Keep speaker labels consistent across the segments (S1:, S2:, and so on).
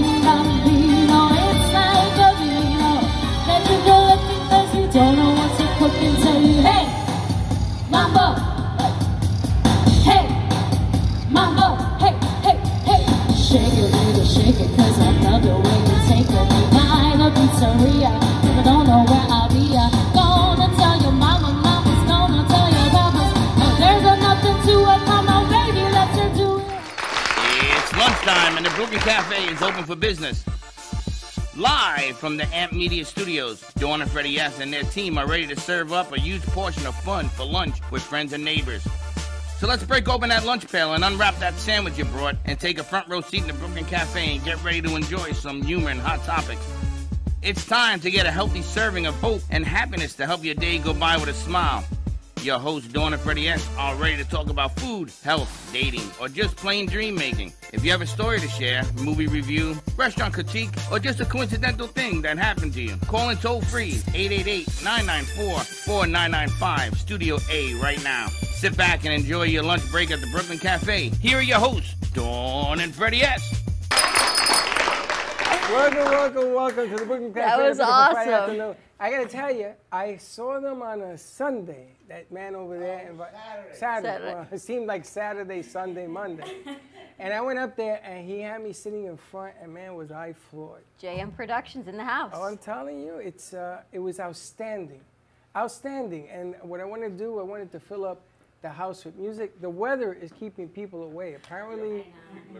S1: bambino, it's like a vino. Let you go, let me cause you don't know what to cook and tell you, hey, mambo, hey, mambo, hey, hey, hey. Shake it, little shake it, cause I love the way you take it. Behind a pizzeria, cause I don't know where I'll be. I'm gonna tell your mama, mama's gonna tell your papas. Oh, there's nothing to it, mama, baby, let's do it.
S2: It's lunchtime, and the Brooklyn Cafe is open for business. Live from the Amp Media Studios, Dawn and Freddie S. and their team are ready to serve up a huge portion of fun for lunch with friends and neighbors. So let's break open that lunch pail and unwrap that sandwich you brought and take a front row seat in the Brooklyn Cafe and get ready to enjoy some humor and hot topics. It's time to get a healthy serving of hope and happiness to help your day go by with a smile. Your hosts, Dawn and Freddie S., are ready to talk about food, health, dating, or just plain dream making. If you have a story to share, movie review, restaurant critique, or just a coincidental thing that happened to you, call in toll free 888 994 4995 Studio A right now. Sit back and enjoy your lunch break at the Brooklyn Cafe. Here are your hosts, Dawn and Freddie S.
S3: Welcome, welcome, welcome to the Brooklyn Cafe.
S4: That was
S3: It's a Friday
S4: awesome.
S3: afternoon. I gotta tell you, I saw them on a Sunday. That man over there, and Saturday.
S4: Saturday.
S3: Well, it seemed like Saturday, Sunday, Monday. and I went up there, and he had me sitting in front, and man, was I floored.
S4: JM Productions in the house.
S3: Oh, I'm telling you, it's uh, it was outstanding, outstanding. And what I want to do, I wanted to fill up the house with music. The weather is keeping people away. Apparently,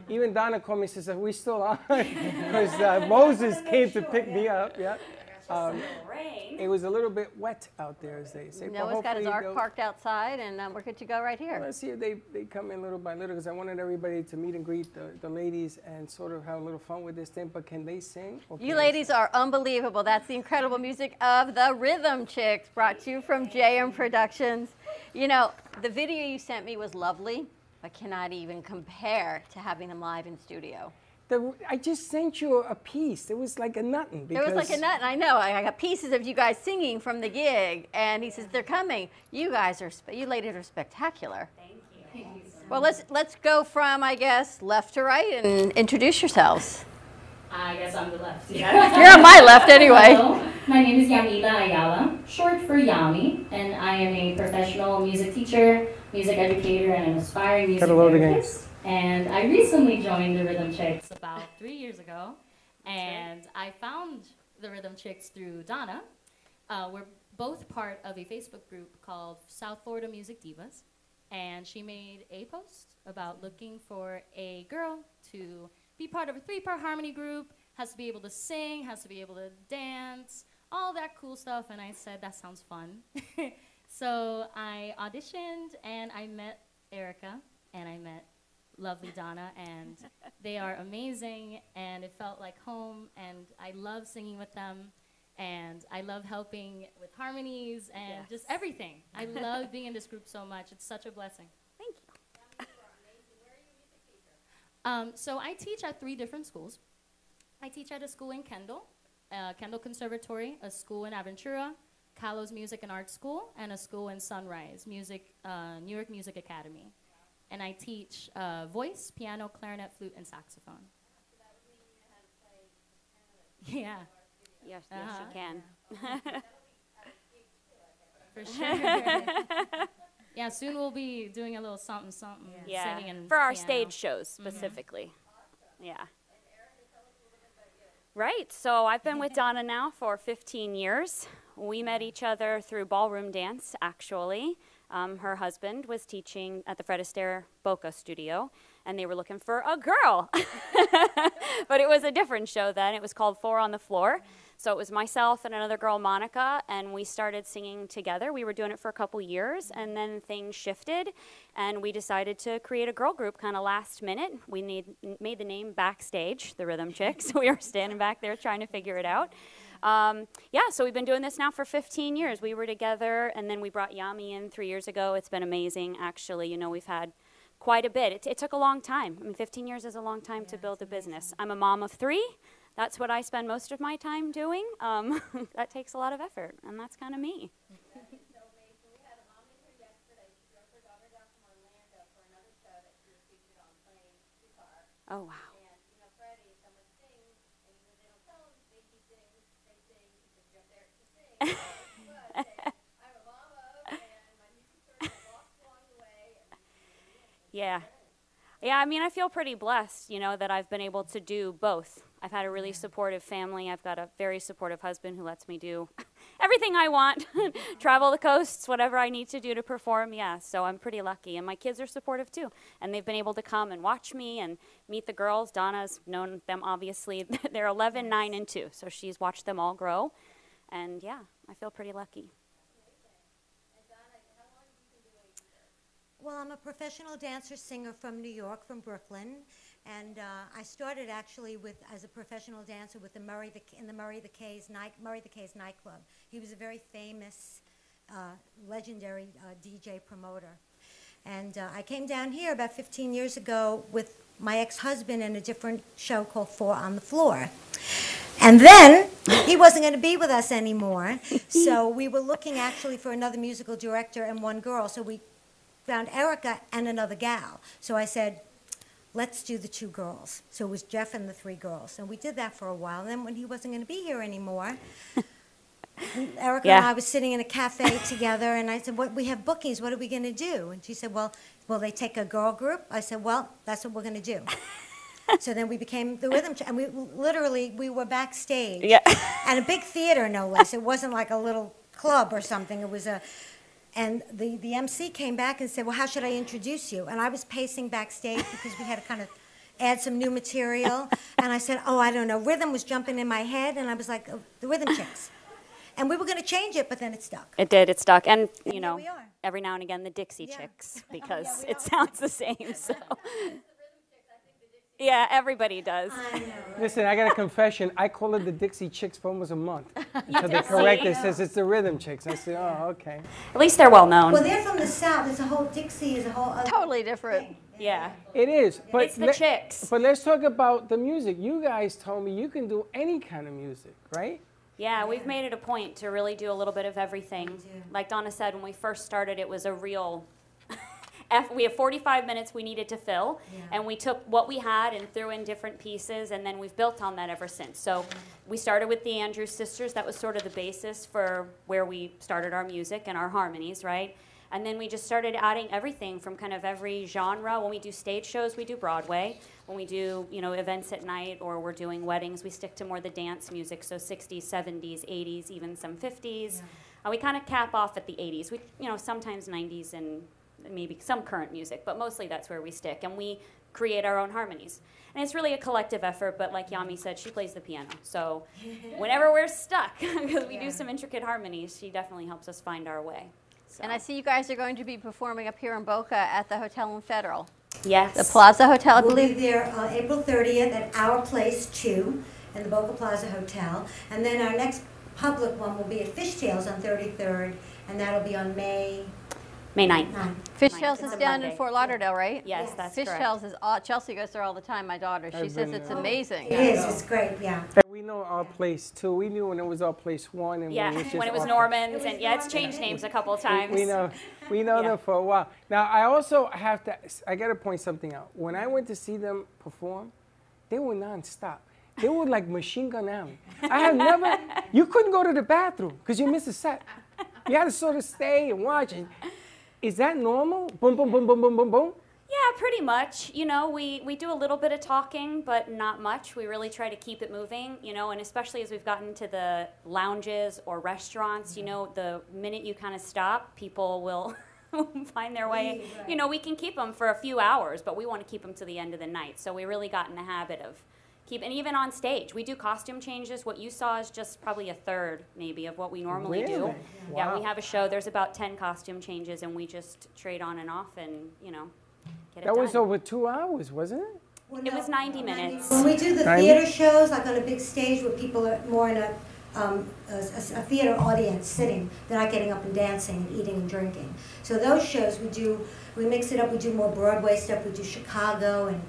S3: even Donna called me and says, "Are we still on?" Because uh, Moses came to pick me up. Yeah. Um, it was a little bit wet out there, as they say. but
S4: Noah's got
S3: hopefully
S4: his ark
S3: they'll-
S4: parked outside, and um, we're good to go right here.
S3: Let's see if they, they come in little by little because I wanted everybody to meet and greet the, the ladies and sort of have a little fun with this thing. But can they sing? Or can
S4: You
S3: they
S4: ladies are unbelievable. That's the incredible music of the Rhythm Chicks, brought to you from JM Productions. You know, the video you sent me was lovely, but cannot even compare to having them live in studio.
S3: The, I just sent you a piece. It was like a nothing.
S4: It
S3: Because
S4: was like a nut, and I know. I I got pieces of you guys singing from the gig, and he says they're coming. You guys are, sp- you ladies are spectacular. Thank you. Well, let's let's go from I guess left to right and introduce yourselves.
S5: I guess I'm the left. Yeah.
S4: You're on my left anyway.
S5: Hello, my name is Yamila Ayala, short for Yami, and I am a professional music teacher, music educator, and an aspiring music
S3: Gotta load the game.
S5: therapist. And I recently joined the Rhythm Chicks about three years ago, and I found the Rhythm Chicks through Donna. Uh, we're both part of a Facebook group called South Florida Music Divas, and she made a post about looking for a girl to be part of a three-part harmony group, has to be able to sing, has to be able to dance, all that cool stuff. And I said, that sounds fun. so I auditioned, and I met Erica, and I met lovely Donna, and they are amazing, and it felt like home, and I love singing with them, and I love helping with harmonies and just everything. I love being in this group so much. It's such a blessing.
S4: Thank
S5: you. Um, so I teach at three different schools. I teach at a school in Kendall, uh, Kendall Conservatory, a school in Aventura, Kalos Music and Art School, and a school in Sunrise Music, uh, New York Music Academy. And I teach uh, voice, piano, clarinet, flute, and saxophone. Yeah,
S6: Yes, yes,
S5: Uh-huh.
S6: you can.
S5: for sure. yeah, soon we'll be doing a little something, something,
S6: Yeah,
S5: singing and
S6: for our
S5: piano. Mm-hmm.
S6: stage shows specifically. Yeah. Right. So I've been with Donna now for 15 years. We met each other through ballroom dance, actually. Um, her husband was teaching at the Fred Astaire Boca Studio, and they were looking for a girl. but it was a different show then. It was called Four on the Floor. So it was myself and another girl, Monica, and we started singing together. We were doing it for a couple years, and then things shifted, and we decided to create a girl group kind of last minute. We need, made the name Backstage, the Rhythm Chicks. we were standing back there trying to figure it out. Um, yeah, so we've been doing this now for 15 years. We were together, and then we brought Yami in three years ago. It's been amazing, actually. You know, we've had quite a bit. It, it took a long time. I mean, 15 years is a long time to build a business. I'm a mom of three. That's what I spend most of my time doing. Um, that takes a lot of effort, and that's kind of me. Oh, wow. Yeah. Yeah, I mean, I feel pretty blessed, you know, that I've been able to do both. I've had a really supportive family. I've got a very supportive husband who lets me do everything I want, travel the coasts, whatever I need to do to perform. Yeah, so I'm pretty lucky. And my kids are supportive too. And they've been able to come and watch me and meet the girls. Donna's known them, obviously. They're 11, 9, and 2. So she's watched them all grow. And yeah, I feel pretty lucky.
S7: Well, I'm a professional dancer singer from New York, from Brooklyn, and uh, I started actually with as a professional dancer with the Murray the, in the Murray the K's night Murray the K's nightclub. He was a very famous, uh, legendary uh, DJ promoter, and uh, I came down here about 15 years ago with my ex-husband in a different show called Four on the Floor. And then he wasn't going to be with us anymore. So we were looking actually for another musical director and one girl. So we found Erica and another gal. So I said, let's do the two girls. So it was Jeff and the three girls. And we did that for a while. And then when he wasn't going to be here anymore, Erica and
S6: Yeah.
S7: I was sitting in a cafe together, and I said, "What? We have bookings. What are we going to do?" And she said, "Well, will they take a girl group?" I said, "Well, that's what we're going to do." so then we became the rhythm, Ch- and we literally we were backstage,
S6: Yeah.
S7: and a big theater, no less. It wasn't like a little club or something. It was a, and the the MC came back and said, "Well, how should I introduce you?" And I was pacing backstage because we had to kind of add some new material, and I said, "Oh, I don't know." Rhythm was jumping in my head, and I was like, oh, "The rhythm chicks," and we were going to change it, but then it stuck.
S6: It did. It stuck, and you
S7: here
S6: know,
S7: we are.
S6: every now and again, the Dixie
S7: Yeah.
S6: Chicks
S7: Yeah,
S6: because
S7: we
S6: it
S7: are.
S6: sounds the same. So, yeah, everybody does.
S3: Listen, I got a confession. I call it the Dixie Chicks for almost a month until they correct it. Says it's the Rhythm Chicks. I say, oh, okay.
S6: At least they're well known.
S7: Well, they're from the south. It's a whole Dixie is a whole other
S4: Totally different.
S6: yeah,
S3: It is, but
S6: it's the
S3: le-
S6: Chicks.
S3: But let's talk about the music. You guys told me you can do any kind of music, right?
S6: Yeah, we've made it a point to really do a little bit of everything. Like Donna said, when we first started, it was a real. F, we have 45 minutes we needed to fill, and we took what we had and threw in different pieces, and then we've built on that ever since. So we started with the Andrews sisters. That was sort of the basis for where we started our music and our harmonies, right? And then we just started adding everything from kind of every genre. When we do stage shows, we do Broadway. When we do, you know, events at night or we're doing weddings, we stick to more the dance music, so 60s, 70s, 80s, even some 50s. And we kind of cap off at the 80s. We, you know, sometimes 90s and maybe some current music, but mostly that's where we stick. And we create our own harmonies. And it's really a collective effort, but like Yami said, she plays the piano. So whenever we're stuck, because we do some intricate harmonies, she definitely helps us find our way. So,
S4: And I see you guys are going to be performing up here in Boca at the Hotel in Federal.
S6: yes.
S4: The Plaza Hotel, I
S7: We'll be
S4: believe.
S7: there uh, April 30th at Our Place 2 in the Boca Plaza Hotel. And then our next public one will be at Fishtails on 33rd, and that'll be on May
S6: May 9th.
S7: 9th.
S4: Fish
S6: Mine
S4: Shells
S6: is
S4: is
S6: on
S4: down in
S6: Monday.
S4: Fort Lauderdale, right?
S6: Yes, that's
S4: Fish
S6: correct.
S4: Shells is, all, Chelsea goes there all the time, my daughter. She
S3: I've
S4: says
S3: been
S4: it's
S3: there.
S4: amazing.
S7: It is, it's great, yeah.
S3: And we know our place too. We knew when it was our place one, and
S6: Yeah,
S3: when it was just
S6: when it was
S3: our-
S6: Norman's, and yeah, it's changed names a couple times.
S3: We know, we know
S6: Yeah.
S3: them for a while. Now, I also have to, I got to point something out. When I went to see them perform, they were nonstop. They were like machine gun alley. I have never, you couldn't go to the bathroom because you missed a set. You had to sort of stay and watch. And is that normal? Boom, boom, boom, boom, boom, boom, boom.
S6: Yeah, pretty much. You know, we, we do a little bit of talking, but not much. We really try to keep it moving, you know, and especially as we've gotten to the lounges or restaurants,
S3: Mm-hmm.
S6: you know, the minute you kind of stop, people will find their way. You know, we can keep them for a few hours, but we want to keep them to the end of the night. So we really got in the habit of keep and even on stage, we do costume changes. What you saw is just probably a third maybe of what we normally do.
S3: Really?
S6: Yeah, we
S3: Wow.
S6: have a show. There's about 10 costume changes and we just trade on and off and, you know, get it
S3: That was
S6: done.
S3: over two hours, wasn't it?
S6: It was 90 minutes.
S7: When we do the
S3: Time?
S7: theater shows, like on a big stage where people are more in a, um, a, a theater audience sitting, they're not getting up and dancing and eating and drinking. So those shows we do, we mix it up. We do more Broadway stuff. We do Chicago and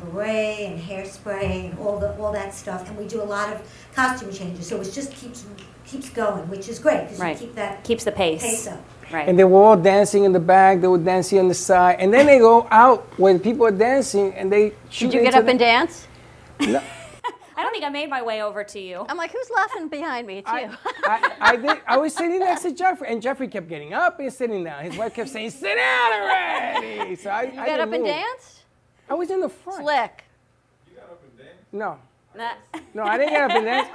S7: Cabaret and Hairspray and all the all that stuff. And we do a lot of costume changes. So it just keeps keeps going, which is great because
S6: Right.
S7: you keep that
S6: Keeps the pace.
S7: pace up.
S6: Right.
S3: And they were all dancing in the back. They were dancing on the side. And then they go out when people are dancing and they shoot
S4: Did you get
S3: into
S4: up
S3: the-
S4: and dance?
S6: I don't think I made my way over to you.
S4: I'm like, who's laughing behind me, too?
S3: I, I, I, did, I was sitting next to Jeffrey, and Jeffrey kept getting up and sitting down. His wife kept saying, "Sit down already." So I,
S4: you got up and danced?
S3: I was in the front.
S4: Slick.
S3: No,
S6: That-
S3: no, I didn't get up and dance.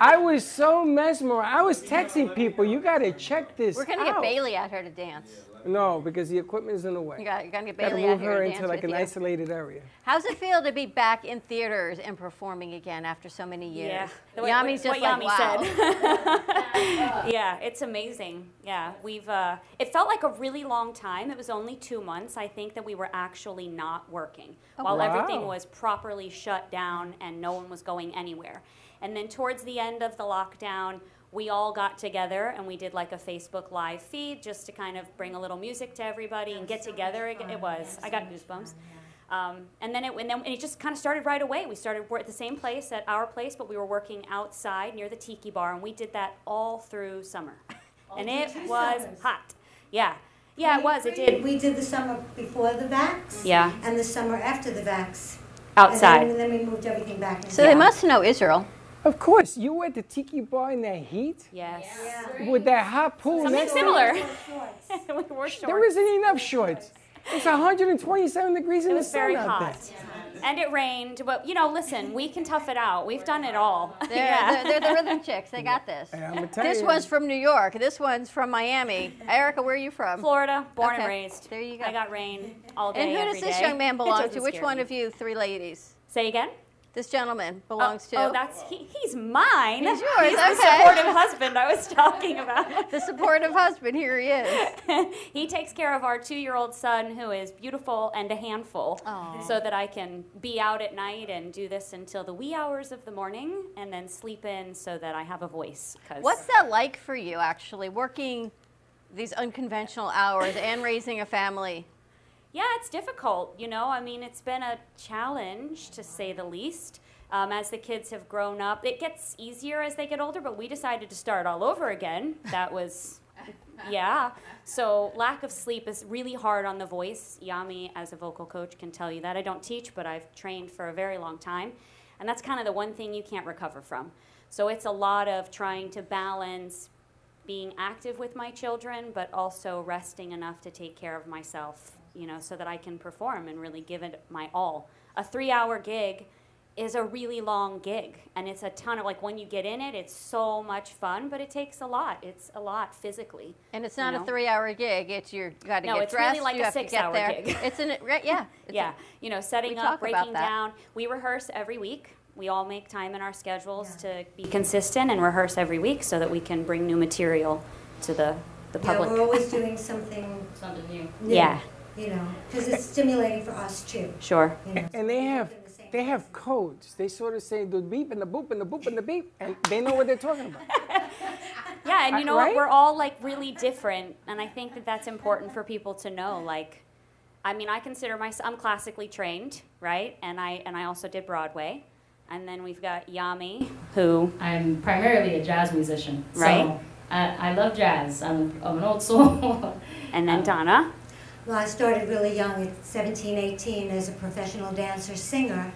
S3: I was so mesmerized. I was texting people, "You got to check this
S4: We're going to get
S3: out."
S4: Bailey out here to dance.
S3: No, because the equipment is in the way.
S4: You got, you're going to get
S3: Gotta
S4: Bailey
S3: move
S4: out here
S3: her
S4: to
S3: into
S4: dance
S3: like
S4: with
S3: an
S4: you.
S3: isolated area.
S4: How's it feel to be back in theaters and performing again after so many
S6: yeah.
S4: years?
S6: What-
S4: Yami's
S6: what-
S4: just
S6: what
S4: like,
S6: Yami
S4: wow.
S6: said. yeah, it's amazing. Yeah, we've. Uh, it felt like a really long time. It was only two months, I think, that we were actually not working
S4: Oh.
S6: while everything
S3: Wow.
S6: was properly shut down and no one was going anywhere. And then towards the end of the lockdown. We all got together and we did like a Facebook live feed just to kind of bring a little music to everybody and get together. again. It was. I got goosebumps. Um, and then it and then and it just kind of started right away. We started we're at the same place at our place, but we were working outside near the tiki bar, and we did that all through summer, and it was hot. Yeah, yeah, it was. It did
S7: We did the summer before the vax.
S6: Yeah.
S7: And the summer after the vax.
S6: outside.
S7: And then, then we moved everything back.
S4: So they must know Israel.
S3: Of course, you were at the tiki bar in that heat
S6: yes,
S3: with that hot pool
S6: something
S3: next to
S6: similar.
S7: Shorts.
S6: we wore
S3: There
S6: shorts.
S3: isn't enough shorts. It's 127 degrees in
S6: It
S3: the
S6: was
S3: sun
S6: very
S3: out
S6: hot, and it rained. But you know, listen, we can tough it out. We've done it all.
S4: They're, they're, they're the rhythm chicks. They got this.
S3: there. I'm gonna tell
S4: This
S3: you.
S4: one's from New York. This one's from Miami. Erica, where are you from?
S6: Florida, born and
S4: Okay,
S6: raised.
S4: there you go.
S6: I got rain all day.
S4: And who
S6: every
S4: does this
S6: day.
S4: young man
S6: It
S4: belong to?
S6: doesn't
S4: Which
S6: scare
S4: one
S6: me.
S4: of you three ladies?
S6: Say again.
S4: This gentleman belongs to?
S6: Oh, that's he, he's mine.
S4: He's yours,
S6: the
S4: okay.
S6: supportive husband I was talking about.
S4: The supportive husband, here he is.
S6: he takes care of our two-year-old son, who is beautiful and a handful,
S4: Aw.
S6: so that I can be out at night and do this until the wee hours of the morning, and then sleep in so that I have a voice. 'cause-
S4: What's that like for you, actually, working these unconventional hours and raising a family?
S6: Yeah, it's difficult. You know, I mean, it's been a challenge to say the least. Um, as the kids have grown up, it gets easier as they get older, but we decided to start all over again. That was, yeah. So, lack of sleep is really hard on the voice. Yami, as a vocal coach, can tell you that. I don't teach, but I've trained for a very long time. And that's kind of the one thing you can't recover from. So, it's a lot of trying to balance being active with my children, but also resting enough to take care of myself, you know, so that I can perform and really give it my all. A three hour gig is a really long gig, and it's a ton of like when you get in it, it's so much fun, but it takes a lot. It's a lot physically.
S4: And it's not
S6: No.
S4: a three-hour gig. It's you got to
S6: No,
S4: get
S6: it's really
S4: dressed.
S6: like
S4: you
S6: a
S4: have to get
S6: six-hour
S4: there.
S6: gig.
S4: It's an right, yeah, it's
S6: yeah, you know, setting up,
S4: talk about
S6: breaking
S4: that.
S6: down. We rehearse every week. We all make time in our schedules to be consistent and rehearse every week so that we can bring new material to the, the
S7: Yeah,
S6: public.
S7: we're always doing something,
S5: Something new.
S7: new,
S6: Yeah.
S7: you know, because it's stimulating for us too.
S6: Sure.
S7: You know.
S3: there. And they have they have codes. They sort of say the beep and the boop and the boop and the beep, and they know what they're talking about.
S6: Yeah, and
S3: Uh,
S6: you know what?
S3: right?
S6: We're all like really different, and I think that that's important for people to know. Like, I mean, I consider myself I'm classically trained, right? And I and I also did Broadway, and then we've got Yami, who
S5: I'm primarily a jazz musician.
S6: Right.
S5: So I, I love jazz. I'm, I'm an old soul.
S6: and then Donna.
S7: Well, I started really young at 17, 18 as a professional dancer singer,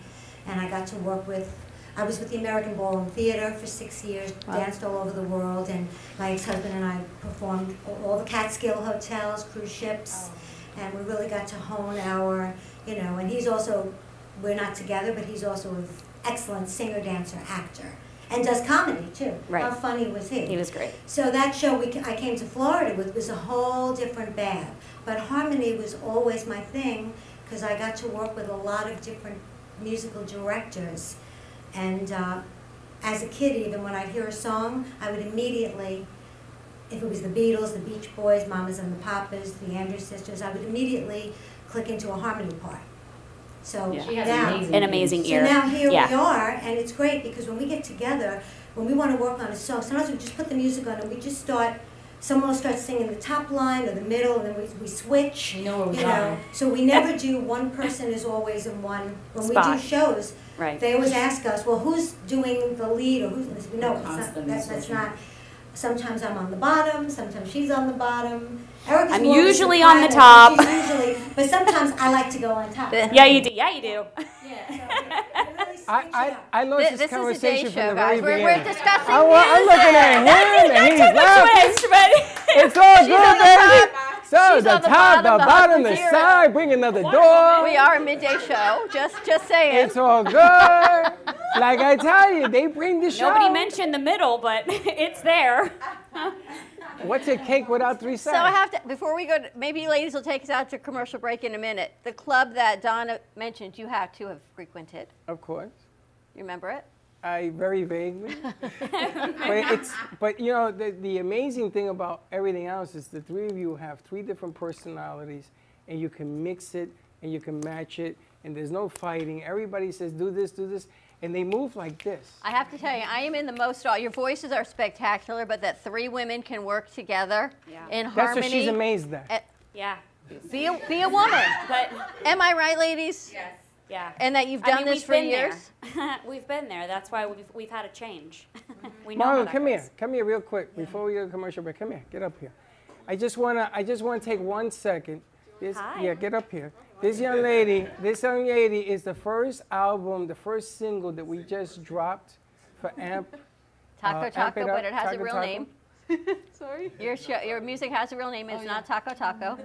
S7: and I got to work with. I was with the American Ballroom Theater for six years, danced all over the world, and my ex-husband and I performed a- all the Catskill hotels, cruise ships,
S6: Oh.
S7: and we really got to hone our, you know. And he's also, we're not together, but he's also an excellent singer, dancer, actor, and does comedy too. How
S6: Right.
S7: funny was he?
S6: He was great.
S7: So that show we, ca- I came to Florida with was a whole different band. But harmony was always my thing because I got to work with a lot of different musical directors. And uh, as a kid, even when I'd hear a song, I would immediately, if it was the Beatles, the Beach Boys, Mamas and the Papas, the Andrews Sisters, I would immediately click into a harmony part. So
S6: Yeah.
S5: She has
S7: now,
S5: amazing
S6: An amazing
S7: so
S6: ear.
S7: now here we
S6: yeah.
S7: are, and it's great because when we get together, when we want to work on a song, sometimes we just put the music on and we just start. Someone will start singing the top line or the middle, and then we, we switch.
S5: We know where we
S7: you
S5: are.
S7: know, so we never do one person is always in one. When we
S6: Spot.
S7: do shows,
S6: Right.
S7: they always ask us, well, who's doing the lead or who's? and we say, No, it's not,
S5: Constant
S7: that, that's
S5: switching.
S7: not. Sometimes I'm on the bottom, sometimes she's on the bottom. Erica's
S6: I'm
S7: more of a
S6: usually on the
S7: soprano,
S6: top.
S7: she's usually, but sometimes I like to go on top.
S4: Yeah.
S6: Yeah, you do. Yeah, you do.
S7: It really swings it
S3: I,
S7: up.
S3: I, I
S4: Th-
S3: launched this,
S4: This is a day
S3: conversation from
S4: show,
S3: the very
S4: guys. We're,
S3: beginning.
S4: we're discussing
S3: I, wa- Oh, I'm
S4: music.
S3: looking at him and he's laughing. It's all
S4: on
S3: good,
S4: the
S3: baby. So
S4: She's
S3: the
S4: on the
S3: top,
S4: bottom,
S3: the
S4: the
S3: bottom, the
S4: zero.
S3: side, bring another door.
S4: We are a midday show. Just, just saying.
S3: It's all good. like I tell you, they bring the show.
S6: Nobody mentioned the middle, but it's there.
S3: What's a cake without three
S4: So I
S3: sides?
S4: have to, before we go, to, maybe ladies will take us out to commercial break in a minute. The club that Donna mentioned, you have to have frequented.
S3: of course.
S4: You remember it?
S3: I very vaguely. but it's but you know the, the amazing thing about everything else is the three of you have three different personalities and you can mix it and you can match it and there's no fighting. Everybody says do this, do this and they move like this.
S4: I have to tell you, I am in the most awe. Your voices are spectacular, but that three women can work together
S6: Yeah.
S4: in
S3: That's
S4: harmony.
S3: what she's amazed at.
S4: Eh,
S6: Yeah,
S4: Be a, be a woman.
S6: but
S4: Am I right, ladies?
S6: yeah.
S4: And that you've
S6: I
S4: done
S6: mean,
S4: this
S6: we've
S4: for
S6: been
S4: years?
S6: There. we've been there. That's why we've, we've had a change. we know. how
S3: Margo,
S6: that
S3: come
S6: goes.
S3: here. Come here real quick before we go to commercial break. Come here. Get up here. I just wanna I just wanna take one second. This
S6: Hi.
S3: yeah, get up here. This young lady, this young lady is the first album, the first single that we just dropped for Amp.
S4: Taco
S3: Uh, amp
S4: Taco,
S3: it
S4: but
S3: up,
S4: it has
S3: Taco
S4: a real
S3: Taco.
S4: name. Sorry? Your, show, your music has a real name. It's not Taco Taco.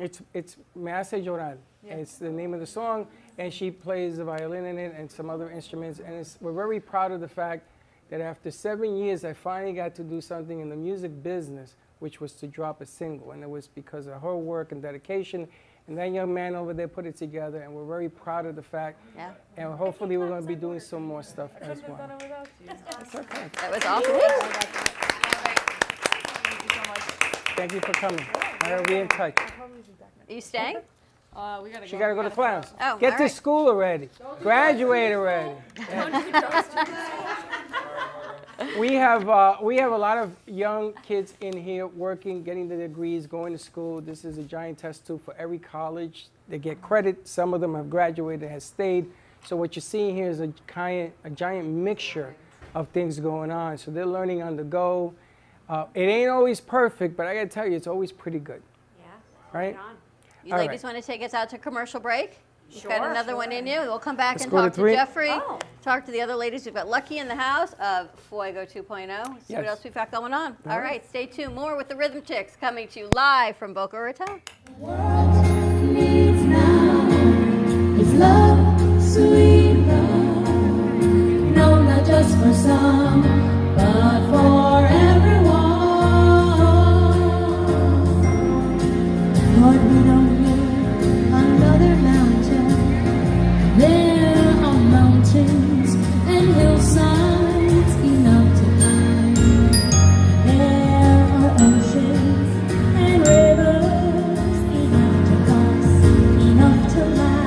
S3: It's it's Me hace llorar. It's the name of the song, and she plays the violin in it and some other instruments. And it's, we're very proud of the fact that after seven years, I finally got to do something in the music business, which was to drop a single. And it was because of her work and dedication. And that young man over there put it together, and we're very proud of the fact.
S4: Yeah.
S3: And hopefully, we're going to be doing some more stuff as well.
S4: That was awesome.
S3: Thank you for coming. I'll be in touch.
S4: Are you staying?
S8: Uh, we gotta
S3: She got to go to class.
S4: Oh,
S3: Get
S4: all
S3: to
S4: right.
S3: school already. Graduate already. we have uh, we have a lot of young kids in here working, getting their degrees, going to school. This is a giant test tube for every college. They get credit. Some of them have graduated, have stayed. So what you're seeing here is a giant a giant mixture of things going on. So they're learning on the go. Uh, it ain't always perfect, but I gotta tell you, it's always pretty good,
S6: Yeah.
S3: right?
S6: Right on.
S4: You
S3: All
S4: ladies want to take us out to commercial break? You've got
S6: Sure,
S4: another one in you. We'll come back
S3: Let's
S4: and
S3: go to
S4: talk to,
S3: three.
S4: Jeffrey.
S6: Oh.
S4: Talk to the other ladies. We've got Lucky in the house of Fuego 2.0. See
S3: Yes.
S4: what else we've got going on.
S3: right.
S4: All right, stay tuned. More with the Rhythm Chicks coming to you live from Boca Raton.
S1: What needs now is love, sweet love. No, not just for some, but for everyone. Lord, we don't need another mountain. There are mountains and hillsides enough to climb. There are oceans and rivers enough to cross, enough to last.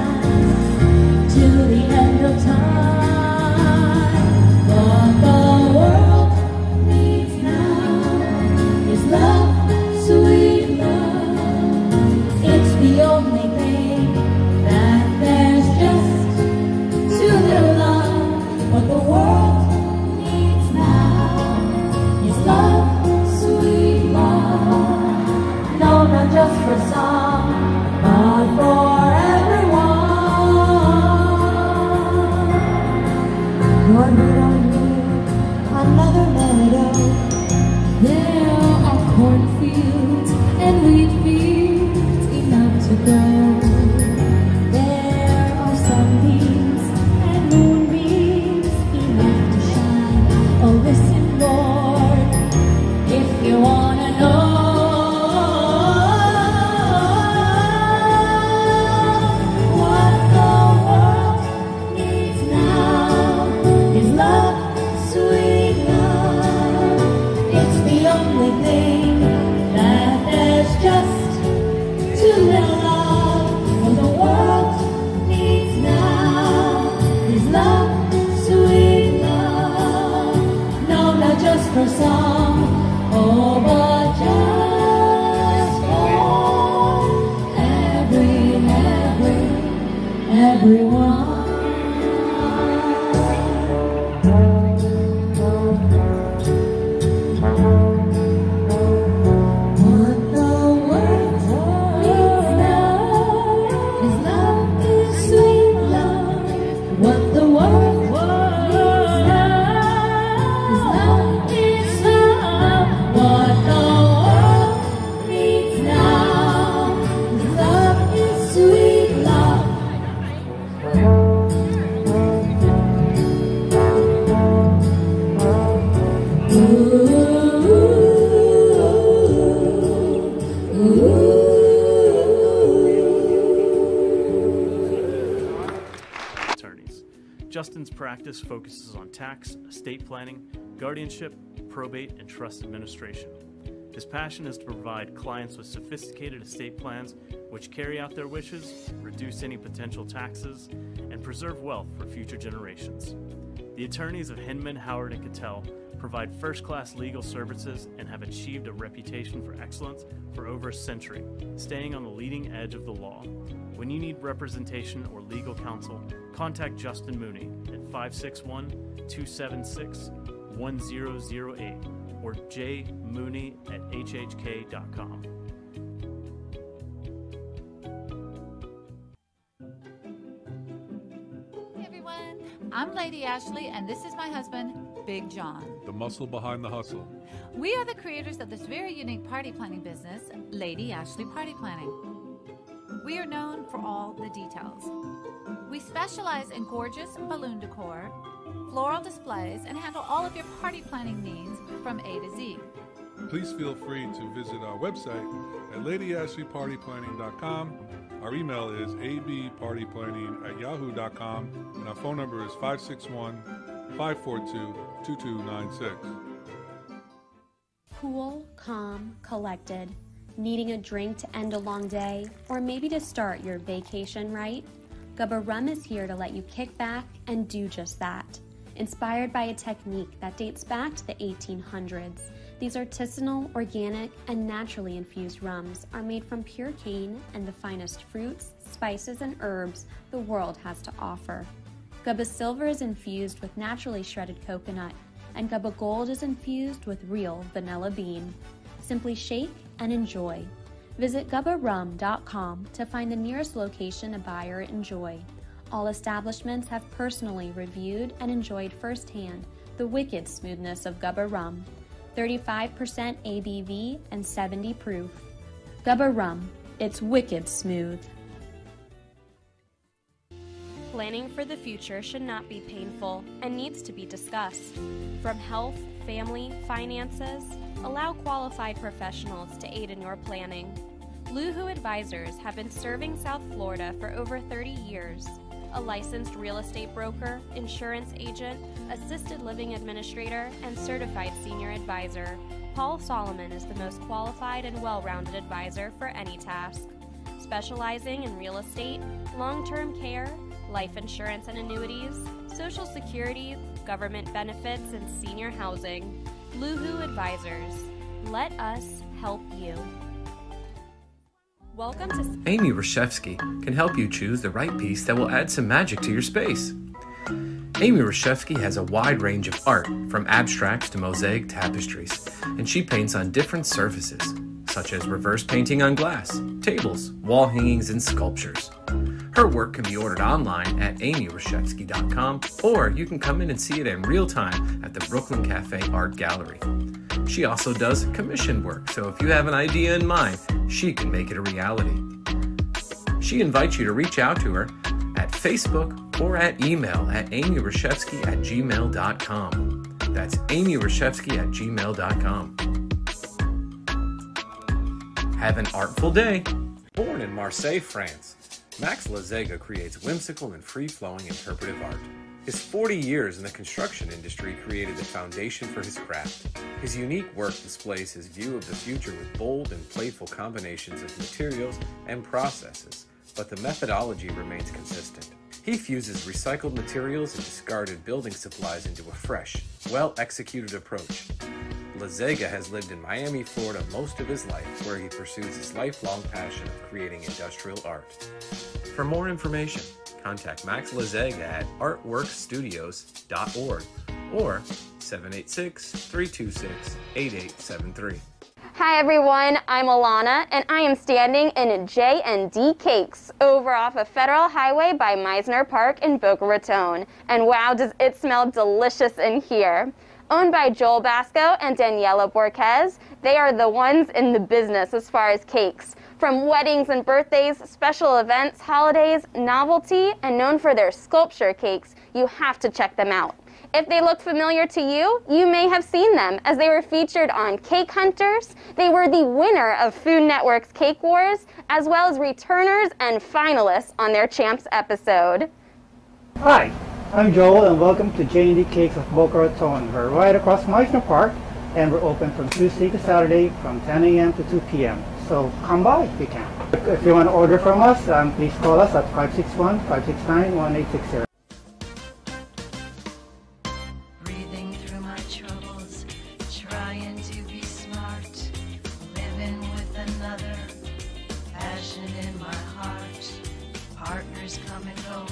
S1: oh, Oh,
S8: Justin's practice focuses on tax, estate planning, guardianship, probate, and trust administration. His passion is to provide clients with sophisticated estate plans which carry out their wishes, reduce any potential taxes, and preserve wealth for future generations. The attorneys of Hinman, Howard, and Cattell provide first class legal services and have achieved a reputation for excellence for over a century, staying on the leading edge of the law. When you need representation or legal counsel, contact Justin Mooney at 561 276 1008 or jmooney at hhk.com.
S9: Hey everyone, I'm Lady Ashley, and this is my husband, Big John.
S10: The muscle behind the hustle.
S9: We are the creators of this very unique party planning business, Lady Ashley Party Planning. We are known for all the details. We specialize in gorgeous balloon decor, floral displays, and handle all of your party planning needs from A to Z.
S10: Please feel free to visit our website at ladyashleypartyplanning.com. Our email is abpartyplanning at yahoo.com, and our phone number is 561 542 2296.
S11: Cool, calm, collected. Needing a drink to end a long day, or maybe to start your vacation right? Gubba Rum is here to let you kick back and do just that. Inspired by a technique that dates back to the 1800s, these artisanal, organic, and naturally infused rums are made from pure cane and the finest fruits, spices, and herbs the world has to offer. Gubba Silver is infused with naturally shredded coconut, and Gubba Gold is infused with real vanilla bean. Simply shake and enjoy. Visit gubbarum.com to find the nearest location to buy or enjoy. All establishments have personally reviewed and enjoyed firsthand the wicked smoothness of Gubba Rum. 35% ABV and 70 proof. Gubba Rum, it's wicked smooth.
S12: Planning for the future should not be painful and needs to be discussed. From health, family, finances, allow qualified professionals to aid in your planning. Luhu Advisors have been serving South Florida for over 30 years. A licensed real estate broker, insurance agent, assisted living administrator, and certified senior advisor, Paul Solomon is the most qualified and well rounded advisor for any task. Specializing in real estate, long term care, life insurance and annuities, social security, government benefits, and senior housing. Luhu Advisors. Let us help you. Welcome to
S13: Amy Reshevsky can help you choose the right piece that will add some magic to your space. Amy Reshevsky has a wide range of art, from abstracts to mosaic tapestries, and she paints on different surfaces, such as reverse painting on glass, tables, wall hangings, and sculptures. Her work can be ordered online at amyrashevsky.com, or you can come in and see it in real time at the Brooklyn Cafe Art Gallery. She also does commission work, so if you have an idea in mind, she can make it a reality. She invites you to reach out to her at Facebook or at email at amyrashevsky at gmail.com. That's amyrashevsky at gmail.com. Have an artful day. Born in Marseille, France, Max Lazega creates whimsical and free flowing interpretive art. His 40 years in the construction industry created the foundation for his craft. His unique work displays his view of the future with bold and playful combinations of materials and processes, but the methodology remains consistent. He fuses recycled materials and discarded building supplies into a fresh, well executed approach. Lazega has lived in Miami, Florida most of his life, where he pursues his lifelong passion of creating industrial art. For more information, contact Max Lazega at artworkstudios.org or 786 326 8873.
S14: Hi everyone, I'm Alana and I am standing in J&D Cakes over off of Federal Highway by Meisner Park in Boca Raton. And wow, does it smell delicious in here. Owned by Joel Basco and Daniela Borquez, they are the ones in the business as far as cakes. From weddings and birthdays, special events, holidays, novelty, and known for their sculpture cakes, you have to check them out. If they look familiar to you, you may have seen them as they were featured on Cake Hunters. They were the winner of Food Network's Cake Wars, as well as returners and finalists on their Champs episode.
S15: Hi, I'm Joel and welcome to J&D Cakes of Boca Raton. We're right across Meisner Park and we're open from Tuesday to Saturday from 10 a.m. to 2 p.m. So come by if you can. If you want to order from us, um, please call us at 561-569-1860.
S1: Breathing through my troubles, trying to be smart, living with another, passion in my heart. Partners come and go,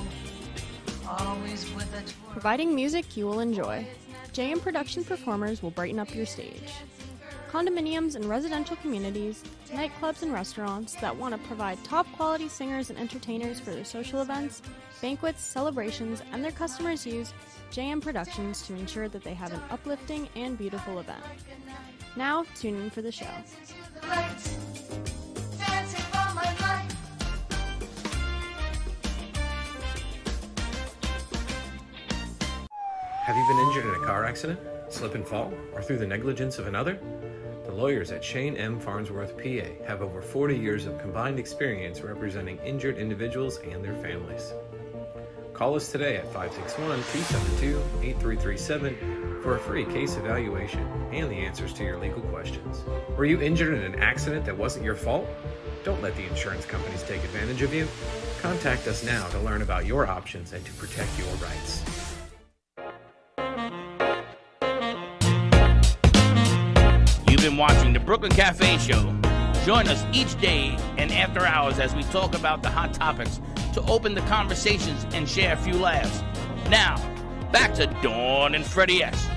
S1: always with a twirl.
S16: providing music you will enjoy. JM Production performers will brighten up your stage. Condominiums and residential communities, nightclubs and restaurants that want to provide top quality singers and entertainers for their social events, banquets, celebrations, and their customers use JM Productions to ensure that they have an uplifting and beautiful event. Now, tune in for the show.
S1: Dancing for my life.
S13: Have you been injured in a car accident, slip and fall, or through the negligence of another? The lawyers at Shane M. Farnsworth, PA, have over 40 years of combined experience representing injured individuals and their families. Call us today at 561 272 8337 for a free case evaluation and the answers to your legal questions. Were you injured in an accident that wasn't your fault? Don't let the insurance companies take advantage of you. Contact us now to learn about your options and to protect your rights.
S17: You've been watching the Brooklyn Cafe Show. Join us each day and after hours as we talk about the hot topics to open the conversations and share a few laughs. Now, back to Dawn and Freddie S.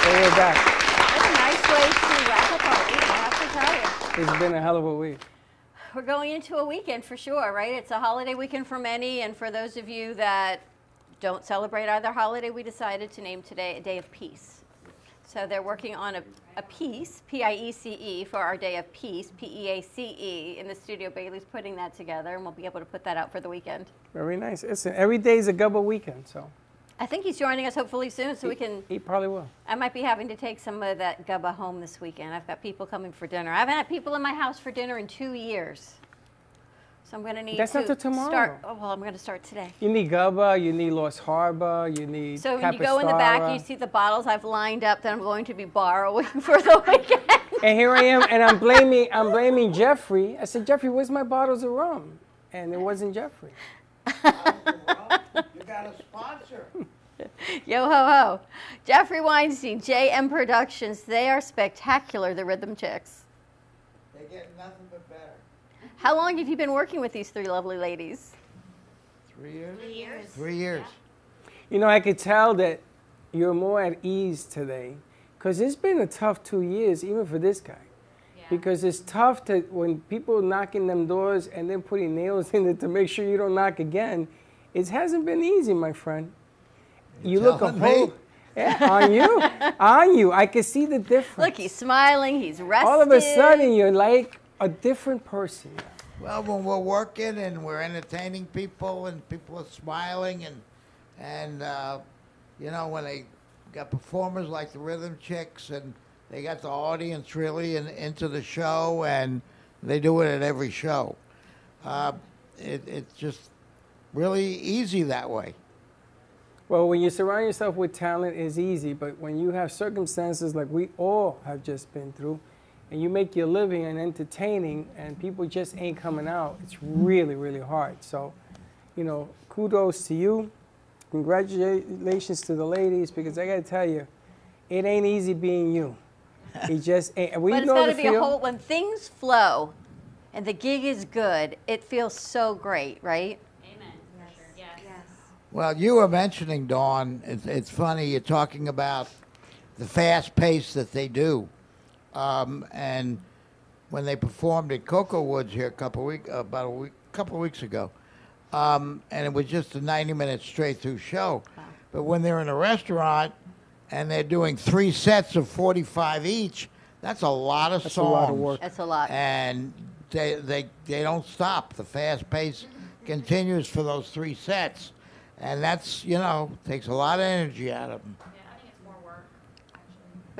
S3: So we're back.
S4: That's a nice way to wrap up our week, I have to tell you.
S3: It's been a hell of a week.
S4: We're going into a weekend for sure, right? It's a holiday weekend for many, and for those of you that don't celebrate either holiday, we decided to name today a day of peace. So they're working on a, a piece, P I E C E, for our day of peace, P E A C E, in the studio. Bailey's putting that together, and we'll be able to put that out for the weekend.
S3: Very nice. Listen, every day is a Gubba weekend, so
S4: I think he's joining us hopefully soon, so we can.
S3: he probably will.
S4: I might be having to take some of that gubba home this weekend. I've got people coming for dinner. I haven't had people in my house for dinner in two years. So I'm going to need
S3: That's
S4: to
S3: not till tomorrow.
S4: start. Oh, well, I'm going to start today.
S3: You need Gubba, you need Lost Harbor, you need
S4: So when you go in the back, you see the bottles I've lined up that I'm going to be borrowing for the weekend.
S3: and here I am, and I'm blaming I'm blaming Jeffrey. I said, Jeffrey, where's my bottles of rum? And it wasn't Jeffrey.
S4: Yo ho ho. Jeffrey Weinstein, JM Productions. They are spectacular, the Rhythm Chicks.
S18: They get nothing but better.
S4: How long have you been working with these three lovely ladies?
S18: Three years? Three years. Three years.
S3: You know, I could tell that you're more at ease today, because it's been a tough two years, even for this guy. Because it's tough to when people knocking them doors and then putting nails in it to make sure you don't knock again. It hasn't been easy, my friend. You look a
S18: telling me?
S3: whole yeah, on you, on you. I can see the difference.
S4: Look, he's smiling, he's rested.
S3: All of a sudden, you're like a different person.
S18: Well, when we're working and we're entertaining people and people are smiling and, and uh, you know, when they got performers like the Rhythm Chicks and they got the audience really in, into the show and they do it at every show. Uh, it, it's just really easy that way.
S3: Well, when you surround yourself with talent, it's easy. But when you have circumstances like we all have just been through, and you make your living and entertaining, and people just ain't coming out, it's really, really hard. So, you know, kudos to you. Congratulations to the ladies, because I gotta tell you, it ain't easy being you. It just ain't. We
S4: but it's
S3: know
S4: got to
S3: the
S4: be
S3: feel.
S4: a whole. When things flow, and the gig is good, it feels so great, right? Amen.
S18: Well, you were mentioning Dawn. It's, it's funny you're talking about the fast pace that they do, um, and when they performed at Cocoa Woods here a couple week about a week couple weeks ago, um, and it was just a 90 minute straight through show. But when they're in a restaurant and they're doing three sets of 45 each, that's a lot of
S4: That's a
S18: songs.
S4: lot of work. That's a lot.
S18: And they they they don't stop. The fast pace continues for those three sets. And that's, you know, takes a lot of energy out of them.
S4: We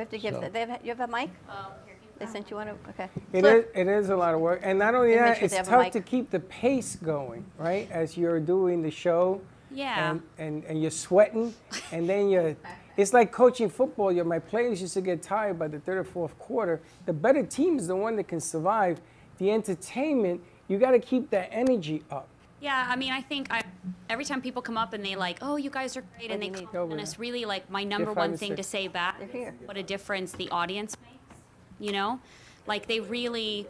S4: have to give.
S18: So-
S4: The, they have, Um, you have a mic? They sent you one of, okay.
S3: It
S4: Flip.
S3: is, it is a lot of work. And not only
S4: And make
S3: that,
S4: sure
S3: it's
S4: they have a
S3: tough
S4: mic.
S3: to keep the pace going, right? As you're doing the show.
S6: Yeah.
S3: And, and, and you're sweating. And then you're, it's like coaching football. Your, my players used to get tired by the third or fourth quarter. The better team is the one that can survive. The entertainment, you got to keep that energy up.
S6: Yeah, I mean, I think I, every time people come up and they like, oh, you guys are great, and they compliment us, really like my number
S3: five
S6: one
S3: and
S6: thing to
S3: six.
S6: say back, is what a difference the audience makes, you know? Like they really,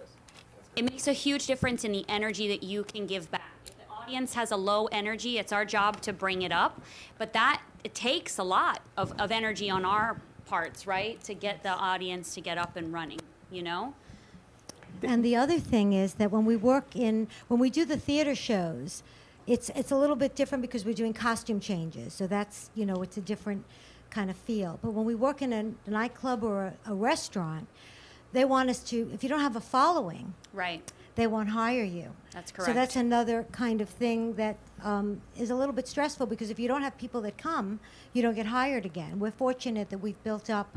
S6: it makes a huge difference in the energy that you can give back. If the audience has a low energy, it's our job to bring it up, but that, it takes a lot of, of energy on our parts, right? To get the audience to get up and running, you know?
S7: And the other thing is that when we work in, when we do the theater shows, it's it's a little bit different because we're doing costume changes. So that's you know it's a different kind of feel. But when we work in a nightclub or a, a restaurant, they want us to. If you don't have a following,
S6: Right.
S7: they won't hire you.
S6: That's
S7: So
S6: correct.
S7: that's another kind of thing that um, is a little bit stressful because if you don't have people that come, you don't get hired again. We're fortunate that we've built up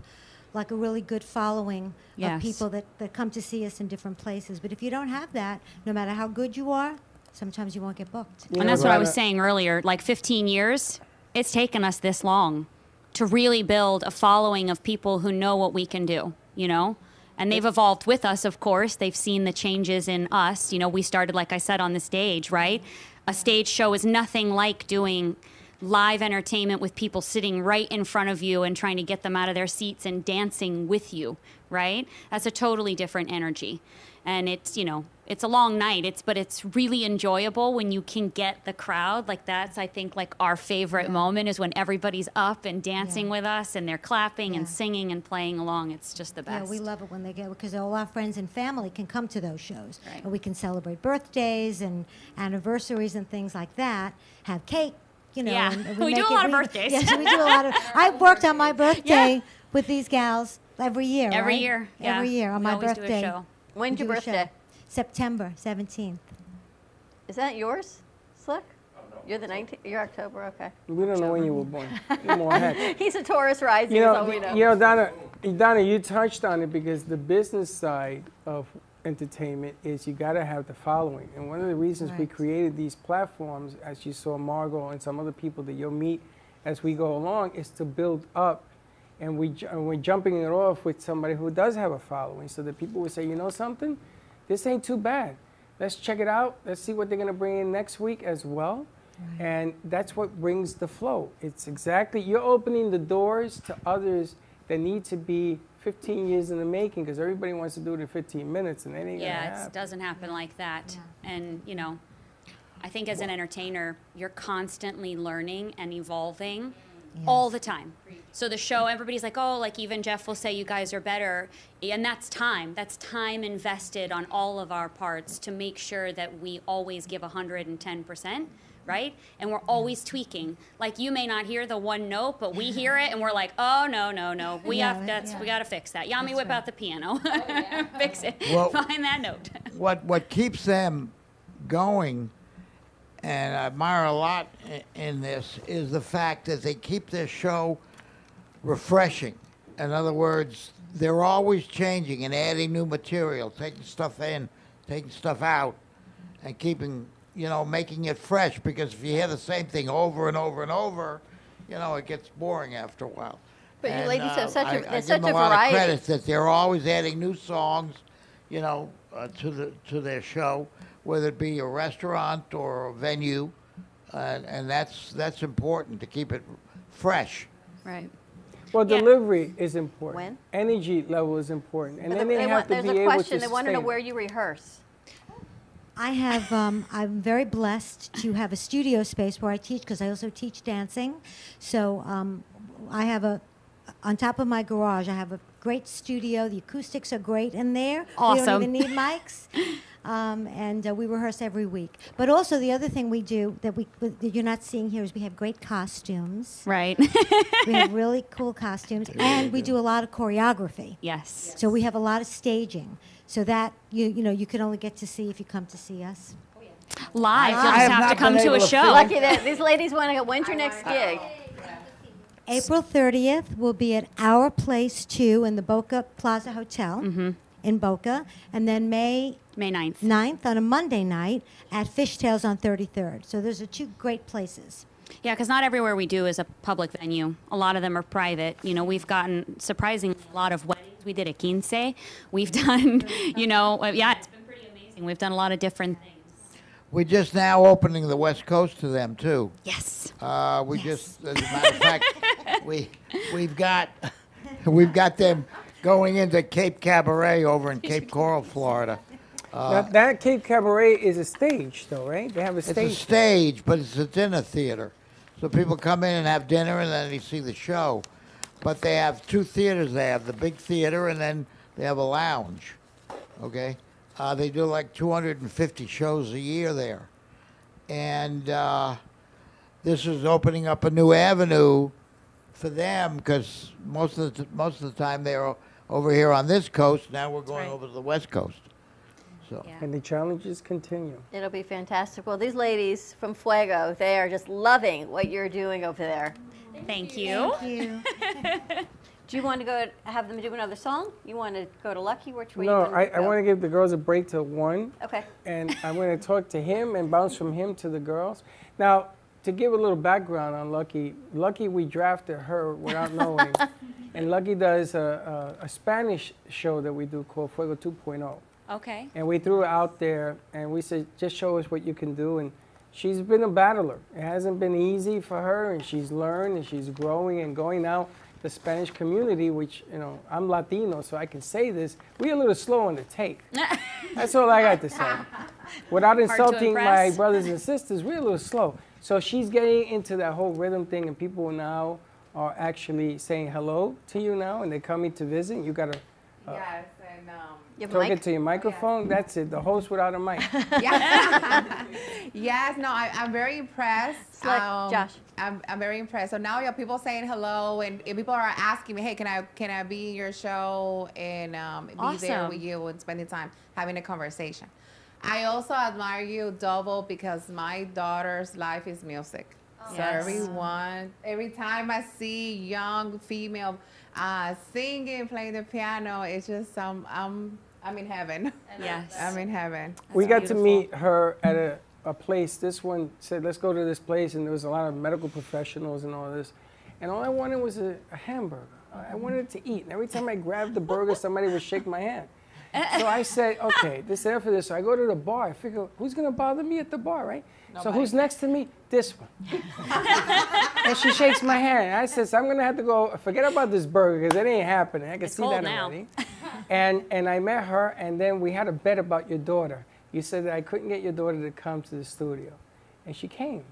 S7: like a really good following
S6: Yes.
S7: of people that, that come to see us in different places. But if you don't have that, no matter how good you are, sometimes you won't get booked.
S6: and that's what I was saying earlier. Like 15 years, it's taken us this long to really build a following of people who know what we can do, you know? And they've evolved with us, of course. They've seen the changes in us. You know, we started, like I said, on the stage, right? A stage show is nothing like doing live entertainment with people sitting right in front of you and trying to get them out of their seats and dancing with you, right? That's a totally different energy. And it's, you know, it's a long night. It's but it's really enjoyable when you can get the crowd. Like that's I think like our favorite moment is when everybody's up and dancing with us and they're clapping and singing and playing along. It's just the
S7: Yeah,
S6: best.
S7: we love it when they get because all our friends and family can come to those shows, and we can celebrate birthdays and anniversaries and things like that. Have cake, you know.
S6: Yeah.
S7: and- and
S6: We do
S7: make
S6: a
S7: it-
S6: lot of
S7: we-
S6: birthdays.
S7: Yes, we do a lot of. I worked on my birthday with these gals every year.
S6: Every
S7: right?
S6: year,
S7: Every
S6: yeah.
S7: year on
S6: We
S7: my
S6: always do a
S7: birthday.
S6: show.
S4: When's
S7: We
S4: your
S7: do a show.
S4: birthday?
S7: September seventeenth.
S4: Is that yours, Slick? You're the 19th, you're October, Oh, okay.
S3: We don't know when you were born. Come on, heck.
S4: He's a Taurus rising,
S3: you
S4: is
S3: know,
S4: all we know.
S3: you know, Donna, Donna, you touched on it because the business side of entertainment is you got to have the following, and one of the reasons we
S19: Right.
S3: created these platforms, as you saw Margot and some other people that you'll meet as we go along, is to build up. And we ju- and we're jumping it off with somebody who does have a following, so that people would say, you know something, this ain't too bad. Let's check it out. Let's see what they're gonna bring in next week as well. And that's what brings the flow. It's exactly, you're opening the doors to others that need to be 15 years in the making because everybody wants to do it in 15 minutes and that ain't gonna
S6: yeah, it
S3: happen.
S6: doesn't happen like that. And you know, I think as an entertainer, you're constantly learning and evolving all the time. So the show, everybody's like, oh, like even Jeff will say, you guys are better, and that's time. That's time invested on all of our parts to make sure that we always give 110 percent. Right? And we're always tweaking. Like you may not hear the one note, but we hear it and we're like, oh no, no, no. We
S18: Yeah,
S6: have
S18: that-
S6: that's we
S18: yeah.
S6: gotta fix that. Yami, whip out the piano. fix it.
S18: Well-
S6: Find that note.
S18: what what keeps them going and I admire a lot i- in this is the fact that they keep their show refreshing. In other words, they're always changing and adding new material, taking stuff in, taking stuff out, and keeping you know making it fresh. Because if you hear the same thing over and over and over, you know it gets boring after a while.
S4: But you
S18: And, uh,
S4: ladies have such a-
S18: I- I
S4: there's
S18: give
S4: such
S18: them
S4: a
S18: lot of
S4: variety.
S18: credit that they're always adding new songs, you know, uh, to the to their show, whether it be a restaurant or a venue, and, and that's that's important to keep it fresh.
S6: Right.
S3: Well, delivery is important. Energy level is important. And
S4: But
S3: then
S4: they
S3: they
S4: want-
S3: have to
S4: there's
S3: be
S4: a
S3: able
S4: question.
S3: to
S4: They wanna know
S3: sustain it.
S4: where you rehearse.
S7: I have. Um, I'm very blessed to have a studio space where I teach because I also teach dancing. So um, I have a. On top of my garage, I have a great studio. The acoustics are great in there. We
S6: Awesome.
S7: don't even need mics. Um, and uh, we rehearse every week. But also, the other thing we do that we that you're not seeing here is we have great costumes.
S6: Right.
S7: we have really cool costumes, and we do a lot of choreography.
S6: Yes.
S7: So we have a lot of staging. So that you you know you can only get to see if you come to see us.
S6: Live,
S7: I
S6: you'll just
S7: have
S6: have
S7: not
S6: to come
S7: been
S6: to
S7: able
S6: a
S7: to
S6: show.
S7: Oh.
S4: Lucky that, these ladies want to go, when's your next gig?
S7: April 30th will be at Our Place 2 in the Boca Plaza Hotel. Mm-hmm. in Boca, and then May
S19: May 9th.
S7: 9th on a Monday night at Fishtails on 33rd. So those are two great places.
S19: Yeah, because not everywhere we do is a public venue. A lot of them are private. You know, we've gotten surprisingly a lot of weddings. We did a quince. We've done, you know, uh, yeah, it's been pretty amazing. We've done a lot of different things.
S18: We're just now opening the West Coast to them too.
S19: Yes.
S18: Uh, we just, as a matter of fact, we we've got we've got them going into Cape Cabaret over in Cape Coral, Florida.
S3: Now,
S18: Uh,
S3: that Cape Cabaret is a stage, though, right? They have a
S18: it's a
S3: stage.
S18: stage, but it's a dinner theater, so people come in and have dinner, and then they see the show. But they have two theaters. They have the big theater, and then they have a lounge. Okay, uh, they do like 250 shows a year there, and uh, this is opening up a new avenue for them because most of the t- most of the time they're o- over here on this coast. Now we're going over to the west coast. So
S3: and the challenges continue.
S4: It'll be fantastic. Well, these ladies from Fuego, they are just loving what you're doing over there.
S19: Thank you.
S4: do you want to go have them do another song? You want to go to Lucky? Which way?
S3: No,
S4: you wanna
S3: I, I
S4: go?
S3: want to give the girls a break till one.
S4: Okay.
S3: And I'm going to talk to him and bounce from him to the girls. Now, to give a little background on Lucky, Lucky, we drafted her without knowing. and Lucky does a, a, a Spanish show that we do called Fuego oh. 2.0.
S19: Okay.
S3: And we threw her out there and we said, just show us what you can do. And she's been a battler. It hasn't been easy for her and she's learned and she's growing and going out the Spanish community, which, you know, I'm Latino, so I can say this. We're a little slow on the take. That's all I got to say. Without
S1: to
S3: insulting my
S1: impress.
S3: brothers and sisters, we're a little slow. So she's getting into that whole rhythm thing, and people now are actually saying hello to you now, and they're coming to visit. You got to
S20: Yes, and um,
S3: talk it to your microphone. That's it. The host without a mic.
S20: yes, no, I, I'm very impressed. Um,
S3: Slick, Josh.
S20: I'm, I'm very impressed. So now you have people saying hello, and, and people are asking me, "Hey, can I can I be in your show and um, be there
S19: Awesome.
S20: with you and spending time having a conversation?" I also admire you double because my daughter's life is music. So
S19: Yes.
S20: everyone, every time I see young female uh, singing, playing the piano, it's just um, I'm I'm in heaven.
S19: Yes.
S20: I'm in heaven.
S3: we got to meet her at a, a place. This one said, let's go to this place, and there was a lot of medical professionals and all this. And all I wanted was a, a hamburger. I I wanted to eat. And every time I grabbed the burger, somebody would shake my hand. So I said, okay, this is there for this. So I go to the bar. I figure, who's going to bother me at the bar, right? So
S1: Nobody.
S3: who's next to me? This one. and she shakes my hand. And I says, I'm going to have to go, forget about this burger because it ain't happening. I can see
S1: cold
S3: that
S1: now.
S3: already and and I met her, and then we had a bet about your daughter. You said that I couldn't get your daughter to come to the studio, and she came.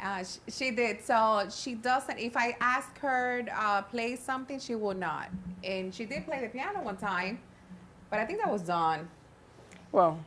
S20: Uh, sh- she did. So she doesn't. If I ask her uh, play something, she will not. And she did play the piano one time, but I think that was Dawn.
S3: Well,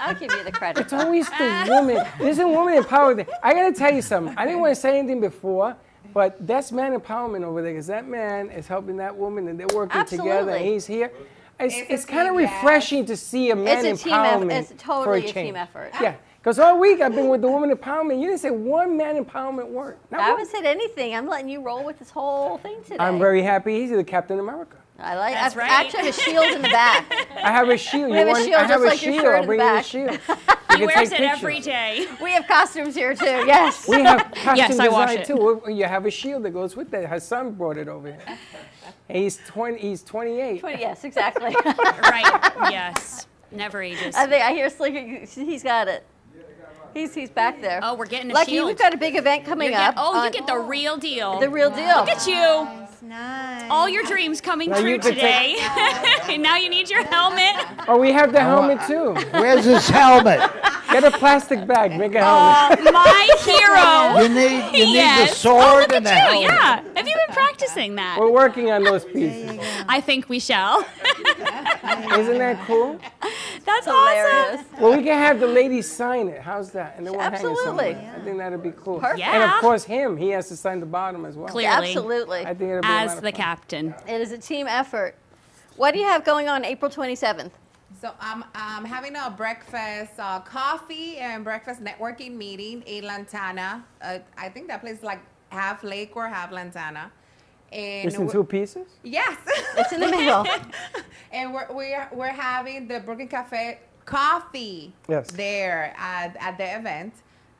S4: I'll give you the credit.
S3: it's always the woman. There's a woman empowerment. I gotta tell you something. I didn't want to say anything before, but that's man empowerment over there, because that man is helping that woman, and they're working together. And
S4: Absolutely.
S3: he's here. It's,
S4: It's
S3: it's,
S4: a
S3: kind of
S4: team, yes.
S3: refreshing to see a man
S4: It's a team eff-
S3: empowerment
S4: it's
S3: for
S4: totally
S3: a
S4: a team
S3: change.
S4: effort.
S3: Yeah, because all week I've been with the woman empowerment. You didn't say one man empowerment word. Not
S4: I
S3: one.
S4: haven't said anything. I'm letting you roll with this whole thing today.
S3: I'm very happy. He's the Captain America.
S4: I like.
S19: That's
S4: I
S19: right.
S4: actually have a shield in the back.
S3: I have a shield.
S4: We
S3: You
S4: have a
S3: want-
S4: shield
S3: I have
S4: just
S3: a
S4: like your
S3: shield.
S4: shirt in
S3: I'll
S4: the
S3: bring you a
S4: back.
S3: shield. You
S19: He
S3: can
S19: wears it
S3: take
S19: every
S3: pictures.
S19: day.
S4: We have costumes here too. Yes.
S3: We have costume
S19: Yes, I
S3: design
S19: wash it.
S3: too. You have a shield that goes with that. Her son brought it over here. And he's twenty. He's twenty-eight.
S4: Twenty- yes, exactly.
S19: right. Yes. Never ages.
S4: I think I hear Slick. He's got it. He's he's back there. Oh, we're
S19: getting a
S4: Lucky,
S19: shield.
S4: we've got a big event coming
S19: You get-
S4: up.
S19: oh, you
S4: on-
S19: get the real deal.
S4: The real deal.
S19: Look at you. All your dreams coming
S3: Now you
S19: true
S3: can
S19: today.
S3: take-
S19: and now you need your helmet.
S3: Oh, we have the helmet too.
S18: Where's his helmet?
S3: Get a plastic bag. Make a
S19: Uh,
S3: helmet.
S19: my hero.
S18: You need you need the
S19: Yes. Oh,
S18: sword
S19: Look
S18: and the
S19: at
S18: helmet.
S19: you. Yeah. Have you been practicing that?
S3: We're working on those pieces.
S19: I think we shall.
S3: Isn't that cool?
S19: That's awesome.
S3: Well, we can have the ladies sign it. How's that? And then we'll hang it
S4: Absolutely.
S3: somewhere. I think that'd be cool.
S4: Perfect.
S3: And of
S4: Yeah.
S3: course, him. He has to sign the bottom as well.
S4: Clearly. Absolutely.
S3: I think it'll be a lot
S19: As
S3: of
S19: the captain.
S4: It is a team effort. What do you have going on April 27th?
S20: So I'm I'm having a breakfast, uh, coffee and breakfast networking meeting in Lantana. Uh, I think that place is like half Lake or half Lantana. And
S3: It's in
S20: we-
S3: two pieces.
S20: Yes.
S4: It's in the middle.
S20: And we're we're, we're having the Brooklyn Cafe coffee
S3: Yes.
S20: there at, at the event.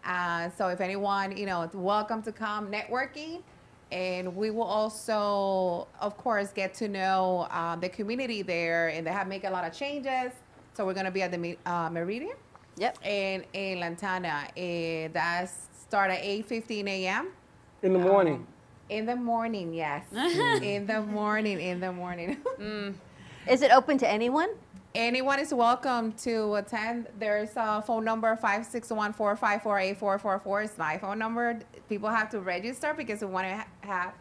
S20: Uh, so if anyone, you know, it's welcome to come networking. And we will also, of course, get to know um, the community there, and they have make a lot of changes. So we're gonna be at the Me- uh, Meridian.
S4: Yep.
S20: In in Lantana, and that's start at eight fifteen a.m.
S3: in
S19: Oh.
S3: the morning.
S20: In the morning, yes. in the morning, in the morning.
S4: Mm. Is it open to anyone?
S20: Anyone is welcome to attend. There's a phone number 561-454-8444. It's my phone number. People have to register because we want to ha- have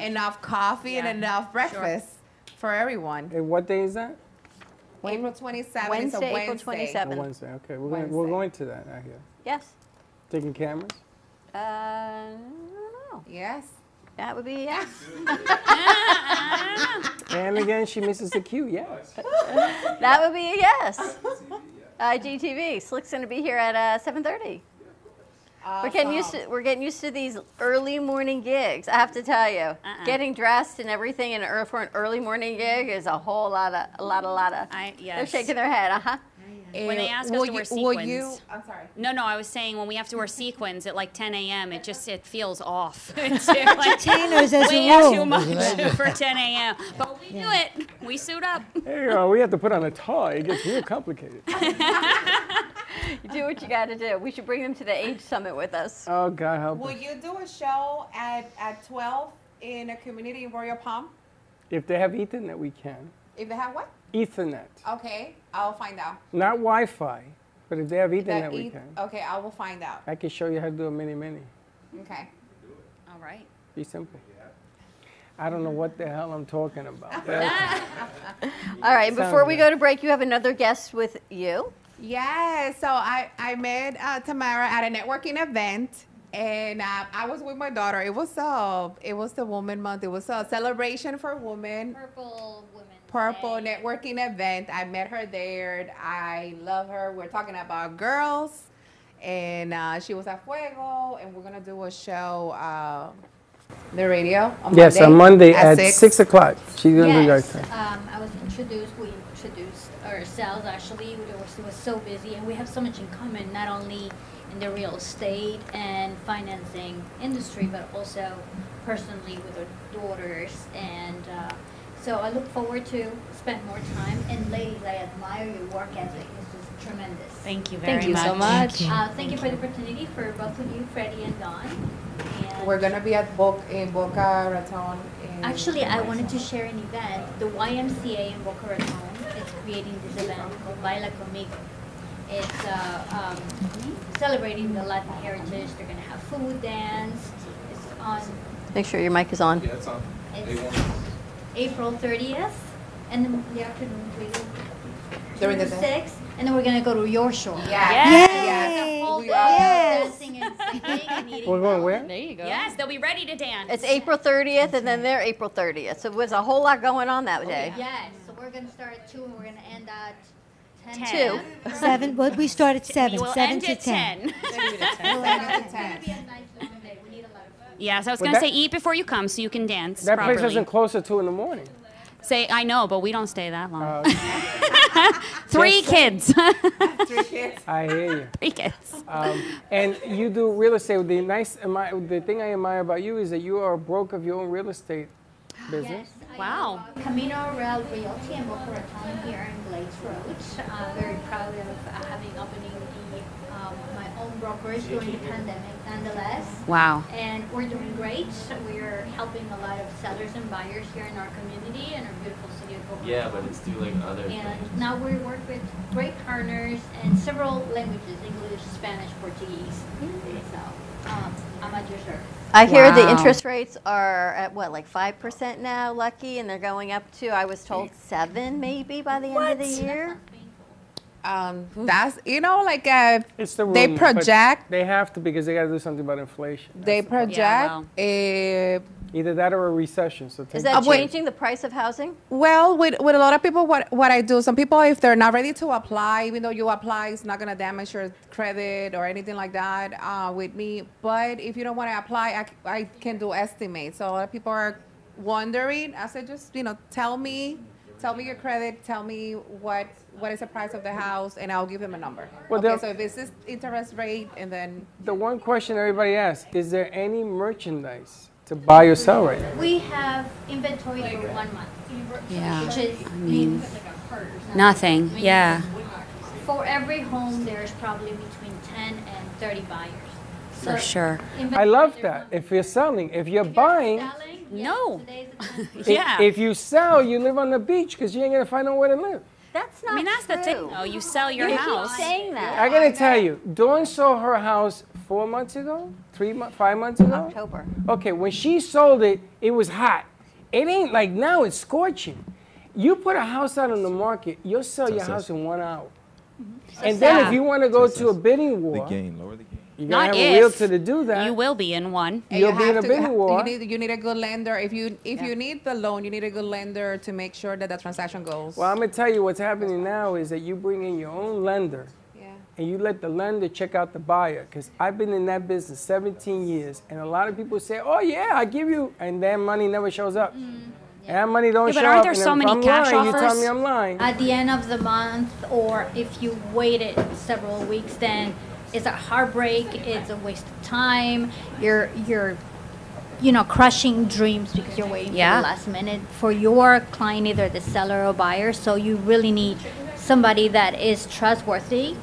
S20: enough, coffee
S3: Yeah.
S20: and enough breakfast for everyone.
S3: And what day is that?
S20: April 27th is a
S4: Wednesday,
S20: Wednesday.
S4: April 27th.
S3: Oh, Wednesday. Okay, we're going we're going to that. I hear.
S4: Yes.
S3: Taking cameras.
S4: Uh, I don't know.
S20: Yes.
S4: That would be yes.
S3: And again, she misses the cue. Yes.
S4: that would be a yes. Uh, IGTV. Slick's going to be here at uh, 7:30. We're getting used to we're getting used to these early morning gigs. I have to tell you,
S19: Uh-uh.
S4: getting dressed and everything in ear- for an early morning gig is a whole lot of a lot a lot of. I, They're
S19: yes.
S4: shaking their head. Uh huh.
S19: When
S4: Eh,
S19: they
S3: Eh,
S19: ask us to wear sequins,
S20: I'm sorry.
S19: No, no, I was saying when we have to wear sequins at like 10 a.m., it just it feels off. It's like
S21: Entertainers as a
S19: way
S21: rule.
S19: too
S21: Isn't
S19: much
S21: it?
S19: for 10 a.m. But we do it. We suit up.
S3: There you go. We have to put on a tie. It gets real complicated.
S4: You do what you got to do. We should bring them to the age summit with us.
S3: Oh God help
S20: Will
S3: us.
S20: you do a show at, at 12 in a community in Royal Palm?
S3: If they have Ethernet, we can.
S20: If they have what?
S3: Ethernet,
S20: Okay, I'll find out.
S3: not Wi-Fi, but if they have Ethernet,
S20: That
S3: we
S20: eth-
S3: can.
S20: Okay, I will find out.
S3: I can show you how to do a mini mini.
S20: Okay. All right.
S3: Be simple. I don't know what the hell I'm talking about.
S4: All right.
S3: Sounds
S4: before we
S3: good.
S4: go to break, you have another guest with you.
S20: Yes. So I, I met uh, Tamara at a networking event, and uh, I was with my daughter. It was uh, it was the Woman Month. It was a celebration for women.
S5: Purple women.
S20: Purple networking event. I met her there. I love her. We're talking about girls, and uh, she was at Fuego, and we're gonna do a show. Uh, the radio. On
S3: yes, on Monday at,
S20: six.
S3: o'clock. She's gonna be right
S22: Yes,
S3: there.
S22: um, I was introduced, we introduced ourselves, actually, we were, were so busy, and we have so much in common, not only in the real estate and financing industry, but also personally with our daughters, and, uh, so I look forward to spend more time, and ladies, I admire your work ethic, this is tremendous.
S19: Thank you
S22: Thank
S19: very
S22: you
S19: much.
S22: so much. Uh, thank you for the opportunity for both of you, Freddie and Dawn.
S20: We're gonna be at Boca in Boca Raton. in-
S22: Actually, I wanted to share an event. The YMCA in Boca Raton is creating this event called Baila Conmigo. It's uh, um, celebrating the Latin heritage. They're going to have food, dance. It's on
S4: Make sure your mic is on.
S23: Yeah, it's on.
S22: It's- April 30th and then the afternoon we go
S4: During the
S22: to
S4: day.
S22: six, and then we're going to go to your shore.
S20: Yeah.
S22: Yes.
S20: Yes.
S22: Full
S20: We
S22: day of
S20: are.
S22: dancing and singing and eating.
S3: We're going where?
S19: There you go. Yes, they'll be ready to dance.
S4: It's April 30th, and then they're April 30th. So there's a whole lot going on
S19: Oh,
S4: that day.
S22: Yes, so we're going to start at two and we're going to end at 10.
S4: Two.
S21: Seven, what, we start at seven,
S22: will
S21: seven
S22: end
S21: to
S22: at
S21: ten.
S22: 7 to 10. It's going to be a nice long day. We need a lot of food.
S19: Yes, I was
S3: But
S19: going to
S3: that-
S19: say eat before you come so you can dance
S3: That
S19: properly.
S3: place isn't close at two in the morning. Oh,
S19: Say, I know, but we don't stay that long. Three kids.
S20: Three kids.
S3: I hear you.
S19: Three kids.
S3: Um, and you do real estate. The nice, admi- the thing I admire about you is that you are a broker of your own real estate business.
S22: Wow. uh, Camino Real Realty in Boca Raton here in Glades Road. I'm very proud of uh, having opening the, um, my own brokerage during the pandemic nonetheless.
S19: Wow.
S22: And we're doing great. We're helping a lot of sellers and buyers here in our community and our beautiful city of Boca
S24: Yeah,
S22: Raton.
S24: but it's through like other things.
S22: And now we work with great partners and several languages, English, Spanish, Portuguese. So, um, I'm at your service.
S4: Mm. I hear the
S22: Wow.
S4: interest rates are at what, like 5% now, Lucky, and they're going up to, I was told, 7 maybe by the end of the year?
S20: Um, that's you know like uh,
S3: It's the
S20: they
S3: rumor, but
S20: project
S3: They have to because they got to do something about inflation.
S20: they project a
S3: Either that or a recession. So
S4: Is
S3: take
S4: that
S3: it.
S4: changing the price of housing?
S20: well with with a lot of people what what I do some people if they're not ready to apply even though you apply it's not gonna damage your credit or anything like that uh, with me but if you don't want to apply I, c- I can do estimates so a lot of people are wondering I said just you know tell me Tell me your credit. Tell me what what is the price of the house, and I'll give him a number.
S3: Well,
S20: okay,
S3: there-
S20: so if it's this interest rate, and then
S3: The one question everybody asks is there any merchandise to buy or sell right now?
S22: We have inventory for one month.
S19: Yeah,
S22: Which is,
S19: I
S22: I
S19: mean,
S22: mean,
S19: nothing,
S22: I mean,
S19: yeah.
S22: For every home, there's probably between ten and thirty buyers. So
S3: I love that. If you're selling, if you're buying,
S19: No.
S3: if,
S19: yeah.
S3: if you sell, you live on the beach because you ain't gonna find nowhere to live.
S4: That's
S19: not I mean, that's the thing, though. You sell your
S4: You keep
S19: house.
S4: saying that.
S3: I gotta tell you, Dawn sold her house four months ago, three mo- five months ago.
S4: October.
S3: Okay, when she sold it, it was hot. It ain't like now; it's scorching. You put a house out on the market, you'll sell your
S8: Success.
S3: house in one hour.
S19: So
S3: And then
S19: sad.
S3: if you want to go to a bidding
S8: The
S3: war,
S8: game, lower the game.
S3: you gotta
S19: Not
S3: have
S19: if.
S3: a realtor to do that.
S19: You will be in one.
S20: and you have to, you need you need a good lender. If you if you need the loan, you need a good lender to make sure that the transaction goes.
S3: Well, I'm gonna tell you what's happening now is that you bring in your own lender, and you let the lender check out the buyer. Because I've been in that business 17 years, and a lot of people say, "Oh yeah, I give you," and their money never shows up. And that money don't
S22: Yeah, but
S3: show
S22: aren't
S3: up.
S22: there
S3: and
S22: so
S3: if
S22: many
S3: I'm
S22: cash
S3: lying, You tell
S22: offers?
S3: me I'm lying.
S22: At the end of the month, or if you waited several weeks, then it's a heartbreak, it's a waste of time, you're, you're, you know, crushing dreams because you're waiting for
S19: Yeah.
S22: the last minute for your client, either the seller or buyer, so you really need somebody that is trustworthy,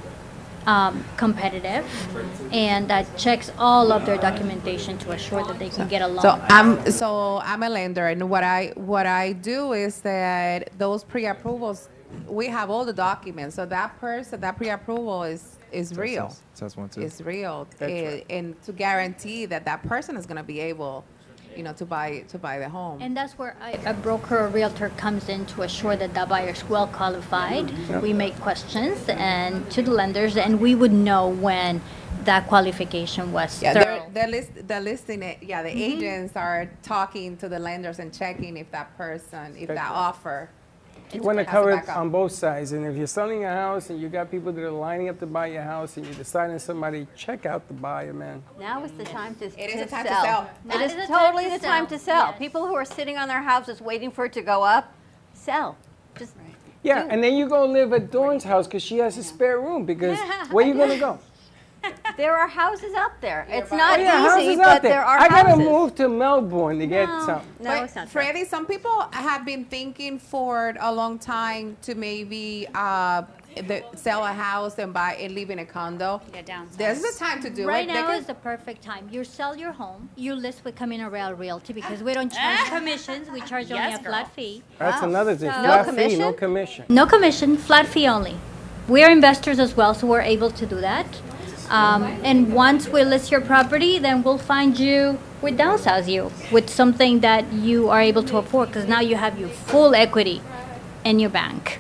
S22: um, competitive, and that checks all of their documentation to assure that they can get a loan.
S20: So I'm so I'm a lender, and what I what I do is that those pre-approvals, we have all the documents. So that person, that pre-approval is is real.
S8: Test, test one, two.
S20: It's real,
S8: That's
S20: Eh,
S8: right.
S20: and to guarantee that that person is going to be able, you know, to buy to buy the home.
S22: And that's where I- a broker or realtor comes in to assure that the buyer is well qualified.
S20: Yeah.
S22: We make questions and to the lenders, and we would know when that qualification was
S20: Yeah,
S22: thorough.
S20: they're, they're list, the listing, it- yeah, the
S22: Mhm.
S20: agents are talking to the lenders and checking if that person, if
S3: That's
S20: that
S3: right.
S20: offer.
S3: You want to
S20: has a
S3: cover it
S20: backup.
S3: on both sides. And if you're selling a house and you got people that are lining up to buy your house, and you're deciding somebody, check out the buyer, man.
S4: Now is the time to,
S20: It is
S4: to
S20: the time to
S4: sell.
S20: sell.
S4: It
S20: Now
S4: is,
S20: is the time
S4: totally
S20: to
S4: the time
S20: sell.
S4: to sell. People who are sitting on their houses waiting for it to go up, sell. Just
S3: Yeah, and then you go live at Dawn's house because she has a spare room. Because
S4: Yeah.
S3: where you gonna go?
S4: there are houses out there. It's not
S3: Oh, yeah,
S4: easy,
S3: houses
S4: but
S3: out
S4: there. are
S3: I gotta
S4: houses.
S3: move to Melbourne to get
S22: Oh,
S3: some.
S4: No,
S20: but
S4: it's not true.
S20: Freddie, some people have been thinking for a long time to maybe uh, the, sell a house and buy and live in a condo. Yeah, downsize. This is the time to do
S22: Right
S20: it. They
S22: now
S20: can-
S22: is the perfect time. You sell your home, you list with Camino Real Realty because we don't charge commissions. We charge only Yes, a flat fee.
S3: That's another thing.
S22: So-
S3: Flat fee, no commission.
S22: No commission, flat fee only. We are investors as well, so we're able to do that. Um, and once we list your property, then we'll find you, we downsize you with something that you are able to afford because now you have your full equity in your bank.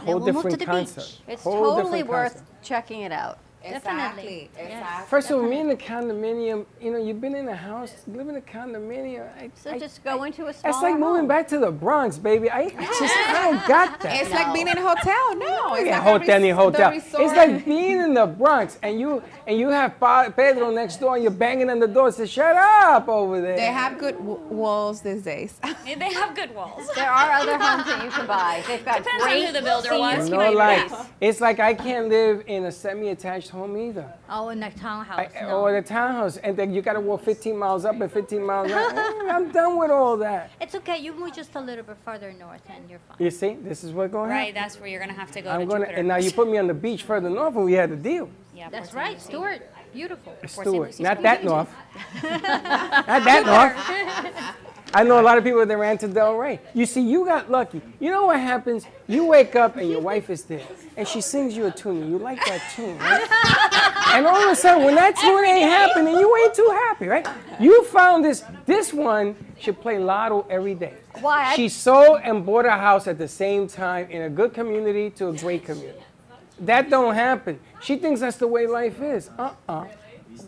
S3: Whole
S22: we'll move to
S3: different
S22: the
S3: concept.
S4: It's
S3: Whole
S4: totally
S3: different
S4: worth
S3: concept.
S4: checking it out.
S20: Exactly. Exactly.
S3: First of all, me in a condominium, you know, you've been in a house, live in a condominium. I,
S4: So
S3: I-
S4: just go into a
S3: it's like
S4: smaller
S3: moving
S4: home.
S3: back to the Bronx, baby. I, I just, I don't got that.
S20: It's like being in a hotel. No, it's
S3: Yeah,
S20: like a
S3: hotel, any
S20: res-
S3: hotel.
S20: the
S3: It's
S20: resort.
S3: like being in the Bronx and you and you have Pa- Pedro next door and you're banging on the door. Say, shut up over there.
S20: They have good w- walls these days.
S6: They have good walls.
S4: There are other homes that you can buy. They've got
S6: Depends on
S4: great
S6: who the builder was.
S4: senior
S3: no
S4: communities.
S3: like, it's like I can't live in a semi-attached home either,
S22: Oh, in the townhouse,
S3: I- oh,
S22: no.
S3: or a townhouse, and then you got to walk 15 miles up and 15 miles down. Eh, I'm done with all that.
S22: It's okay, you move just a little bit farther north and you're fine.
S3: You see, this is what's going on.
S6: Right, that's where you're gonna have to go
S3: I'm
S6: to
S3: gonna,
S6: Jupiter.
S3: and now you put me on the beach further north, and we had a deal.
S6: Yeah,
S22: That's right, Stuart, beautiful.
S3: Stuart, not that north, not that north. I know a lot of people that ran to Del Rey. You see, you got lucky. You know what happens? You wake up and your wife is there, and she sings you a tune, and you like that tune, right? And all of a sudden, when that tune ain't happening, you ain't too happy, right? You found this. This one should play Lotto every day.
S4: Why? I-
S3: She sold and bought a house at the same time in a good community to a great community. That don't happen. She thinks that's the way life is. Uh-uh.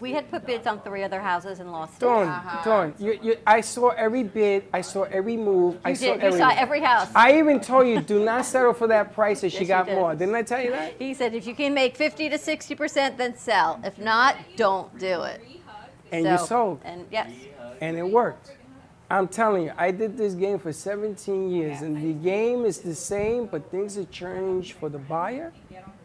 S4: We had put bids on three other houses and lost
S3: Dawn,
S4: it.
S20: Uh-huh.
S3: Dawn, you, you, I saw every bid, I saw every move, I
S4: You
S3: saw
S4: did. You saw
S3: everything.
S4: every house.
S3: I even told you, do not settle for that price that she
S4: Yes, you
S3: got
S4: did.
S3: more. Didn't I tell you that?
S4: He said, if you can make 50 to 60 percent, then sell. If not, don't do it.
S3: And you
S4: So-
S3: sold.
S4: And yes,
S3: And it worked. I'm telling you, I did this game for 17 years, and the game is the same, but things have changed for the buyer,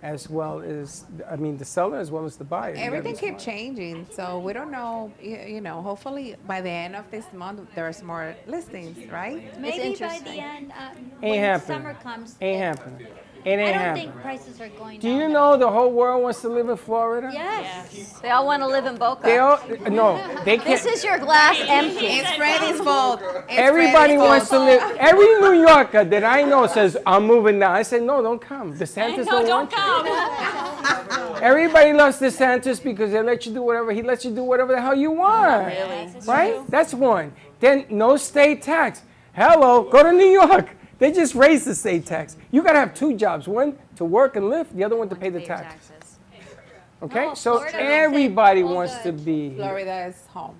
S3: as well as I mean the seller, as well as the buyer. You gotta be
S20: Everything
S3: smart.
S20: kept changing, so we don't know. y- You know, hopefully by the end of this month there's more listings, right?
S22: Maybe by the end, uh,
S3: Ain't
S22: when
S3: happening.
S22: summer comes.
S3: Ain't happening. It ain't
S22: I don't
S3: happening.
S22: think prices are going
S3: Do you
S22: down.
S3: know the whole world wants to live in Florida?
S22: Yes.
S4: They all want to live in Boca.
S3: They all no, they can't.
S4: This is your glass empty.
S20: It's Freddy's fault. It's
S3: Everybody
S20: Freddy's
S3: wants to
S20: fault.
S3: live. Every New Yorker that I know says, "I'm moving now." I say, "No, don't come. DeSantis
S20: No,
S3: don't want
S20: don't
S3: you."
S20: come.
S3: Everybody loves DeSantis because they let you do whatever he lets you do whatever the hell you want.
S4: Really? That's
S3: Right?
S4: true.
S3: That's one. Then no state tax. Hello, go to New York. They just raised the state tax. You gotta have two jobs: one to work and live, the other one to pay the tax. Okay?
S20: No,
S3: so
S20: Florida makes it
S3: everybody wants to be. here.
S20: Florida is home.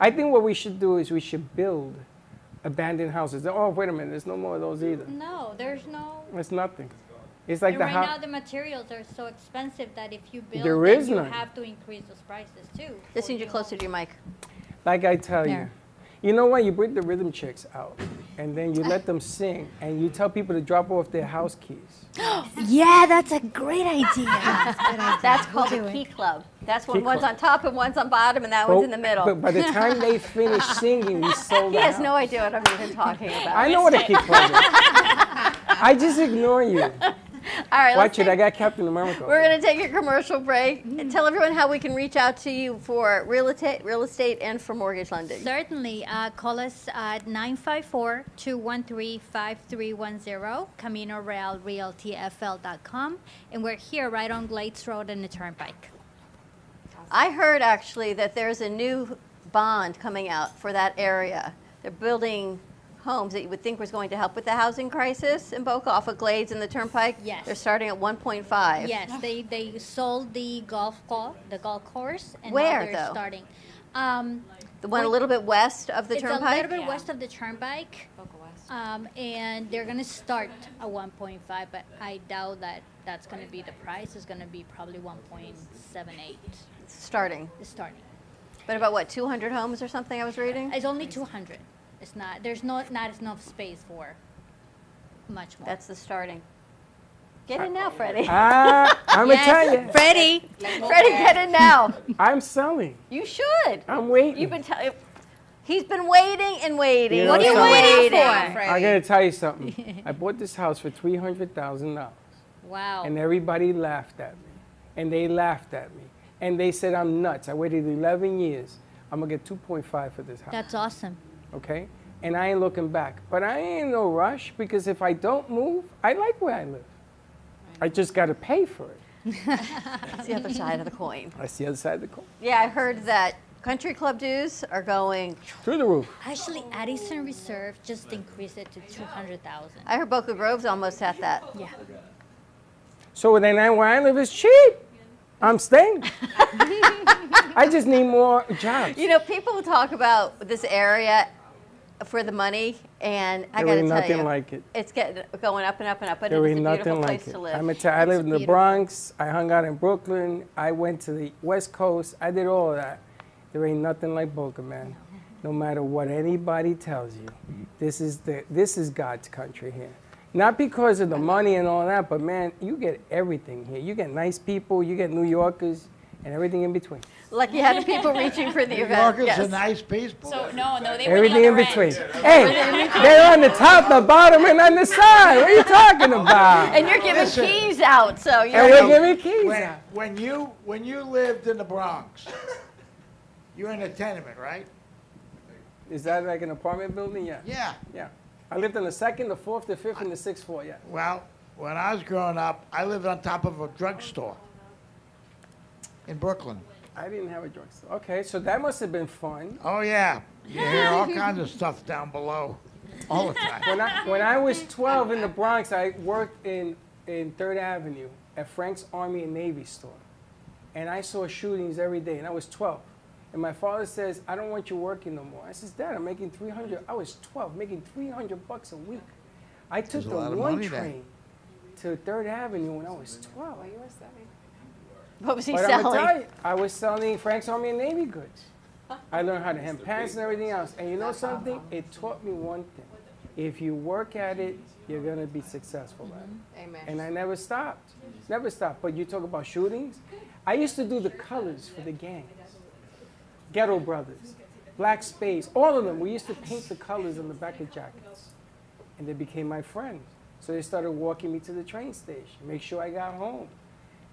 S3: I think what we should do is we should build abandoned houses. Oh, wait a minute, there's no more of those either.
S22: No, there's no.
S3: It's nothing. It's like
S22: and
S3: the
S22: right now
S3: house.
S22: the materials are so expensive that if you build,
S3: There
S22: then
S3: is
S22: you
S3: none.
S22: have to increase those prices too.
S4: Just need you closer to your mic.
S3: Like I tell you.
S4: There.
S3: You know what? You bring the rhythm chicks out and then you let them sing and you tell people to drop off their house keys.
S4: yeah, that's a great idea. That's called a key club. That's when
S3: Key
S4: one's
S3: club.
S4: on top and one's on bottom and that
S3: Well,
S4: one's in the middle.
S3: But by the time they finish singing, we sold
S4: he has
S3: out.
S4: no idea what I'm even talking about.
S3: I know what a kick club is. I just ignore you.
S4: All right, let's
S3: Watch it.
S4: take,
S3: I got Captain America.
S4: we're going to take a commercial break
S20: Mm-hmm.
S4: and tell everyone how we can reach out to you for real estate, real estate and for mortgage lending.
S22: Certainly, uh, call us at 954-213-5310, Camino Real Realty FL.com, and we're here right on Glades Road and the Turnpike.
S4: I heard actually that there's a new bond coming out for that area. They're building homes that you would think was going to help with the housing crisis in Boca off of Glades and the Turnpike.
S22: Yes.
S4: They're starting at 1.5.
S22: Yes, they, they sold the golf call, the golf course, and
S4: Where,
S22: now they're
S4: though?
S22: starting. Um,
S4: The one a
S22: we-
S4: little bit west of the
S22: it's
S4: Turnpike?
S22: a little bit west of the Turnpike. Um, and they're gonna start at 1.5, but I doubt that that's gonna be the price. It's gonna be probably 1.78.
S4: Starting.
S22: It's starting.
S4: But about what, 200 homes or something I was reading?
S22: It's only 200. It's not. There's not not enough space for much more.
S4: That's the starting. Get in now, Freddie.
S3: Ah, Uh, I'ma
S4: Yes,
S3: tell ya.
S4: Freddie. Freddie, get in now.
S3: I'm selling.
S4: You should.
S3: I'm waiting.
S4: You've been telling. He's been waiting and waiting.
S3: You know
S4: and
S3: something?
S4: waiting.
S3: I gotta tell you something. I bought this house for three hundred thousand dollars.
S22: Wow.
S3: And everybody laughed at me. And they laughed at me. And they said I'm nuts. I waited eleven years. I'm gonna get two point five for this house.
S22: That's awesome.
S3: okay? And I ain't looking back. But I ain't in no rush because if I don't move, I like where I live. I just got to pay for it.
S4: That's the other side of the coin.
S3: That's the other side of the coin.
S4: Yeah, I heard that country club dues are going.
S3: Through the roof.
S22: Actually, Addison Reserve just increased it to 200,000.
S4: I heard Boca Grove's almost at that.
S22: Yeah.
S3: So then I, where I live is cheap. I'm staying. I just need more jobs.
S4: You know, people talk about this area for the money, and I
S3: There
S4: got to
S3: ain't
S4: tell
S3: nothing
S4: you,
S3: like it.
S4: it's getting going up and up and up. But
S3: there
S4: it's
S3: ain't
S4: a beautiful
S3: nothing
S4: place
S3: like it.
S4: to live.
S3: I'm a t- I lived in the Bronx. I hung out in Brooklyn. I went to the West Coast. I did all of that. There ain't nothing like Boca, man. No matter what anybody tells you, this is the this is God's country here. Not because of the money and all that, but man, you get everything here. You get nice people. You get New Yorkers and everything in between.
S4: Lucky had the people reaching for the
S18: New
S4: event.
S18: Yorkers
S4: yes.
S18: are nice people.
S4: So no, no, they
S3: everything in between.
S4: Everything
S3: Hey,
S4: in between.
S3: they're on the top, the bottom, and on the side. What are you talking about?
S4: And you're giving
S18: Listen.
S4: keys out, so you
S3: And we're
S4: know.
S3: giving keys
S18: when,
S3: out.
S18: When you when you lived in the Bronx, you were in a tenement, right?
S3: Is that like an apartment building? Yeah.
S18: Yeah.
S3: Yeah. I lived on the second, the fourth, the fifth, and the sixth floor. Yeah.
S18: Well, when I was growing up, I lived on top of a drugstore in Brooklyn.
S3: I didn't have a drugstore. Okay, so that must have been fun.
S18: Oh yeah, you hear all kinds of stuff down below, all the time.
S3: When I when I was 12 in the Bronx, I worked in in Third Avenue at Frank's Army and Navy store, and I saw shootings every day. And I was 12, and my father says, "I don't want you working no more." I says, "Dad, I'm making 300." I was 12, making 300 bucks a week. I took
S18: There's a
S3: the
S18: lot of
S3: one
S18: money there.
S3: train to Third Avenue when I was 12.
S4: What was he
S3: But I'ma
S4: selling?
S3: tell you, I was selling Frank's Army and Navy goods. I learned how to hem pants and everything else. And you know something? It taught me one thing. If you work at it, you're going to be successful at
S20: Mm-hmm.
S3: it.
S20: Amen.
S3: And I never stopped. Never stopped. But you talk about shootings. I used to do the colors for the gangs. Ghetto Brothers, Black Space, all of them. We used to paint the colors on the back of jackets. And they became my friends. So they started walking me to the train station, make sure I got home.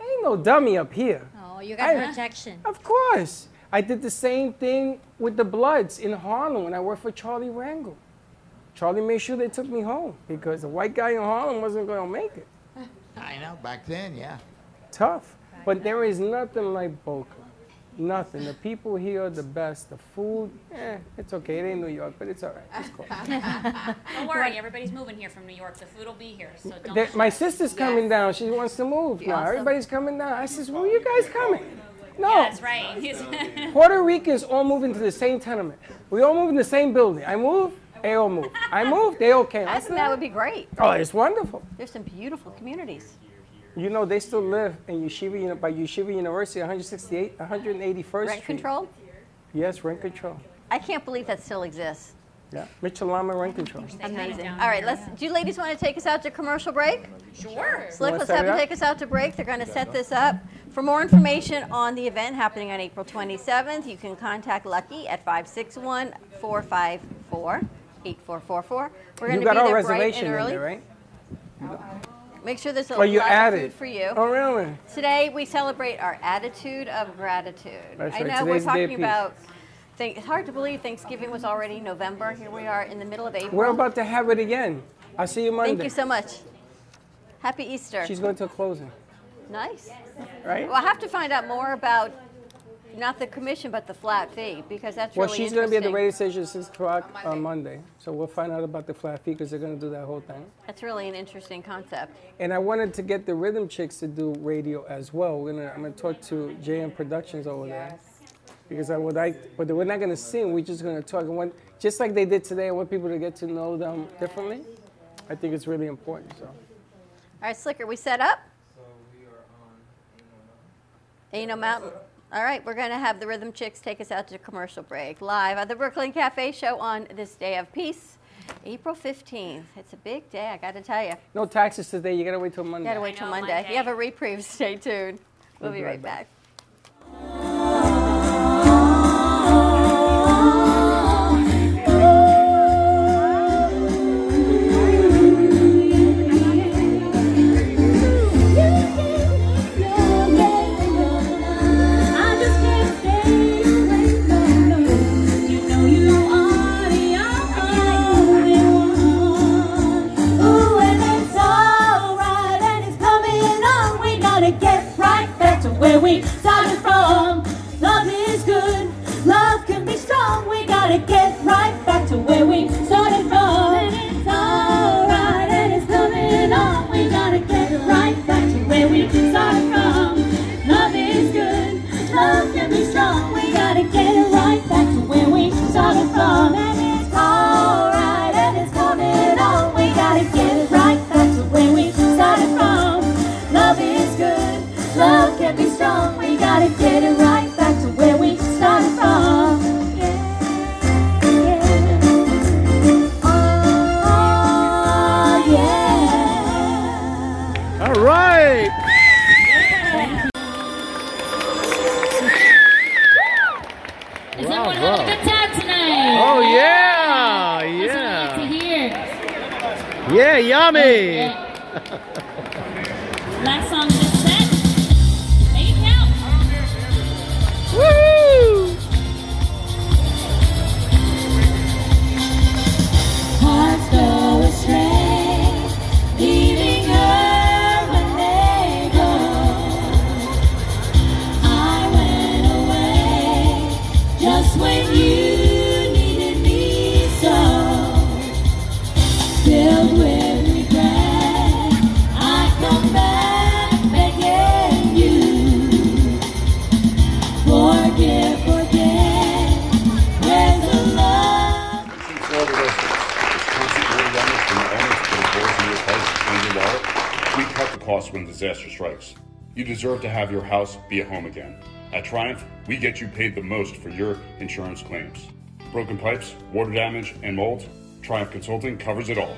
S3: Ain't no dummy up here.
S22: Oh, you got
S3: I-
S22: protection.
S3: Of course. I did the same thing with the Bloods in Harlem when I worked for Charlie Rangel. Charlie made sure they took me home because the white guy in Harlem wasn't going to make it.
S18: I know, back then, yeah.
S3: Tough. But there is nothing like Boca. Nothing. The people here are the best. The food, eh, it's okay. It ain't New York, but it's all right. It's cool.
S8: don't worry, everybody's moving here from New York. The food will be here, so don't.
S3: That- my sister's coming down. She wants to move now.
S8: Awesome.
S3: Everybody's coming down. I says, where you guys coming? No.
S8: Yeah, that's right.
S3: Puerto Ricans all move into the same tenement. We all move in the same building. I move, they all move. I move, they all came. I
S4: I think
S3: said,
S4: that would be great.
S3: oh, it's wonderful.
S4: There's some beautiful communities.
S3: You know, they still live in Yeshiva, Uni- by Yeshiva University, 168, 181st
S4: Rent
S3: Street.
S4: control?
S3: Yes, rent control.
S4: I can't believe that still exists.
S3: Yeah, Mitchell Lama rent control.
S4: Amazing. All right, let's, do you ladies want to take us out to commercial break?
S8: Sure.
S4: So look,
S3: Wanna
S4: let's
S3: set
S4: have
S3: it
S4: them
S3: up?
S4: take us out to break. They're going to set this up. For more information on the event happening on April 27th, you can contact Lucky at 561-454-8444. We're going
S3: You
S4: to be
S3: got our
S4: there bright
S3: reservation
S4: and
S3: in
S4: early.
S3: there, right?
S4: Make sure there's a
S3: Oh, you
S4: lot of
S3: added.
S4: food for you.
S3: Oh, really?
S4: Today, we celebrate our attitude of gratitude.
S3: That's
S4: I
S3: right.
S4: know we're
S3: Today's the day of
S4: talking
S3: peace.
S4: about, think- it's hard to believe Thanksgiving was already November. Here we are in the middle of April.
S3: We're about to have it again. I'll see you Monday.
S4: Thank you so much. Happy Easter.
S3: She's going to a closing.
S4: Nice.
S3: Right?
S4: Well, I have to find out more about, not the commission, but the flat fee, because that's
S3: Well,
S4: really
S3: she's going to be at the
S4: interesting.
S3: radio station at 6 o'clock on Monday. So we'll find out about the flat fee because they're going to do that whole thing.
S4: That's really an interesting concept.
S3: And I wanted to get the Rhythm Chicks to do radio as well. We're gonna, I'm going to talk to JM Productions over there. Because I would like, but we're not going to sing, we're just going to talk. And want, just like they did today, I want people to get to know them differently. I think it's really important. So
S4: All right, Slicker, we set up? Ano Mountain. All right, we're going to have the Rhythm Chicks take us out to commercial break live at the Brooklyn Cafe Show on this day of peace, April 15th. It's a big day, I got to tell you.
S3: no taxes today. You got to wait till Monday.
S4: Got to wait till Monday. If you have a reprieve, stay tuned. We'll be right back.
S1: Where we started from, love is good, love can be strong. We gotta get right back to where we started from. And it's alright, and it's coming on. We gotta get right back to where we started from. Love is good, love can be strong. We gotta get it right back to where we started from. And it's alright, and it's coming on. We gotta get it right back to where we started from. Love is good, love can be strong. We gotta get it right back to where we started from. Ah,
S3: All right.
S1: Is everyone having a good time tonight?
S23: Oh, yeah,
S1: That's what I like to
S23: yeah.
S1: hear.
S23: Yeah, yummy.
S1: Last song of this set. Make it count.
S23: Woo!
S1: Hearts go astray, leaving her when they go. I went away just when you needed me so. Filled with regret, I come back begging you. Forgive, forget. Where's the love?
S24: We cut the costs when disaster strikes. You deserve to have your house be a home again.
S25: At Triumph, we get you paid the most for your insurance claims. Broken pipes, water damage, and mold, Triumph Consulting covers it all.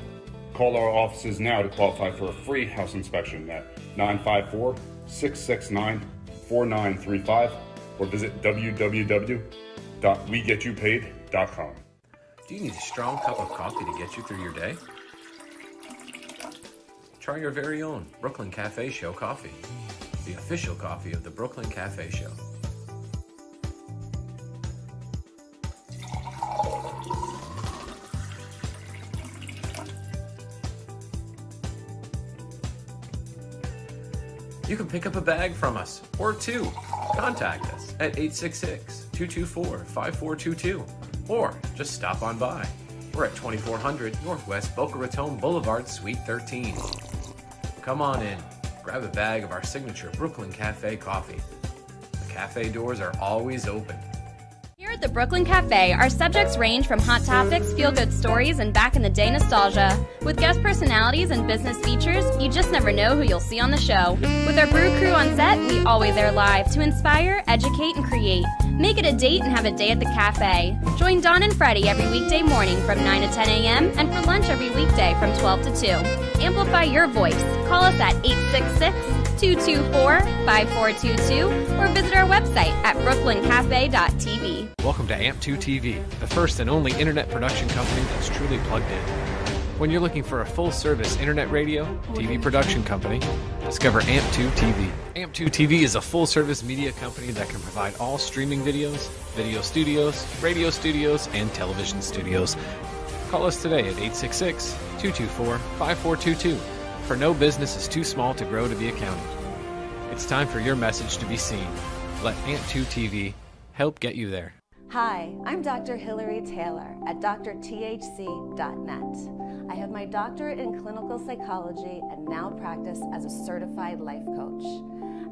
S25: Call our offices now to qualify for a free house inspection at 954 669 4935 or visit www.wegetyoupaid.com.
S13: Do you need a strong cup of coffee to get you through your day? Try your very own Brooklyn Cafe Show coffee, the official coffee of the Brooklyn Cafe Show. You can pick up a bag from us or two. Contact us at 866 224 5422 or just stop on by. We're at 2400 Northwest Boca Raton Boulevard, Suite 13. Come on in, grab a bag of our signature Brooklyn Cafe coffee. The cafe doors are always open.
S14: Here at the Brooklyn Cafe, our subjects range from hot topics, feel good stories, and back in the day nostalgia. With guest personalities and business features, you just never know who you'll see on the show. With our brew crew on set, we always air live to inspire, educate, and create. Make it a date and have a day at the cafe. Join Dawn and Freddie every weekday morning from 9 to 10 a.m. and for lunch every weekday from 12 to 2. Amplify your voice. Call us at 866 224 5422 or visit our website at brooklyncafe.tv.
S10: Welcome to AMP2 TV, the first and only internet production company that's truly plugged in. When you're looking for a full service internet radio, TV production company, discover AMP2 TV. AMP2 TV is a full service media company that can provide all streaming videos, video studios, radio studios, and television studios. Call us today at 866 224 5422, for no business is too small to grow to be accounted. It's time for your message to be seen. Let AMP2 TV help get you there.
S24: Hi, I'm Dr. Hillary Taylor at drthc.net. I have my doctorate in clinical psychology and now practice as a certified life coach.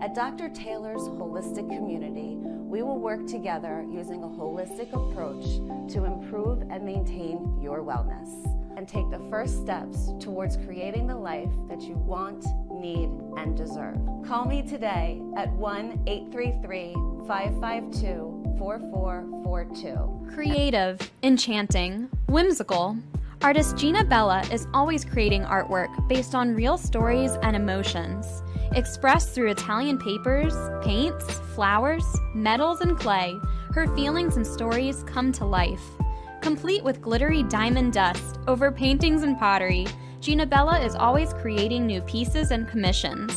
S24: At Dr. Taylor's Holistic Community, we will work together using a holistic approach to improve and maintain your wellness and take the first steps towards creating the life that you want, need, and deserve. Call me today at 1 833 552 4442.
S14: Creative, enchanting, whimsical. Artist Gina Bella is always creating artwork based on real stories and emotions, expressed through Italian papers, paints, flowers, metals, and clay. Her feelings and stories come to life. Complete with glittery diamond dust over paintings and pottery, Gina Bella is always creating new pieces and commissions.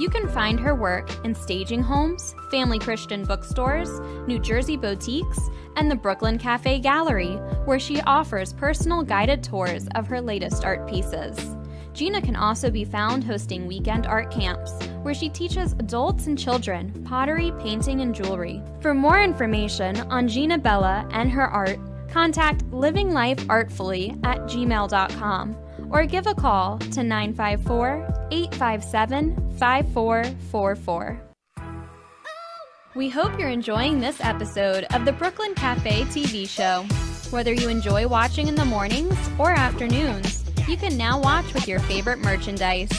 S14: You can find her work in staging homes, family Christian bookstores, New Jersey boutiques, and the Brooklyn Cafe Gallery, where she offers personal guided tours of her latest art pieces. Gina can also be found hosting weekend art camps, where she teaches adults and children pottery, painting, and jewelry. For more information on Gina Bella and her art, contact livinglifeartfully at gmail.com or give a call to 954 857 5444. We hope you're enjoying this episode of the Brooklyn Cafe TV show. Whether you enjoy watching in the mornings or afternoons, you can now watch with your favorite merchandise.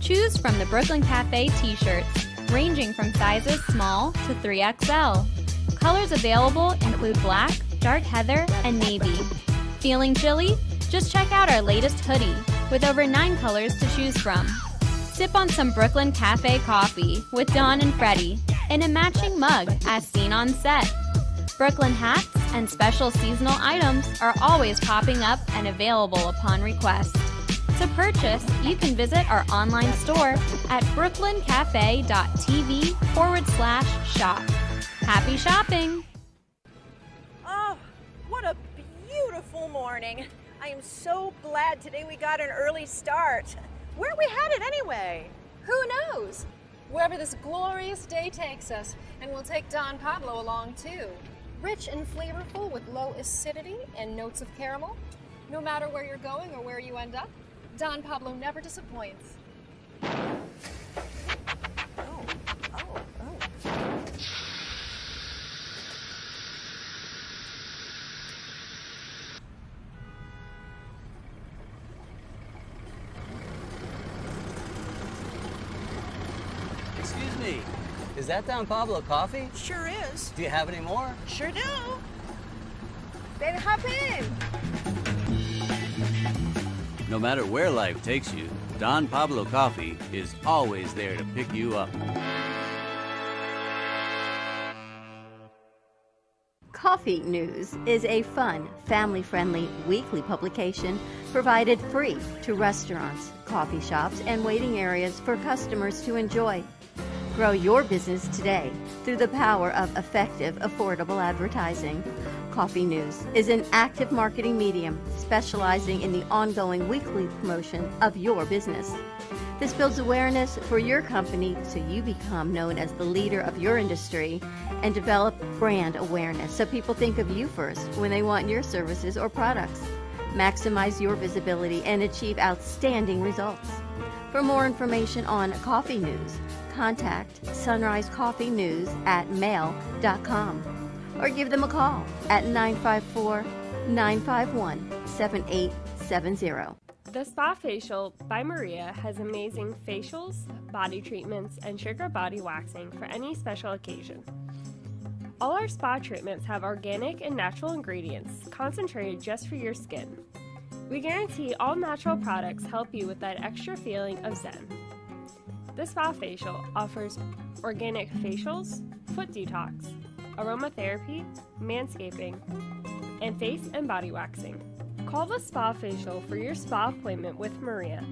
S14: Choose from the Brooklyn Cafe t shirts, ranging from sizes small to 3XL. Colors available include black, dark heather, and navy. Feeling chilly? Just check out our latest hoodie with over nine colors to choose from. Sip on some Brooklyn Cafe coffee with Dawn and Freddie in a matching mug as seen on set. Brooklyn hats and special seasonal items are always popping up and available upon request. To purchase, you can visit our online store at brooklyncafe.tv forward slash shop. Happy shopping!
S26: Oh, what a beautiful morning. I am so glad today we got an early start. Where we headed anyway?
S27: Who knows? Wherever this glorious day takes us, and we'll take Don Pablo along too. Rich and flavorful with low acidity and notes of caramel. No matter where you're going or where you end up, Don Pablo never disappoints.
S28: Excuse me,
S23: Is that Don Pablo coffee?
S27: Sure is.
S23: Do you have any more?
S27: Sure do. Baby, hop in.
S23: No matter where life takes you, Don Pablo Coffee is always there to pick you up.
S4: Coffee News is a fun, family friendly weekly publication provided free to restaurants, coffee shops, and waiting areas for customers to enjoy. Grow your business today through the power of effective, affordable advertising. Coffee News is an active marketing medium specializing in the ongoing weekly promotion of your business. This builds awareness for your company so you become known as the leader of your industry and develop brand awareness so people think of you first when they want your services or products. Maximize your visibility and achieve outstanding results. For more information on Coffee News, contact Sunrise Coffee News at mail.com or give them a call at 954 951 7870.
S29: The Spa Facial by Maria has amazing facials, body treatments, and sugar body waxing for any special occasion. All our spa treatments have organic and natural ingredients concentrated just for your skin. We guarantee all natural products help you with that extra feeling of zen. The Spa Facial offers organic facials, foot detox, aromatherapy, manscaping, and face and body waxing. Call the Spa Facial for your spa appointment with Maria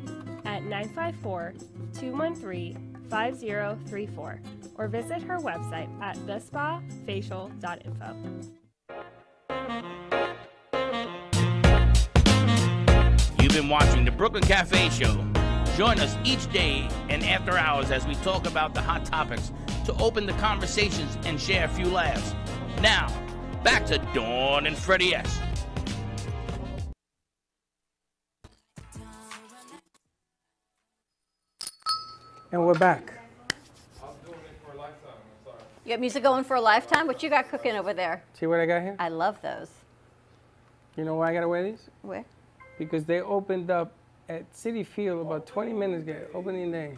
S29: at 954 213 5034 or visit her website at thespafacial.info.
S17: You've been watching the Brooklyn Cafe Show. Join us each day and after hours as we talk about the hot topics to open the conversations and share a few laughs. Now, back to Dawn and Freddie S.
S3: And we're back.
S4: You got music going for a lifetime? What you got cooking over there?
S3: See what I got here?
S4: I love those.
S3: You know why I gotta wear these?
S4: Where?
S3: Because they opened up at City Field about 20 minutes ago, opening day.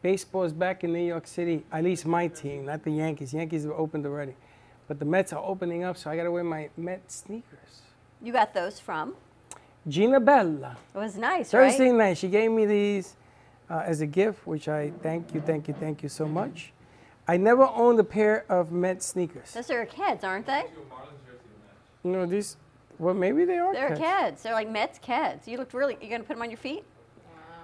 S3: Baseball's back in New York City, at least my team, not the Yankees. Yankees were opened already. But the Mets are opening up, so I gotta wear my Met sneakers.
S4: You got those from?
S3: Gina Bella.
S4: It was nice, right?
S3: Thursday night, she gave me these uh, as a gift, which I thank you, thank you, thank you so much. I never owned a pair of Met sneakers.
S4: Those are kids, aren't they?
S3: You know, these, well, maybe they are
S4: They're
S3: Keds.
S4: kids. They're like Mets kids. You looked really. You gonna put them on your feet?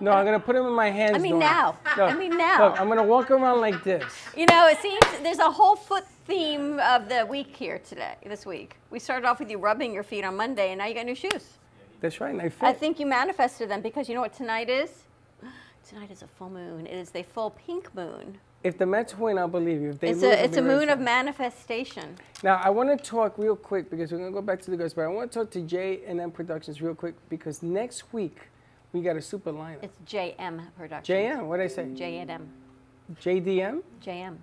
S3: No, I'm going to put them in my hands.
S4: I mean
S3: Dawn.
S4: now. I
S3: Look,
S4: mean now.
S3: Look, I'm going to walk around like this.
S4: You know, it seems there's a whole foot theme of the week here today. This week, we started off with you rubbing your feet on Monday, and now you got new shoes.
S3: That's right, and I fit.
S4: I think you manifested them because you know what tonight is? Tonight is a full moon. It is the full pink moon.
S3: if the Mets win, I'll believe you. If they
S4: it's
S3: lose,
S4: a
S3: I'll
S4: it's
S3: be
S4: a
S3: very
S4: moon of manifestation.
S3: Now, I want to talk real quick because we're going to go back to the girls, but I want to talk to J&M Productions real quick because next week we got a super lineup.
S4: It's JM production.
S3: JM, what did I say?
S4: JM.
S3: JDM?
S4: JM.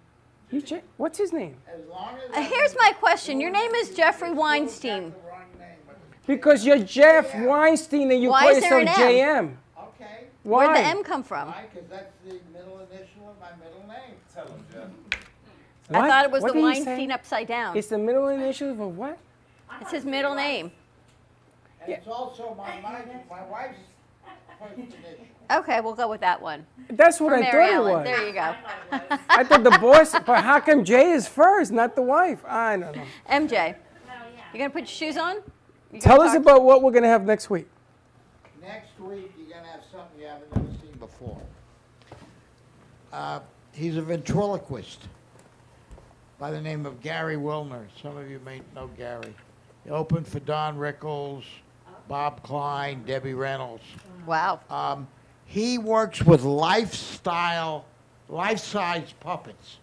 S3: You J- What's his name?
S4: Uh, here's my question. Your name is Jeffrey Weinstein.
S3: Because you're Jeff Weinstein and you
S4: Why
S3: call
S4: is there
S3: yourself
S4: an
S3: JM.
S4: M?
S18: Okay.
S3: Why?
S4: Where'd the M come from?
S18: Because that's the middle initial of my middle name. Tell him,
S4: I
S3: What?
S4: thought it was
S3: What
S4: the
S3: did he say?
S4: Weinstein upside down.
S3: It's
S4: It's,
S3: the middle initials of what?
S4: his middle name.
S18: And it's also my, my, my wife's first initial.
S4: Okay, we'll go with that one.
S3: That's what
S4: For
S3: I
S4: Mary
S3: thought
S4: Ellen.
S3: it was.
S4: There you go.
S3: I thought the boss, but how come Jay is first, not the wife? I don't know.
S4: MJ, you gonna put your shoes on? You gonna
S3: Tell us
S4: talk-
S3: about what we're going to have next week.
S18: Next week, you're going to have something you haven't ever seen before. Uh, he's a ventriloquist by the name of Gary Wilner. Some of you may know Gary. He opened for Don Rickles, Bob Klein, Debbie Reynolds.
S4: Wow.
S18: Um, he works with lifestyle, life-size puppets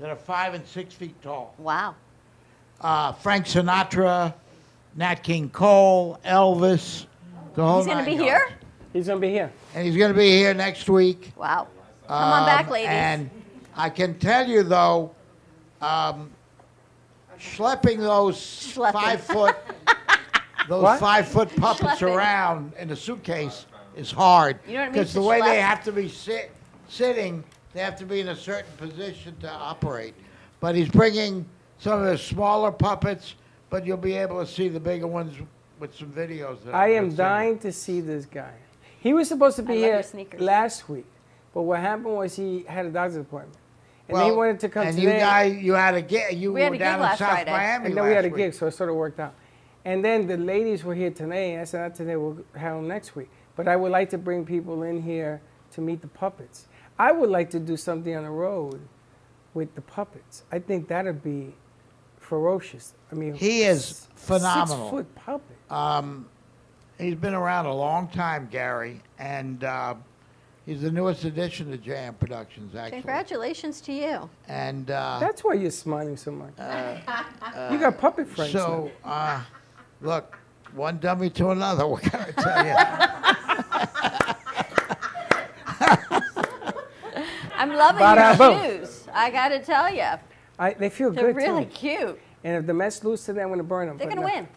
S18: that are five and six feet tall.
S4: Wow.
S18: Uh, Frank Sinatra, Nat King Cole, Elvis, the whole
S4: He's gonna
S18: nine
S4: be
S18: yards.
S4: here.
S3: He's going to be here.
S18: And he's going to be here next week. Um,
S4: Wow. Come on back, ladies.
S18: And I can tell you, though, um, schlepping those five foot those
S3: What?
S18: five foot puppets
S3: Schlepping.
S18: around in a suitcase is hard.
S3: You know what it means
S18: Because the
S3: to
S18: way they
S3: schlep?
S18: have to be sit, sitting They have to be in a certain position to operate. But he's bringing some of the smaller puppets, but you'll be able to see the bigger ones with some videos. that
S3: I
S18: I've
S3: am
S18: seen.
S3: dying to see this guy. He was supposed to be
S18: I love your
S3: here
S18: sneakers.
S3: last week, but what happened was he had a doctor's appointment, and then he
S18: Well,
S3: wanted to come
S18: and you
S3: today.
S18: guy- you had a gig. You We had were a gig down in last South Friday. Miami
S3: And then we had a
S18: last
S3: gig, so it sort of worked out. And then the ladies were here today, and I said, "Not today. We'll have them next week." But I would like to bring people in here to meet the puppets. I would like to do something on the road with the puppets. I think that'd be ferocious. I mean,
S18: He is
S3: s-
S18: phenomenal.
S3: Six foot puppet.
S18: Um, he's been around a long time, Gary, and uh, he's the newest addition to JM Productions, actually.
S4: Congratulations to you.
S18: And uh,
S3: That's why you're smiling so much. you got puppet friends.
S18: So,
S3: now.
S18: uh, look, one dummy to another. What can I tell you?
S4: I'm loving
S3: Ba-da-boom.
S4: your shoes. I got to tell you,
S3: I, they feel
S4: they're
S3: good
S4: really
S3: too.
S4: cute.
S3: And if the Mets lose today, I'm going to burn them.
S4: They're gonna win.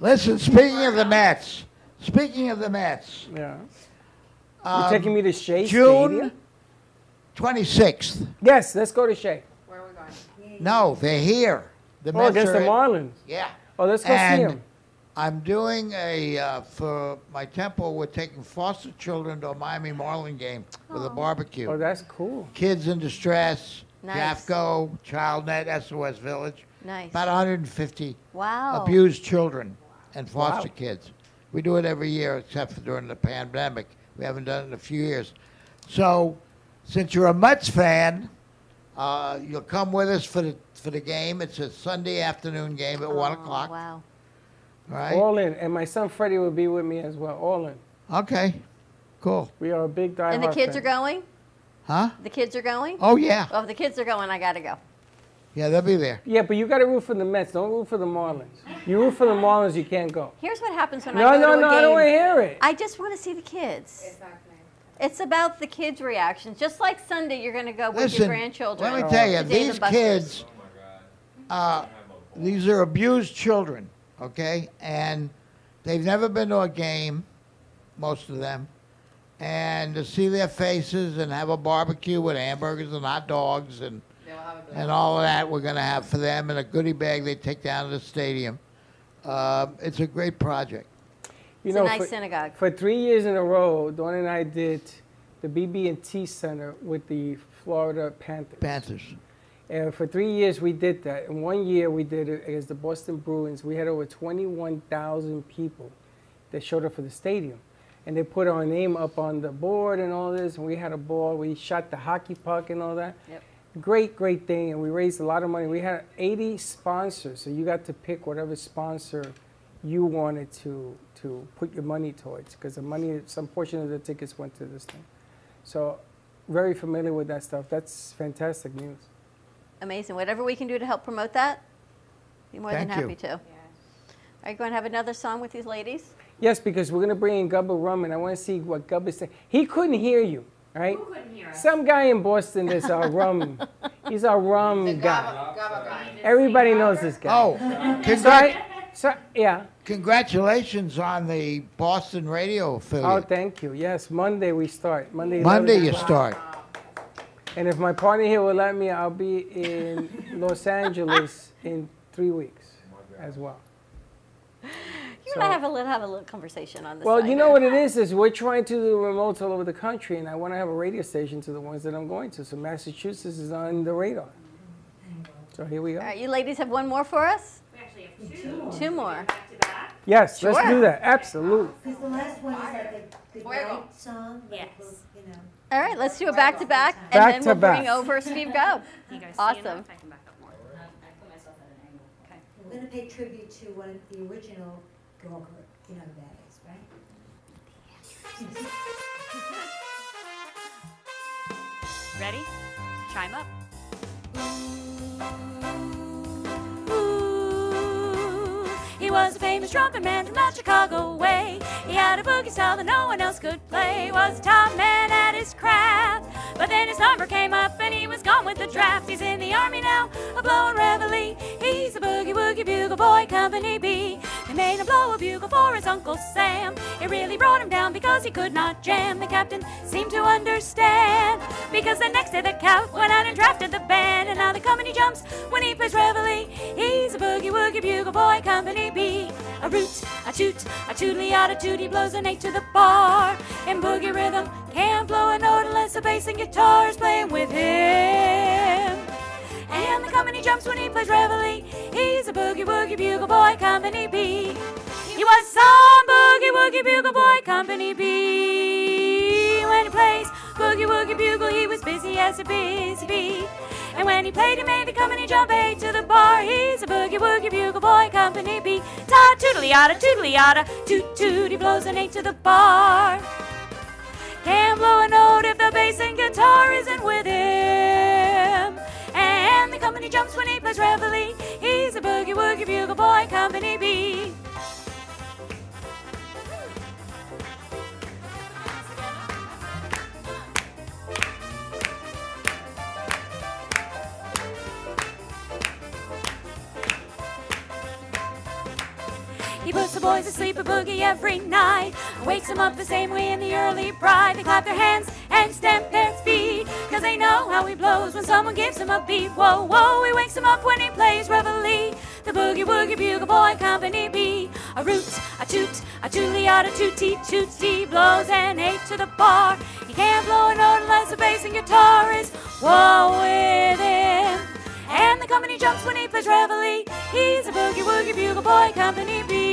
S18: Listen, speaking of the Mets, speaking of the Mets. Um,
S3: Yeah. You're taking me to Shea
S18: June
S3: Stadium?
S18: 26th.
S3: Yes, let's go to Shea.
S18: No, they're here. The
S3: Oh,
S18: Mets
S3: against
S18: are
S3: the
S18: at-
S3: Marlins.
S18: Yeah.
S3: Oh, let's go see
S18: and
S3: 'em.
S18: I'm doing a uh, for my temple. We're taking foster children to a Miami Marlin game with a barbecue.
S3: Oh, that's cool.
S18: Kids in distress,
S4: Nice.
S18: JAFCO, ChildNet, SOS Village.
S4: Nice.
S18: About 150
S4: Wow.
S18: abused children and foster
S4: Oh. Wow.
S18: kids. We do it every year except for during the pandemic. We haven't done it in a few years. So, since you're a Mets fan, uh, you'll come with us for the for the game. It's a Sunday afternoon game at one o'clock.
S4: Oh, Wow.
S18: Right.
S3: All in. And my son Freddie will be with me as well. All in.
S18: Okay. Cool.
S3: We are a big diehard
S4: And the kids are going?
S18: Huh?
S4: The kids are going?
S18: Oh, yeah.
S4: Well, if the kids are going, I got to go.
S18: Yeah, they'll be there.
S3: Yeah, but you got to root for the Mets. Don't root for the Marlins. You root for the Marlins, you can't go.
S4: Here's what happens when
S3: No,
S4: I go
S3: no,
S4: to a
S3: no,
S4: game.
S3: I don't wanna hear it.
S4: I just want to see the kids. It's about the kids' reactions. Just like Sunday, you're going to go with your
S18: Listen,
S4: grandchildren.
S18: Let me tell you,
S4: to Dave
S18: these
S4: and Buster's.
S18: kids, uh, these are abused children, okay? And they've never been to a game, most of them. And to see their faces and have a barbecue with hamburgers and hot dogs and and all of that we're going to have for them in a goodie bag they take down to the stadium. Uh, it's a great project.
S3: You
S4: It's a nice synagogue.
S3: For three years in a row, Dawn and I did the BB&T Center with the Florida Panthers.
S18: Panthers.
S3: And for three years, we did that. And one year, we did it against the Boston Bruins. We had over 21,000 people that showed up for the stadium. And they put our name up on the board and all this. And we had a ball. We shot the hockey puck and all that.
S4: Yep.
S3: Great, great thing. And we raised a lot of money. We had 80 sponsors. So you got to pick whatever sponsor you wanted to, to put your money towards because the money, some portion of the tickets went to this thing. So, very familiar with that stuff. That's fantastic news.
S4: Amazing. Whatever we can do to help promote that, be more than
S3: Thank you.
S4: happy to. Are you going to have another song with these ladies?
S3: Yes, because we're gonna bring in Gubba Rum, and I want to see what Gubba said. He couldn't hear you, right? Who couldn't hear us? Some guy in Boston is our rum. He's our rum guy. Everybody knows this guy.
S18: Oh,
S3: sorry, sorry, yeah.
S18: Congratulations on the Boston radio
S3: Oh,
S18: affiliate.
S3: thank you. Yes, Monday we start. Monday. 11
S18: Monday you
S3: o'clock.
S18: start.
S3: And if my partner here will let me, I'll be in Los Angeles in three weeks as well.
S4: You and I
S3: So-
S4: have a little have a little conversation on this.
S3: Well,
S4: side
S3: you know
S4: here.
S3: what it is is we're trying to do remotes all over the country, and I want to have a radio station to the ones that I'm going to. So Massachusetts is on the radar. So here we
S4: All
S3: go.
S4: right, you ladies have one more for us. We actually have two. Two more.
S3: Yes, let's
S4: Sure.
S3: do that. Absolutely.
S5: Because the last one is like a goodnight song. Yes. You know.
S4: All right, let's do a back to back, and
S3: Back
S4: then
S3: to
S4: we'll
S3: back.
S4: bring over Steve Gubb. Awesome.
S5: I'm going to pay tribute to one of the original girl group. You know who that is, right?
S8: Ready? Chime up.
S7: He was a famous drunken man from that Chicago way. He had a boogie style that no one else could play. Was a top man at his craft. But then his number came up and he was gone with the draft. He's in the army now, a blowing reveille. He's a boogie woogie bugle boy, company B. They made him blow a bugle for his Uncle Sam. It really brought him down because he could not jam. The captain seemed to understand.
S21: Because the next day the Cal went out and drafted the band, and now the company jumps when he plays reveille. He's a boogie woogie bugle boy, company B. A root, a toot, a tootly attitude, he blows an eight to the bar. In boogie rhythm, can't blow a note unless the bass and guitar is playing with him. And the company jumps when he plays reveille. He's a boogie woogie bugle boy, company B. He was some boogie woogie bugle boy, company B. When he plays boogie woogie bugle, he was busy as a busy bee. And when he played, he made the company jump A to the bar. He's a boogie woogie bugle boy, company B. Ta tootly yada, tootly yada, toot toot, he blows an eight to the bar. Can't blow a note if the bass and guitar isn't with him. And the company jumps when he plays reveille. He's a boogie woogie bugle boy, company B. He puts the boys to sleep a boogie every night. Wakes them up the same way in the early bright. They clap their hands and stamp their feet. Cause they know how he blows when someone gives him a beat. Whoa, whoa, he wakes them up when he plays reveille. The boogie woogie bugle boy company B. A root, a toot, a tootly out a tootie tootie. Blows an eight to the bar. He can't blow a note unless the bass and guitar is whoa with him. And the company jumps when he plays reveille. He's a boogie woogie bugle boy, company B.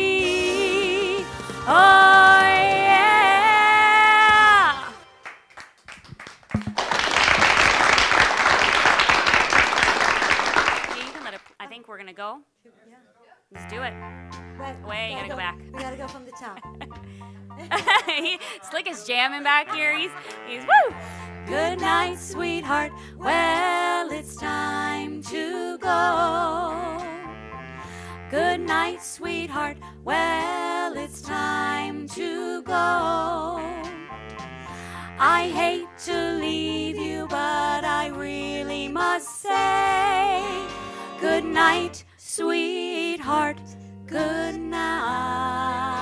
S21: Oh, yeah.
S6: Yeah, you can let it. I think we're gonna go. Let's do it. Wait, you gotta go back.
S7: We gotta go from the top.
S6: he, Slick is jamming back here. He's he's woo.
S21: Good night, sweetheart. Well, it's time to go. Good night, sweetheart. Well, it's time to go. I hate to leave you, but I really must say good night, sweetheart. Good night.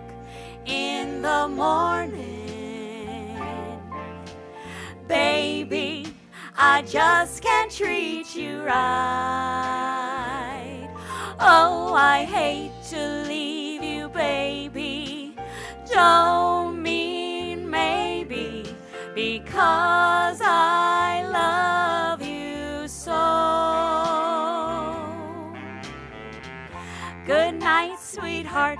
S21: in the morning. Baby, I just can't treat you right. Oh, I hate to leave you, baby. Don't mean maybe because I love you so. Good night, sweetheart.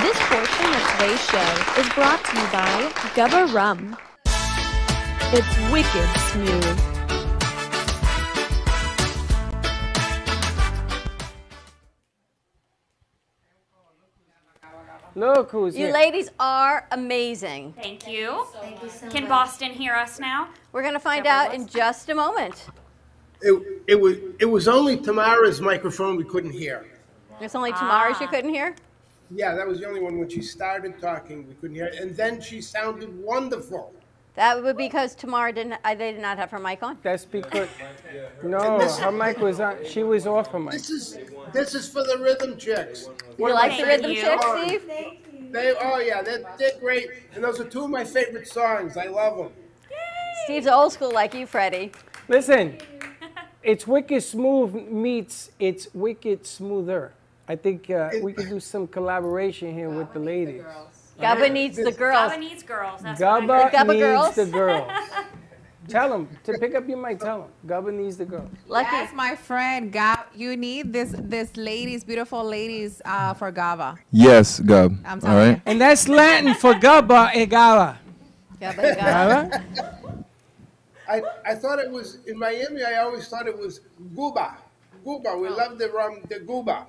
S11: This portion of today's show is brought to you by Gubba Rum. It's wicked smooth.
S3: Look who's
S4: You
S3: here.
S4: ladies are amazing.
S6: Thank you.
S4: Thank you so
S6: Can
S4: much.
S6: Boston hear us now?
S4: We're going to find out in just a moment.
S30: It, it was it was only Tamara's microphone we couldn't hear.
S4: There's only Tamara's you couldn't hear?
S30: Ah. Yeah, that was the only one. When she started talking, we couldn't hear it, and then she sounded wonderful.
S4: That would be because Tamara didn't, I, they did not have her mic on.
S3: That's because no, her mic was on. She was off her mic.
S30: This is this is for the rhythm chicks. Oh.
S4: You like the rhythm chicks, Steve?
S30: They oh yeah, they're, they're great, and those are two of my favorite songs. I love them.
S4: Steve's old school like you, Freddie.
S3: Listen, it's wicked smooth meets it's wicked smoother. I think uh, we could do some collaboration here with the ladies.
S4: Gubba needs the girls.
S6: Gubba needs girls. That's what I
S3: Gubba,
S6: heard.
S3: needs the girls. tell him to pick up your mic. Tell him Gubba needs the girls.
S20: Yes, my friend, Gab, you need this this ladies, beautiful ladies uh, for Gaba.
S13: Yes, Gub.
S20: I'm
S13: All right.
S3: And that's Latin for Gubba e Gala.
S20: Gaba,
S3: Gala?
S30: I, I thought it was in Miami. I always thought it was Guba. Guba.
S4: Oh.
S30: We love the rum, the Guba.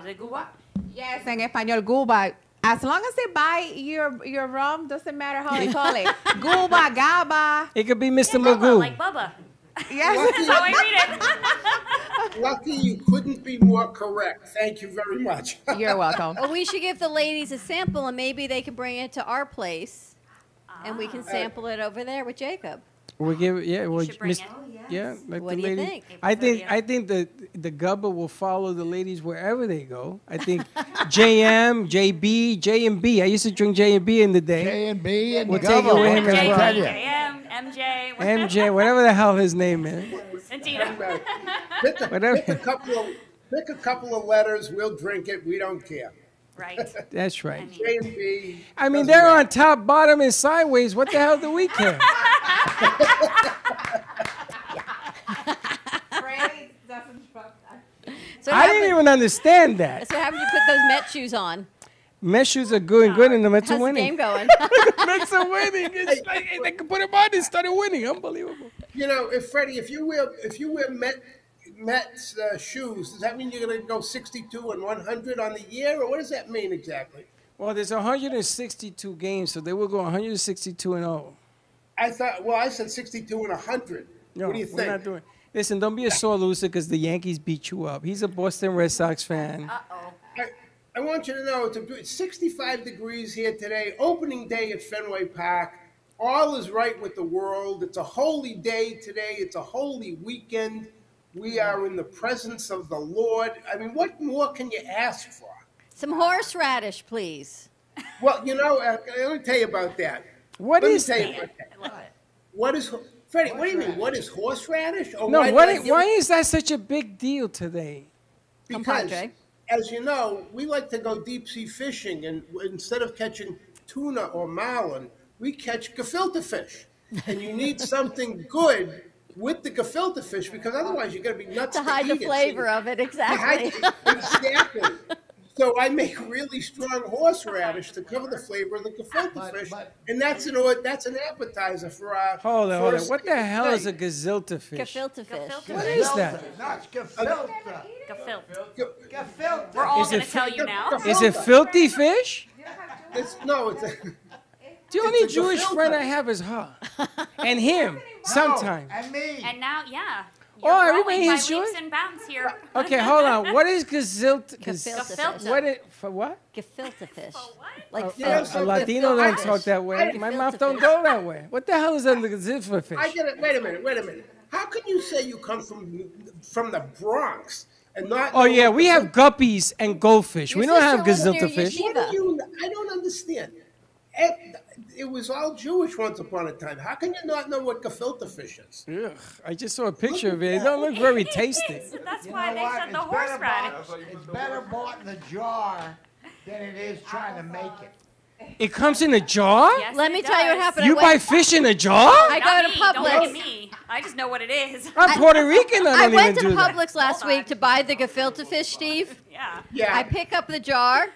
S6: Is it Guba?
S20: Yes, en español, Guba. As long as they buy your your rum, doesn't matter how they call it. Guba, Gaba.
S3: It could be Mr. Magoo.
S6: Bubba.
S20: Yes.
S6: That's how I read it.
S30: Lucky you couldn't be more correct. Thank you very much.
S20: You're welcome.
S4: Well, we should give the ladies a sample and maybe they can bring it to our place and we can sample it over there with Jacob.
S3: We give yeah. Well, Miss- yeah. Like the
S4: What do you
S3: lady.
S4: think?
S3: I think I think the the gubba will follow the ladies wherever they go. I think JM, JB, J and B. I used to drink J and B in the day. J
S18: and B and
S3: we'll
S18: the
S3: take it
S18: gubba.
S3: with him as
S18: MJ,
S3: well.
S6: JM, MJ.
S3: MJ, whatever the hell his name is.
S6: Centino.
S30: Pick a,
S3: Whatever.
S30: pick a couple of pick a couple of letters. We'll drink it. We don't care.
S6: Right.
S3: That's right.
S30: J and B.
S3: I mean, they're on top, bottom, and sideways. What the hell do we care?
S4: So
S3: I didn't even understand that.
S4: So how would you put those Met shoes on?
S3: Mesh shoes are good and good, and the Mets
S4: How's
S3: are
S4: the
S3: winning.
S4: game going?
S3: Mets are winning. It's like, hey, they could put them on and started winning. Unbelievable.
S30: You know, if Freddie, if you wear if you wear Met Mets uh, shoes, does that mean you're going to go 62 and 100 on the year, or what does that mean exactly?
S3: Well, there's 162 games, so they will go 162 and oh. 0.
S30: I thought. Well, I said 62 and 100.
S3: No,
S30: what do you
S3: we're
S30: think?
S3: not doing. Listen, don't be a sore loser because the Yankees beat you up. He's a Boston Red Sox fan.
S30: Uh-oh. I, I want you to know it's, a, it's 65 degrees here today. Opening day at Fenway Park. All is right with the world. It's a holy day today. It's a holy weekend. We
S3: Mm-hmm.
S30: are in the presence of the Lord. I mean, what more can you ask for?
S4: Some horseradish, please.
S30: Well, you know, uh, let me tell you about that.
S3: What
S30: let me
S3: is
S30: tell you
S3: that?
S30: about that. What is ho- Freddie? What do you mean? What is horseradish? Or
S3: No,
S30: Oh, why did
S3: what
S30: I
S3: i-
S30: give
S3: why
S30: it-
S3: is that such a big deal today?
S30: because, as you know, we like to go deep sea fishing, and w- instead of catching tuna or marlin, we catch gefilte fish. And you need something good with the gefilte fish because otherwise you're going to be nuts
S4: To hide the
S30: eat it. So
S4: flavor of it, exactly.
S30: I- exactly. So I make really strong horseradish to cover the flavor of the gefilte fish, and that's an or- that's an appetizer for our.
S3: Hold on, hold on.
S30: first
S3: What the hell is a
S30: night.
S3: gazilta fish?
S4: Gefilte fish.
S3: What is that?
S30: Gefilte.
S6: Gefilte. We're all
S3: Is it
S6: going to tell
S3: fi-
S6: you now.
S3: Is it filthy fish?
S30: It's, no, it's a,
S3: The only Jewish friend I have is her, and him sometimes.
S6: And me. And now, yeah.
S3: Oh,
S6: You're
S3: everybody
S6: growing by
S3: is Jewish?
S6: leaps and bounds here.
S3: Okay, hold on. What is gazilt? gaz-
S4: Gefilte fish.
S3: What is, for what?
S4: Gefilte fish. Like
S3: A-
S4: filter.
S3: a, a Latino don't talk that way. My mouth don't go that way. What the hell is a gazilt fish?
S30: I get it. Wait a minute. Wait a minute. How can you say you come from from the Bronx and not?
S3: Oh yeah, we have guppies and goldfish. We don't have gazilt fish.
S30: What do you, I don't understand. It, it was all Jewish once upon a time. How can you not know what gefilte fish is?
S3: Ugh, I just saw a picture of it. It don't look very tasty.
S6: That's
S18: You
S6: why
S18: know
S6: they
S18: what?
S6: said the
S18: It's better
S6: horseradish.
S18: bought- It's better bought in the jar than it is trying to make it.
S3: It comes in a jar.
S4: Let me tell you what happened.
S3: You
S4: I
S3: buy
S4: went-
S3: fish in a jar?
S4: I
S6: Not
S4: go to
S6: me, Don't look at
S4: Publix.
S6: me. I just know what it is.
S3: I'm Puerto Rican. I
S4: I
S3: don't
S4: went
S3: even
S4: to
S3: do that.
S4: Publix last week to buy the gefilte fish, Steve.
S6: Oh, Yeah.
S30: Yeah.
S4: I pick up the jar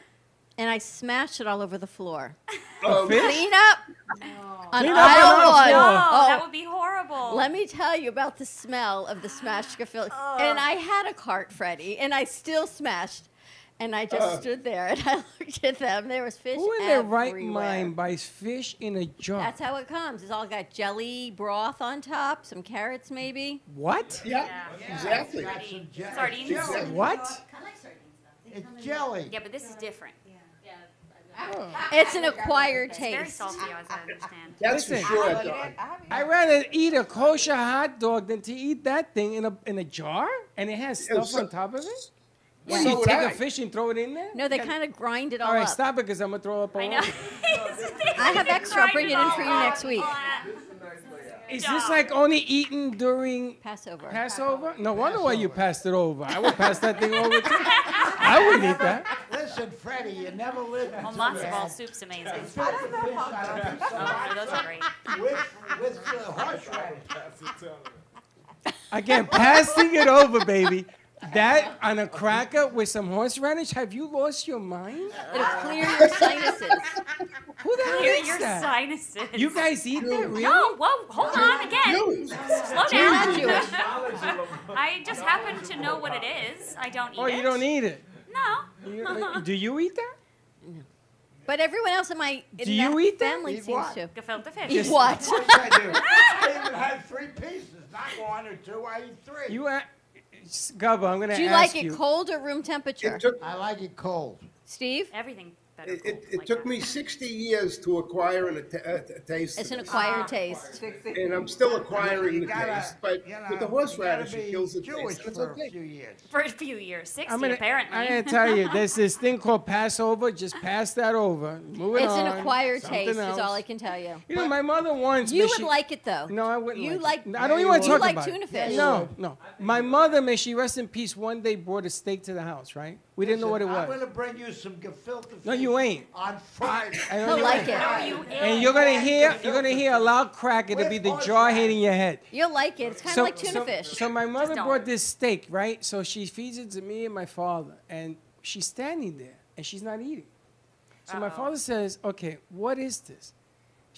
S4: and I smash it all over the floor.
S3: A fish?
S4: Clean up. On
S3: Clean up on
S4: aisle
S3: aisle
S4: one.
S3: floor. No,
S4: Oh.
S6: that would be horrible.
S4: Let me tell you about the smell of the smashed gefilte. And I had a cart, Freddie, and I still smashed. And I just
S3: Ugh.
S4: stood there and I looked at them. There was fish
S3: Who in their
S4: everywhere.
S3: right mind buys fish in a jar?
S4: That's how it comes. It's all got jelly broth on top, some carrots maybe.
S3: what?
S30: exactly.
S6: Sardines.
S3: What?
S18: It's jelly.
S6: Yeah, but this is different.
S4: It's an acquired
S6: It's very
S4: taste.
S6: salty, as I understand.
S4: Listen,
S3: I'd rather eat a kosher hot dog than to eat that thing in a in a jar and it has
S4: Yeah,
S3: stuff
S4: so-
S3: on top of it.
S4: Yeah.
S3: What,
S4: So
S3: you
S4: would
S3: take
S4: I.
S3: a fish and throw it in there?
S4: No, they kind of grind it all,
S3: All right,
S4: up.
S3: stop it because I'm gonna throw up. I know.
S4: I have extra. I'll bring it in for you next week.
S3: Is this like only eaten during
S4: Passover?
S3: Passover? No wonder why you passed it over. I would pass that thing over too. I wouldn't eat that.
S18: Listen, Freddie, you never lived.
S6: Well,
S18: until
S6: matzo
S18: you
S6: ball
S18: had-
S6: soup's amazing.
S18: I don't know if
S6: Oh, those are great.
S18: With, with uh, horseradish.
S3: Again, passing it over, baby. That on a cracker with some horseradish? Have you lost your mind?
S4: It'll clear your sinuses.
S3: Who the hell
S6: Clear
S3: eats
S6: your
S3: that?
S6: sinuses.
S3: You guys eat that, really?
S6: No, whoa, hold on again. Slow down.
S3: Jewish.
S6: I just happen to know what it is. I don't eat
S3: Oh,
S6: it.
S3: you don't eat it?
S6: No.
S3: Do you eat that?
S4: But everyone else in my in
S3: Do you
S4: that
S3: eat that?
S4: family
S18: Eat
S4: seems
S18: what?
S4: to.
S6: Gefilte fish.
S4: Eat what?
S18: Of course I do. I even have three pieces, not one or two. I eat three.
S3: You, a- Gubba, I'm going to ask
S4: Do
S3: you.
S4: you like it cold or room temperature?
S18: I like it cold.
S4: Steve?
S6: Everything
S30: It, it, it took me 60 years to acquire an, a, t- a t- a taste.
S4: It's
S30: of
S4: an
S30: this.
S4: acquired taste.
S30: And I'm still acquiring the
S18: You gotta,
S30: taste, but
S18: you
S30: with the
S18: know,
S30: horseradish,
S18: you gotta
S30: it kills the
S18: be Jewish
S30: taste. That's
S18: for a
S30: okay.
S6: For a few years, 60
S3: I'm gonna,
S6: apparently.
S3: I'm gonna tell you, there's this thing called Passover. Just pass that over. Move it
S4: It's
S3: on.
S4: an acquired
S3: Something
S4: taste, is all
S3: else.
S4: I can tell you.
S3: You know, my mother once.
S4: You
S3: but
S4: would
S3: she-
S4: like it though.
S3: No, I wouldn't.
S4: You
S3: like. it.
S4: like-
S3: I don't
S4: You
S3: even want to
S4: would.
S3: talk
S4: You like
S3: about
S4: tuna
S3: it.
S4: fish.
S3: No, no. My mother, may she rest in peace. One day brought a steak to the house. Right? We didn't know what it
S18: Listen,
S3: was.
S18: I'm going to bring you some gefilte
S3: No, you ain't.
S18: on Friday.
S3: I don't know what And you're gonna hear, you're gonna hear a loud crack. It'll be the jaw hitting your head.
S4: You'll like it. It's kind of like tuna fish.
S3: So my mother
S4: don't.
S3: brought this steak, right? So she feeds it to me and my father, and she's standing there and she's not eating. So my father says, "Okay, what is this?"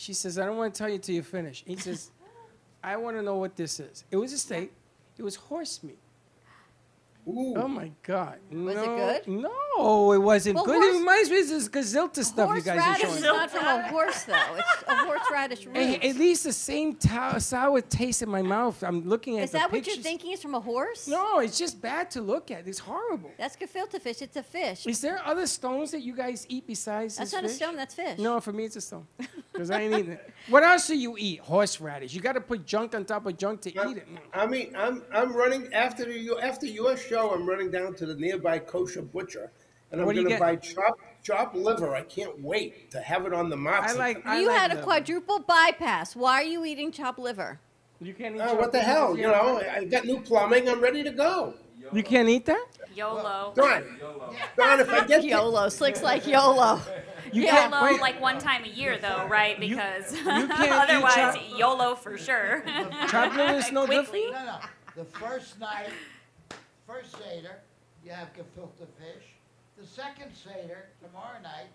S3: She says, "I don't want to tell you till you finish." He says, "I want to know what this is." It was a steak. It was horse meat. Oh my God! Was
S4: it good?
S3: No, it wasn't
S4: Well,
S3: good.
S4: horse-
S3: it reminds me of this gazilta stuff you guys are
S4: Horseradish
S3: showing.
S4: is not from a horse though. It's a horseradish root.
S3: It, it leaves the same ta- sour taste in my mouth. I'm looking at
S4: Is
S3: the
S4: that what
S3: pictures.
S4: you're thinking is from a horse?
S3: No, it's just bad to look at. It's horrible.
S4: That's gefilte fish. It's a fish.
S3: Is there other stones that you guys eat besides
S4: That's
S3: this
S4: not a
S3: fish?
S4: stone, that's fish.
S3: No, for me it's a stone. Because I ain't eating it. What else do you eat? Horseradish. You got to put junk on top of junk to eat it.
S30: I mean, I'm I'm running after you after your show. I'm running down to the nearby kosher butcher, and I'm
S3: What do you
S30: going to
S3: get?
S30: buy chopped chopped liver. I can't wait to have it on the matzah.
S4: you had a quadruple bypass. Why are you eating chopped liver?
S3: You can't eat
S30: Oh, what the hell? You know, I got new plumbing. I'm ready to go.
S3: You can't eat that?
S6: YOLO.
S30: Don, Don, if I get
S4: YOLO, Slick's like YOLO.
S3: You
S6: YOLO
S3: can't wait.
S6: like one time a year though, right? Because
S3: eat
S6: otherwise
S3: chop-
S6: YOLO for sure.
S3: Chopped liver is no good for
S6: Quickly.
S3: you?
S18: No, no. The first night, first Seder, you have gefilte fish. The second Seder, tomorrow night,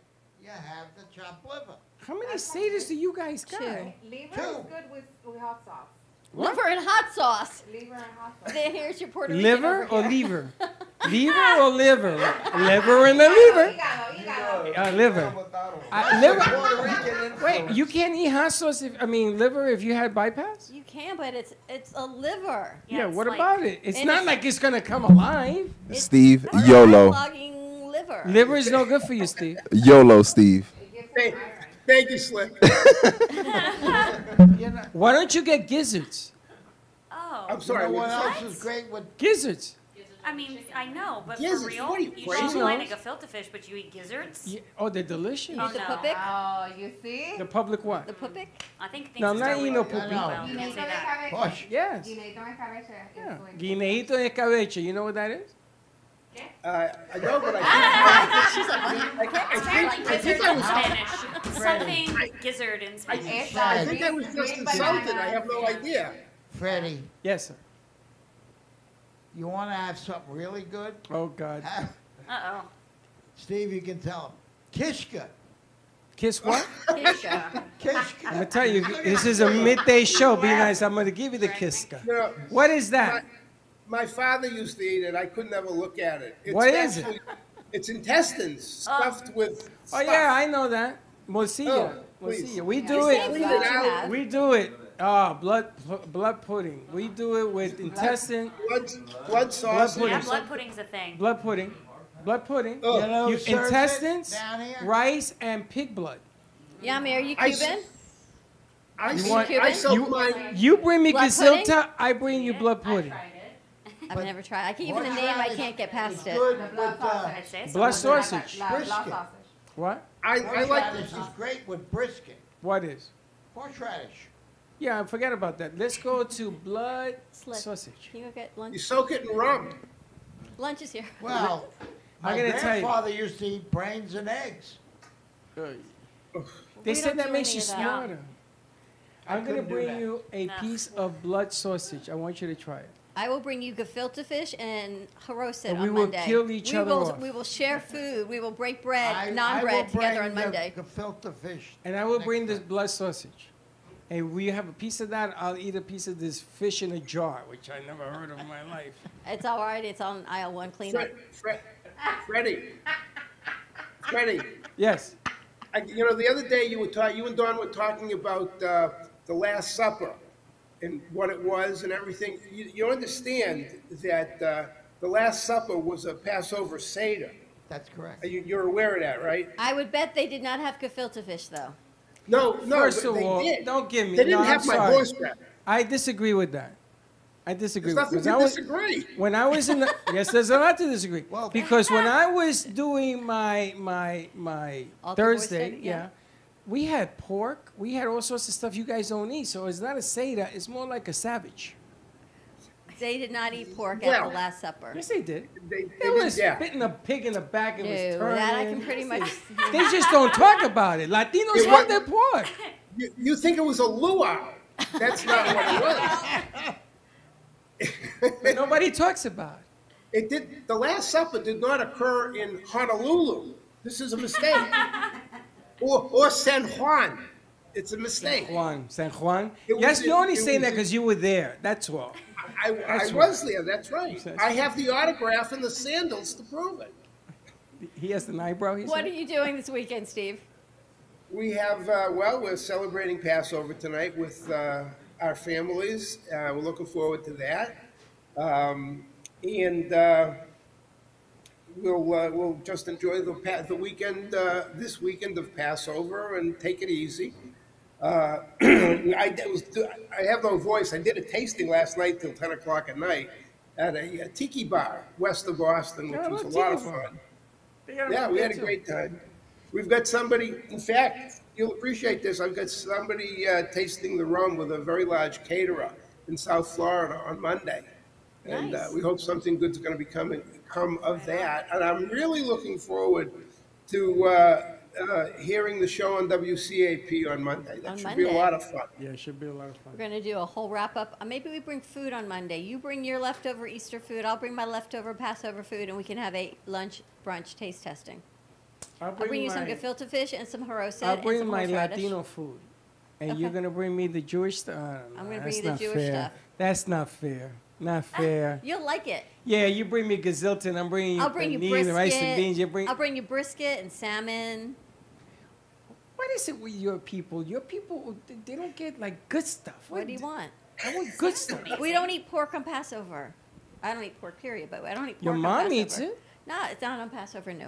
S18: you have the chopped liver.
S3: How many seders do you guys got?
S31: Liver
S18: is Two.
S31: good with, with hot sauce.
S4: Liver and hot sauce.
S31: Liver and hot
S4: Then here's your Puerto Rican
S3: Liver
S4: over
S3: or
S4: here.
S3: lever? lever or liver? Liver and a liver. Uh, liver. Uh, liver. Wait, you can't eat hot sauce if I mean liver if you had bypass?
S4: You can, but it's it's a liver.
S3: Yeah, what about it? It's
S4: and
S3: not
S4: it's-
S3: like it's gonna come alive.
S29: Steve, YOLO.
S4: Clogging liver.
S3: Liver is no good for you, Steve.
S29: YOLO, Steve.
S30: Thank, thank you, Slick.
S3: Why don't you get gizzards?
S6: Oh.
S30: I'm sorry.
S18: You know what else
S6: What?
S18: is great with
S3: Gizzards.
S6: I mean, I know, but
S30: Gizzards,
S6: for real,
S30: what are you,
S6: you don't
S3: crazy?
S6: like a gefilte fish, but you eat gizzards?
S3: Yeah, Oh, they're delicious.
S6: Oh, no.
S31: Oh, you see?
S3: The public what?
S4: The pupic?
S6: I think things
S3: No, I'm
S6: are
S3: not
S6: starting
S3: eating no
S6: to-
S3: pupic.
S6: Well, you can't say that.
S3: Posh. Yes.
S31: Yeah.
S3: Guineito de cabeche. You know what that is?
S30: Uh, I know, but I
S6: She's like, what? It's kind of like gizzard in Spanish. Something gizzard in Spanish.
S30: I think I was just insulted. I have no idea.
S18: Freddie.
S3: Yes, sir.
S18: You want to have something really good?
S3: Oh, God.
S6: Uh-oh.
S18: Steve, you can tell him. Kishka.
S3: Kiss what?
S4: Kishka.
S3: I'm gonna tell you, this is a midday show. Be nice. I'm gonna give you the kiska.
S30: No,
S3: What is that?
S30: my father used to eat it. I couldn't ever look at it. It's
S3: What is it?
S30: actually- It's intestines stuffed with.
S3: Oh
S30: stuff.
S3: yeah, I know that. Morcilla.
S30: Oh, please.
S3: Morcilla. We
S30: Yeah,
S3: do
S30: it's Clean it what you
S3: it.
S30: have.
S3: We do it. Ah, blood pu- blood pudding. We do it with intestine.
S30: Blood, blood sauce.
S3: Blood
S6: Yeah,
S3: pudding.
S6: blood pudding's a thing.
S3: Blood pudding. Blood pudding.
S30: Oh. You know
S3: You-
S30: who serves it
S3: intestines,
S30: down here?
S3: rice, and pig blood.
S4: Yummy, are you
S30: I s-
S4: Cuban?
S30: I,
S3: You
S30: s-
S3: want-
S30: I soak my.
S3: You bring me
S4: Blood pudding?
S3: gazilta, I bring you blood pudding.
S4: I've never tried. I can't even the name. I can't get past it.
S18: Good with uh,
S6: I'd say so.
S3: Blood sausage.
S18: brisket.
S3: What?
S30: I, I like
S18: Horseradish is great with brisket.
S3: What is?
S18: Horseradish.
S3: Yeah, forget about that. Let's go to blood
S4: Slick.
S3: sausage.
S4: Can you go get lunch?
S30: You soak it in rum.
S4: Lunch is here.
S18: Well,
S3: I'm
S18: My
S3: gonna tell you.
S18: grandfather used to eat brains and eggs.
S3: They
S18: We
S3: said
S18: don't
S3: that
S18: do
S3: makes
S18: any
S3: you
S18: of that.
S3: smarter. I'm gonna
S18: couldn't do
S3: bring
S18: that.
S3: you a
S4: No.
S3: piece of blood sausage. I want you to try it.
S4: I will bring you gefilte fish and haroset
S3: And
S4: on
S3: we will
S4: Monday.
S3: kill each
S4: we
S3: other
S4: will,
S3: off.
S4: We will share food. We will break bread,
S3: I- I
S4: non-bread,
S3: will
S4: together
S3: bring
S4: on
S3: the
S4: Monday.
S18: Gefilte fish.
S3: And I will bring this blood sausage. And we have a piece of that. I'll eat a piece of this fish in a jar, which I never heard of in my life.
S4: It's all right. It's on aisle one cleanup.
S30: Fred, Fred, Freddie, Freddie,
S3: Yes.
S30: I, you know, the other day you were talking, you and Don were talking about uh, the Last Supper and what it was and everything. You, you understand that uh, the Last Supper was a Passover Seder.
S18: That's correct.
S30: You, you're aware of that, right?
S4: I would bet they did not have gefilte fish though.
S30: No, no.
S3: First
S30: but
S3: of
S30: they
S3: all,
S30: did.
S3: don't give me.
S30: They didn't
S3: no,
S30: have
S3: I'm
S30: my
S3: sorry.
S30: horseback.
S3: I disagree with that. I disagree.
S30: There's
S3: with-
S30: nothing
S3: when
S30: to
S3: I was-
S30: disagree.
S3: When I was in the yes, there's a lot to disagree. because when I was doing my my my
S30: Altar boy
S3: Thursday,
S30: study,
S3: yeah.
S30: yeah.
S3: we had pork, we had all sorts of stuff you guys don't eat. So it's not a seder; it's more like a savage.
S4: They did not eat pork at
S3: Well-
S4: the Last Supper.
S3: Yes, they did.
S30: They,
S3: It was
S4: yeah.
S3: spitting a pig in the back. It was
S4: No,
S3: turning.
S4: that I can pretty much.
S3: They just don't talk about it. Latinos
S30: It was-
S3: love their pork.
S30: You, you think it was a luau? That's not what it was.
S3: But nobody talks about
S30: it. It did. The Last Supper did not occur in Honolulu. This is a mistake. or, or San Juan. It's a mistake.
S3: Juan, San Juan.
S30: It was
S3: yes,
S30: in-
S3: you're only
S30: it
S3: saying
S30: was
S3: that because you were there. That's all.
S30: I, I
S3: That's
S30: was
S3: right.
S30: there. That's right.
S3: That's
S30: I
S3: right.
S30: have the autograph and the sandals to prove it.
S3: He has an eyebrow. He
S4: What
S3: said.
S4: are you doing this weekend, Steve?
S30: We have, uh, well, we're celebrating Passover tonight with uh, our families. Uh, we're looking forward to that. Um, and uh, we'll, uh, we'll just enjoy the, pa- the weekend, uh, this weekend of Passover and take it easy. Uh, I, did- was, I have no voice. I did a tasting last night till 10 o'clock at night at a, uh tiki bar west of Boston, which
S3: Yeah, I
S30: was a
S3: love
S30: lot of
S3: tiki bar.
S30: fun.
S3: They got
S30: Yeah, we had a
S3: too.
S30: great time. We've got somebody, in fact, you'll appreciate this, I've got somebody uh, tasting the rum with a very large caterer in South Florida on Monday. And uh,
S10: Nice.
S30: we hope something good's going to be coming, come of that. And I'm really looking forward to uh, uh, hearing the show on WCAP on Monday.
S4: On
S30: That should be a
S4: Monday.
S30: lot of fun.
S3: Yeah, it should be a lot of fun.
S4: We're gonna do a whole wrap up. Uh, Maybe we bring food on Monday. You bring your leftover Easter food. I'll bring my leftover Passover food, and we can have a lunch brunch taste testing.
S3: I'll
S4: I'll bring you some
S3: my-
S4: gefilte fish and some haroset
S3: I'll bring
S4: and some
S3: my
S4: horseradish.
S3: Latino food, and you're gonna bring me the Jewish stuff.
S4: I'm gonna bring
S3: That's
S4: you the
S3: not
S4: Jewish
S3: fair.
S4: stuff. Ah,
S3: That's not fair. Not fair.
S4: You'll like it.
S3: yeah, you bring me gazilt and I'm bringing you
S4: I'll bring you
S3: panini,
S4: brisket.
S3: the rice and beans. You bring.
S4: I'll bring you brisket and salmon.
S3: what is it with your people? Your people, they- they don't get like good stuff.
S4: What do you want?
S3: I want good stuff.
S4: We don't eat pork on Passover. I don't eat pork, period. But I don't eat pork.
S3: Your
S4: on
S3: mom
S4: Passover.
S3: eats it.
S4: No, it's not on Passover. No.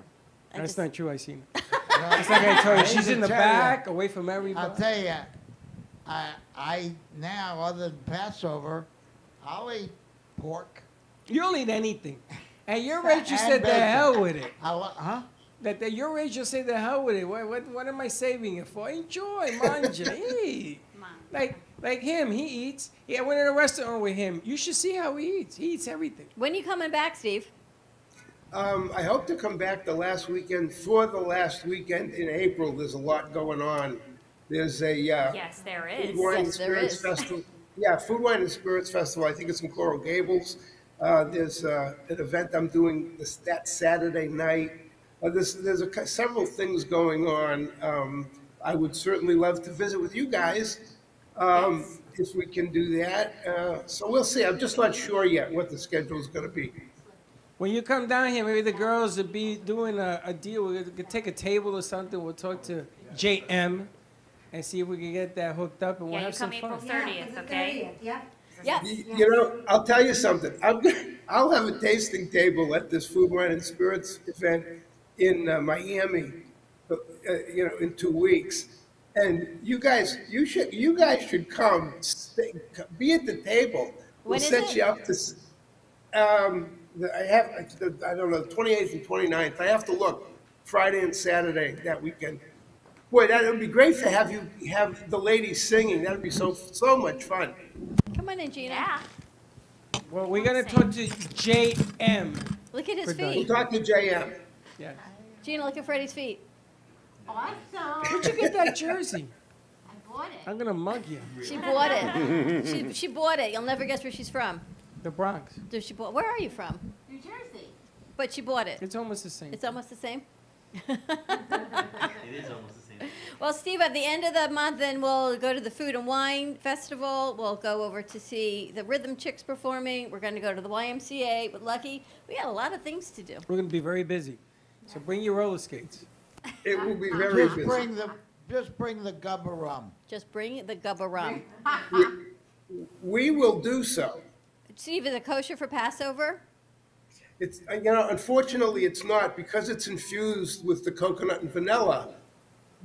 S4: I
S3: That's
S4: just-
S3: not true. I seen it. It's like I told you, she's in the
S18: tell ya.
S3: back, away from everybody.
S18: I'll tell you, I, I now, other than Passover, I'll eat pork.
S3: You don't eat anything. At your age, you said the
S18: bacon.
S3: hell with it.
S18: I, li- huh?
S3: That at your age, you'll say the hell with it. What, what, what am I saving it for? Enjoy, manja, eat. Like, like him, he eats. Yeah, I went to a restaurant with him. You should see how he eats. He eats everything.
S4: When you coming back, Steve?
S30: Um, I hope to come back the last weekend, for the last weekend in April. There's a lot going on. There's a, uh,
S6: Yes, there
S30: Food,
S6: is.
S30: Wine, and Spirits Festival. Yeah, Food, Wine, and Spirits Festival. I think it's in Coral Gables. Uh, there's uh, an event I'm doing this, that Saturday night. Uh, there's there's a, cou- several things going on. Um, I would certainly love to visit with you guys um, if we can do that. Uh, so we'll see. I'm just not sure yet what the schedule is going to be.
S3: When you come down here, maybe the girls will be doing a, a deal. We could take a table or something. We'll talk to JM and see if we can get that hooked up and we'll
S6: Yeah, you
S3: have
S6: come
S3: some fun.
S6: April 30th, okay?
S32: Yeah.
S4: Yeah.
S30: You know, I'll tell you something. I'm gonna, I'll have a tasting table at this food, wine, and spirits event in uh, Miami. Uh, you know, in two weeks, and you guys, you should, you guys should come, stay, be at the table. We'll
S4: When is
S30: set
S4: it?
S30: you up to. s- Um, the- I have, I don't know, 28th and 29th. I have to look. Friday and Saturday that weekend. Boy, that would be great to have you have the ladies singing. That'd be so so much fun.
S4: Come on in, Gina. Yeah.
S3: Well, we're gonna talk to JM.
S4: Look at his
S30: Good night.
S4: feet.
S30: We'll talk to JM.
S3: Yeah.
S4: Gina, look at Freddie's feet.
S3: Awesome. Where'd you get that jersey? I
S4: bought
S3: it. I'm gonna mug you.
S4: She bought it. she, she bought it. You'll never guess where she's from.
S3: The Bronx.
S4: Does she bought? Where are you from? New Jersey. But she bought it.
S3: It's almost the same.
S4: It's almost the same.
S33: It is almost the same.
S4: Well, Steve, at the end of the month, then we'll go to the Food and Wine Festival. We'll go over to see the Rhythm Chicks performing. We're going to go to the YMCA with Lucky. We got a lot of things to do.
S3: We're gonna be very busy. So bring your roller skates.
S30: It will be
S18: just Bring the, just bring the gubba rum.
S4: Just bring the gubba rum.
S30: We will do so.
S4: Steve, is it kosher for Passover?
S30: It's, uh, you know, unfortunately, it's not because it's infused with the coconut and vanilla.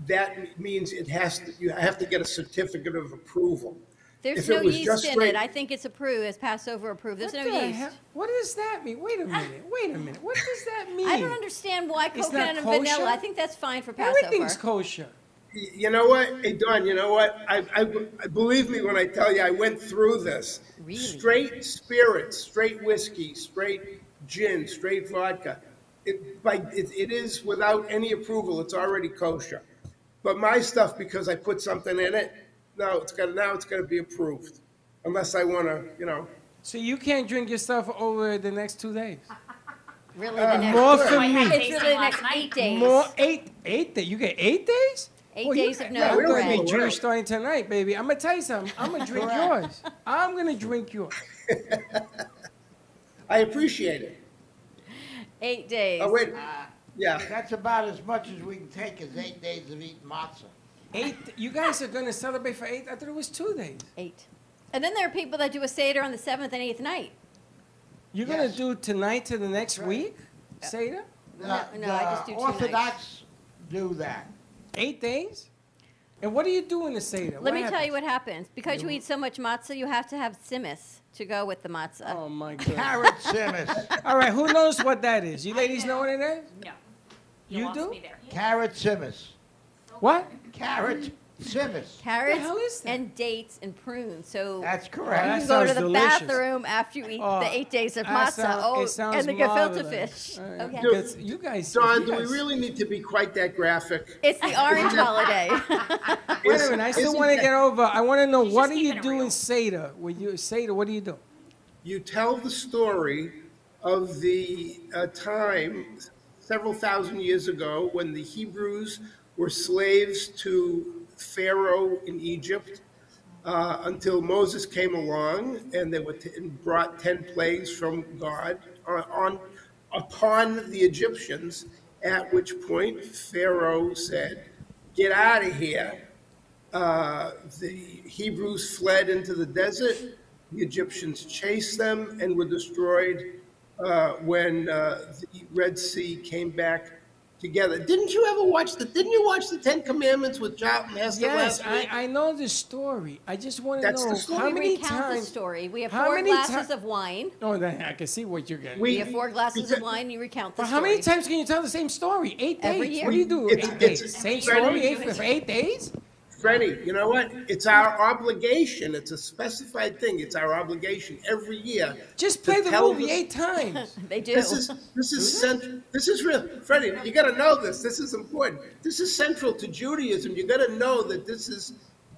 S30: That means it has to, you have to get a certificate of approval.
S4: There's
S30: If it
S4: no
S30: was
S4: yeast
S30: just
S4: in
S30: straight-
S4: it. I think it's approved as Passover approved. There's
S3: What
S4: no
S3: the
S4: yeast.
S3: hell- What does that mean? Wait a minute. Wait a minute. What does that mean?
S4: I don't understand why
S3: It's
S4: coconut
S3: not
S4: and
S3: kosher?
S4: vanilla. I think that's fine for Passover.
S3: Everything's kosher.
S30: Y- You know what, hey Don, you know what? I, I, I- believe me when I tell you, I went through this. Straight spirits, straight whiskey, straight gin, straight vodka. It, by, it, it is without any approval. It's already kosher. But my stuff, because I put something in it, no, it's got now it's got to be approved, unless I want to, you know.
S3: So you can't drink your stuff over the next two days.
S4: Really,
S3: Uh,
S4: the next
S3: more
S4: it's
S3: for me.
S4: really the next eight days.
S3: More eight eight days. You get eight days.
S4: Eight
S3: you
S4: days
S3: got-
S4: of no
S3: we don't
S4: bread.
S3: speak Jewish starting tonight, baby. I'm gonna tell you something. I'm gonna drink yours. I'm gonna drink yours.
S30: I appreciate it.
S4: Eight days.
S30: Oh, wait. Yeah.
S18: That's about as much as we can take is eight days of eating matzah.
S3: Eight. You guys are gonna celebrate for eight. I thought it was two days.
S4: Eight. And then there are people that do a Seder on the seventh and eighth night.
S3: You're gonna do tonight to the next week, Seder.
S4: No, no, I just do two nights.
S18: Orthodox do that.
S3: Eight days. And what do you do in the Seder?
S4: Let me tell you what happens. Because you eat so much matzah, you have to have simis to go with the matzah. Oh,
S3: my God.
S18: Carrot simis.
S3: All right. Who knows what that is? You ladies know what it is?
S34: No.
S3: You, do?
S18: Carrot simis.
S3: What?
S18: Carrot simis.
S4: Carrots and dates and prunes. So
S18: That's correct.
S4: You can
S18: Oh, that
S4: go to
S18: sounds
S4: the
S18: delicious.
S4: bathroom after you eat
S3: Oh,
S4: the eight days of
S3: that
S4: matzah.
S3: sound-
S4: oh,
S3: it sounds
S4: and the gefilte
S3: marvelous.
S4: fish. Okay.
S30: Dude,
S3: you guys,
S30: Don,
S3: you
S30: do we
S3: guys-
S30: really need to be quite that graphic?
S4: It's the orange holiday.
S3: Wait a minute. I still
S30: Isn't
S3: want to
S30: that-
S3: get over. I want to know what do you do in Seder? When you Seder, what do you do?
S30: you tell the story of the uh, time several thousand years ago when the Hebrews were slaves to Pharaoh in Egypt uh, until Moses came along and they were t- and brought ten plagues from God on, on upon the Egyptians. At which point Pharaoh said, "Get out of here." Uh, the Hebrews fled into the desert. The Egyptians chased them and were destroyed uh, when uh, the Red Sea came back together. Didn't you ever watch the? Didn't you watch the Ten Commandments with Charlton Heston
S3: Yes,
S30: last
S3: I,
S30: week?
S3: I know the story. I just want to
S30: That's the
S3: know
S30: story.
S3: how
S4: we
S3: many
S4: recount
S3: times.
S4: the story. We have
S3: how
S4: four
S3: many
S4: glasses
S3: ti-
S4: of wine.
S3: Oh, then I can see what you're getting.
S4: We, have four glasses of wine. You recount the
S3: But
S4: story.
S3: how many times can you tell the same story? Eight days.
S4: Every
S3: What do
S4: year.
S3: you do?
S30: It's-
S3: eight
S30: it's-
S3: days. Same
S30: Freddie,
S3: story eight, for eight days.
S30: Freddie, you know what? It's our obligation. It's a specified thing. It's our obligation every year.
S3: Just
S30: to
S3: play the
S30: tell
S3: movie eight times.
S4: they do.
S30: This is this is cent- this is real, Freddie. You got to know this. This is important. This is central to Judaism. You got to know that this is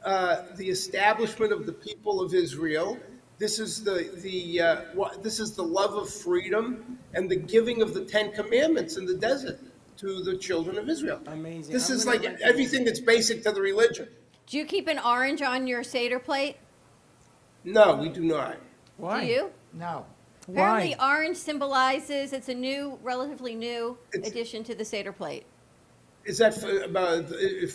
S30: uh, the establishment of the people of Israel. This is the the uh, what, this is the love of freedom and the giving of the Ten Commandments in the desert to the children of Israel.
S3: Amazing.
S30: This
S3: I'm
S30: is
S3: gonna
S30: like
S3: write this
S30: everything that's basic to the religion.
S4: Do you keep an orange on your Seder plate?
S30: No, we do not.
S4: Do you?
S18: No.
S4: Apparently, orange symbolizes it's a new, relatively new addition to the Seder plate.
S30: Is that for about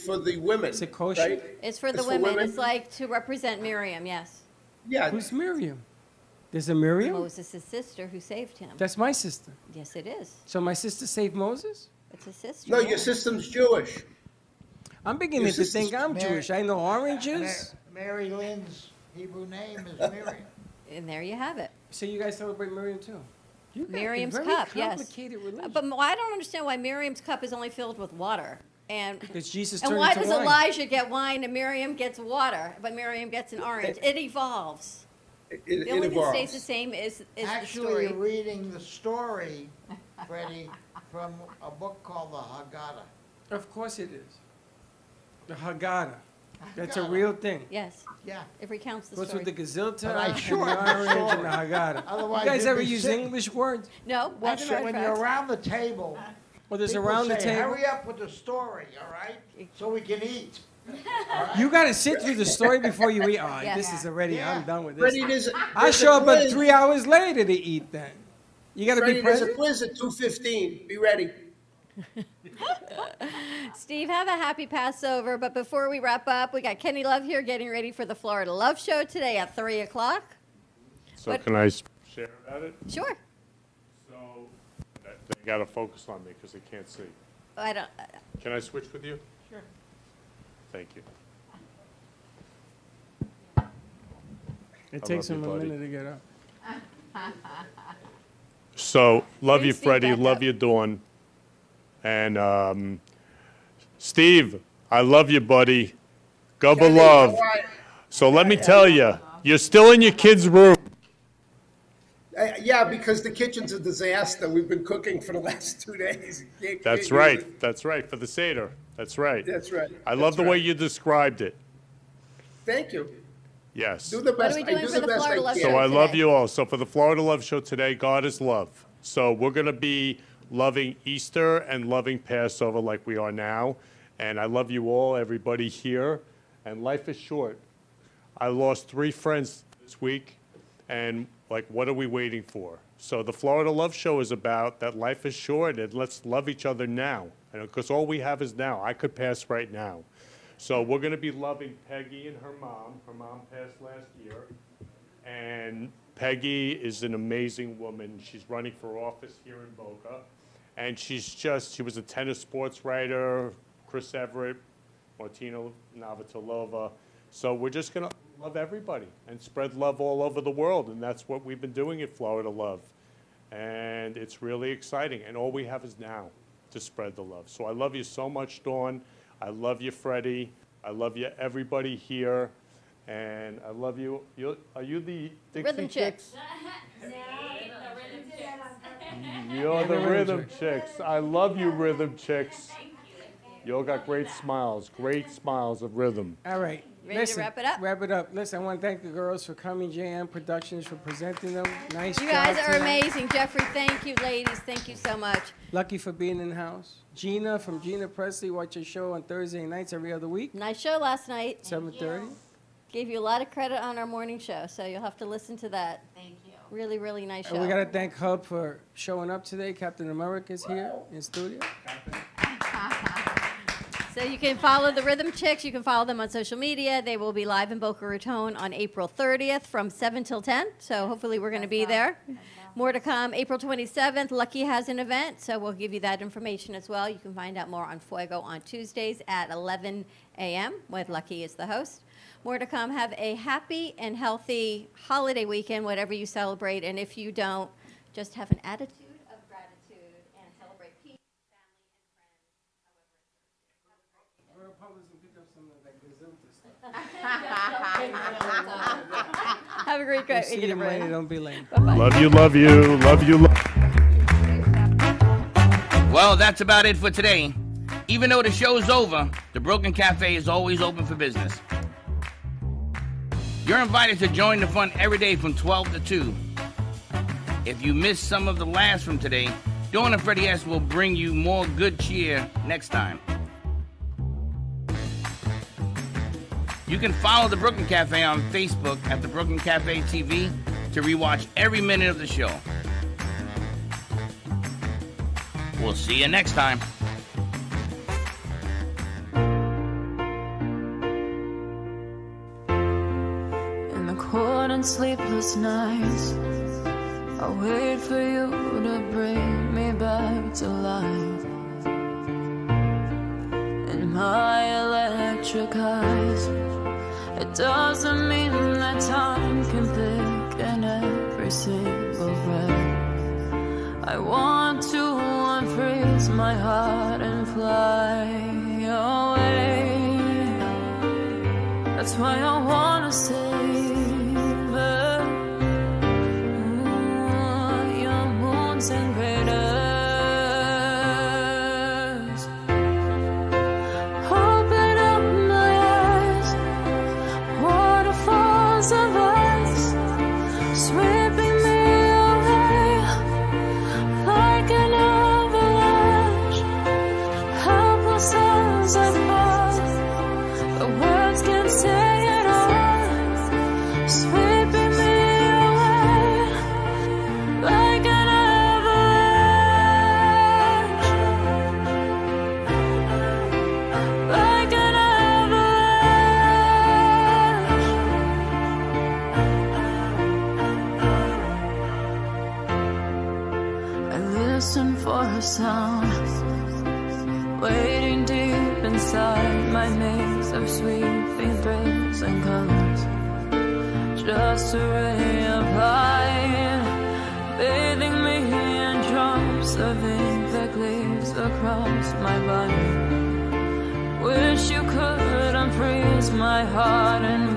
S30: for the women? Is it
S3: kosher?
S4: It's for the women. It's like to represent Miriam, yes.
S30: yeah.
S3: Who's Miriam? There's a Miriam.
S4: Moses' sister who saved him.
S3: That's my sister.
S4: Yes, it is.
S3: So my sister saved Moses.
S4: It's his sister.
S30: No,
S4: yeah.
S30: your system's Jewish.
S3: I'm beginning
S30: Your
S3: to
S30: sister's
S3: think I'm
S30: Mary-
S3: Jewish. I know oranges.
S18: Mary Lynn's Hebrew name is Miriam.
S4: And there you have it.
S3: So you guys celebrate Miriam too? You guys are
S4: Miriam's
S3: very
S4: cup, yes.
S3: complicated religion.
S4: Uh, But m- I don't understand why Miriam's cup is only filled with water. And,
S3: Because Jesus
S4: and
S3: turned
S4: why
S3: into
S4: does
S3: wine.
S4: Elijah get wine and Miriam gets water, but Miriam gets an orange? It evolves.
S30: It,
S4: The
S30: it
S4: only thing that
S30: evolves.
S4: stays the same is, is the
S18: Actually,
S4: story.
S18: you're reading the story, Freddie, from a book called The Haggadah.
S3: Of course it is. The Haggadah. That's a real thing.
S4: Yes.
S18: Yeah.
S4: It recounts the
S3: Goes
S4: story.
S3: with the Gazilta,
S18: But I
S3: and
S18: sure
S3: the
S18: am
S3: orange,
S18: sure.
S3: and the Haggadah.
S18: Otherwise
S3: you guys
S18: you'd
S3: ever
S18: be
S3: use
S18: sick.
S3: English words?
S4: No,
S18: Well,
S4: as a
S18: so
S4: matter of
S18: when
S4: fact.
S18: you're around the table,
S3: Well, there's
S18: people
S3: around the
S18: say,
S3: table.
S18: Hurry up with the story, all right? So we can eat.
S3: You got to sit through the story before you eat. Oh,
S18: Yeah.
S3: this is already. I'm done with this.
S30: Freddie, there's a-
S3: I
S30: there's a
S3: show up about
S30: quiz.
S3: three hours later to eat. Then you got to
S30: Freddie,
S3: be
S30: there's a
S3: present.
S30: quiz at two fifteen. Be ready.
S4: Steve, have a happy Passover. But before we wrap up, we got Kenny Love here getting ready for the Florida Love Show today at 3 o'clock.
S19: So can I s- share about it?
S4: Sure.
S19: So that- they got to focus on me because they can't see.
S4: I don't.
S19: Can I switch with you?
S4: Sure.
S19: Thank you.
S3: It
S19: I
S3: takes
S19: love
S3: him
S19: you,
S3: a
S19: buddy.
S3: minute to get up.
S19: So, love you,
S3: Steve
S19: Freddie.
S3: back
S19: Love you, Dawn. And um, Steve, I love you, buddy. Gubba love. So let me tell you, you're still in your kid's room.
S30: Uh, yeah, because the kitchen's a disaster. We've been cooking for the last two days. Can't-
S19: That's
S30: can't use it.
S19: right. That's right. For the Seder. That's right.
S30: That's right.
S19: I love
S30: That's
S19: the way
S30: right.
S19: you described it.
S30: Thank you.
S19: Yes.
S30: Do the best.
S4: are we
S30: I
S4: doing
S30: do
S4: for
S30: the
S4: the
S30: best
S4: Florida
S30: I
S4: Love
S30: can.
S4: Show
S19: So I love you all. So for the Florida Love Show today, God is love. So we're going to be loving Easter and loving Passover like we are now. And I love you all, everybody here. And life is short. I lost three friends this week. And like, what are we waiting for? So the Florida Love Show is about that life is short and let's love each other now. Because all we have is now. I could pass right now. So we're going to be loving Peggy and her mom. Her mom passed last year. And Peggy is an amazing woman. She's running for office here in Boca. And she's just, she was a tennis sports writer, Chris Everett, Martina Navratilova. So we're just going to love everybody and spread love all over the world. And that's what we've been doing at Florida Love. And it's really exciting. And all we have is now to spread the love. So I love you so much, Dawn. I love you, Freddie. I love you, everybody here. And I love you. you are you the Dixie
S4: Rhythm
S19: Chicks?
S4: Chicks.
S19: You're the
S3: Rhythm
S19: Rhythm Chicks. I love you, Rhythm Chicks. You all got great smiles, great smiles of rhythm.
S3: All right.
S4: Ready to
S3: Listen,
S4: wrap it up?
S3: Wrap it up. Listen, I want to thank the girls for coming. JM Productions for presenting them. Nice
S4: You
S3: job
S4: guys are
S3: tonight.
S4: amazing. Jeffrey, thank you, ladies. Thank you so much.
S3: Lucky for being in the house. Gina from Gina Presley. Watch your show on Thursday nights every other week.
S4: Nice show last night.
S3: Seven thirty.
S4: Gave you a lot of credit on our morning show, so you'll have to listen to that. Thank you. Really, really nice show.
S3: And we got to thank Hub for showing up today. Captain America's here in studio.
S4: So you can follow the Rhythm Chicks. You can follow them on social media. They will be live in Boca Raton on April 30th from 7 till 10. So hopefully we're going to be there. More to come. April 27th, Lucky has an event, so we'll give you that information as well. You can find out more on Fuego on Tuesdays at 11 a.m. with Lucky as the host. More to come. Have a happy and healthy holiday weekend, whatever you celebrate. And if you don't, just have an attitude. of gratitude and celebrate peace, Have a great, great
S3: We'll see
S4: weekend,
S3: them later.
S4: everyone.
S3: Don't be late.
S19: Love you, love you, love you, love
S2: Well, that's about it for today. Even though the show's over, the Broken Cafe is always open for business. You're invited to join the fun every day from 12 to 2. If you missed some of the laughs from today, Dawn and Freddie S will bring you more good cheer next time. You can follow the Brooklyn Cafe on Facebook at the Brooklyn Cafe TV to rewatch every minute of the show. We'll see you next time.
S35: In the cold and sleepless nights, I wait for you to bring me back to life. In my electric eyes, it doesn't mean that time can pick in every single breath. I want to unfreeze my heart and fly away. That's why I wanna save it. waves are sweeping threads and colors. Just a ray of light, bathing me in drops of ink that gleams across my body. Wish you could unfreeze my heart and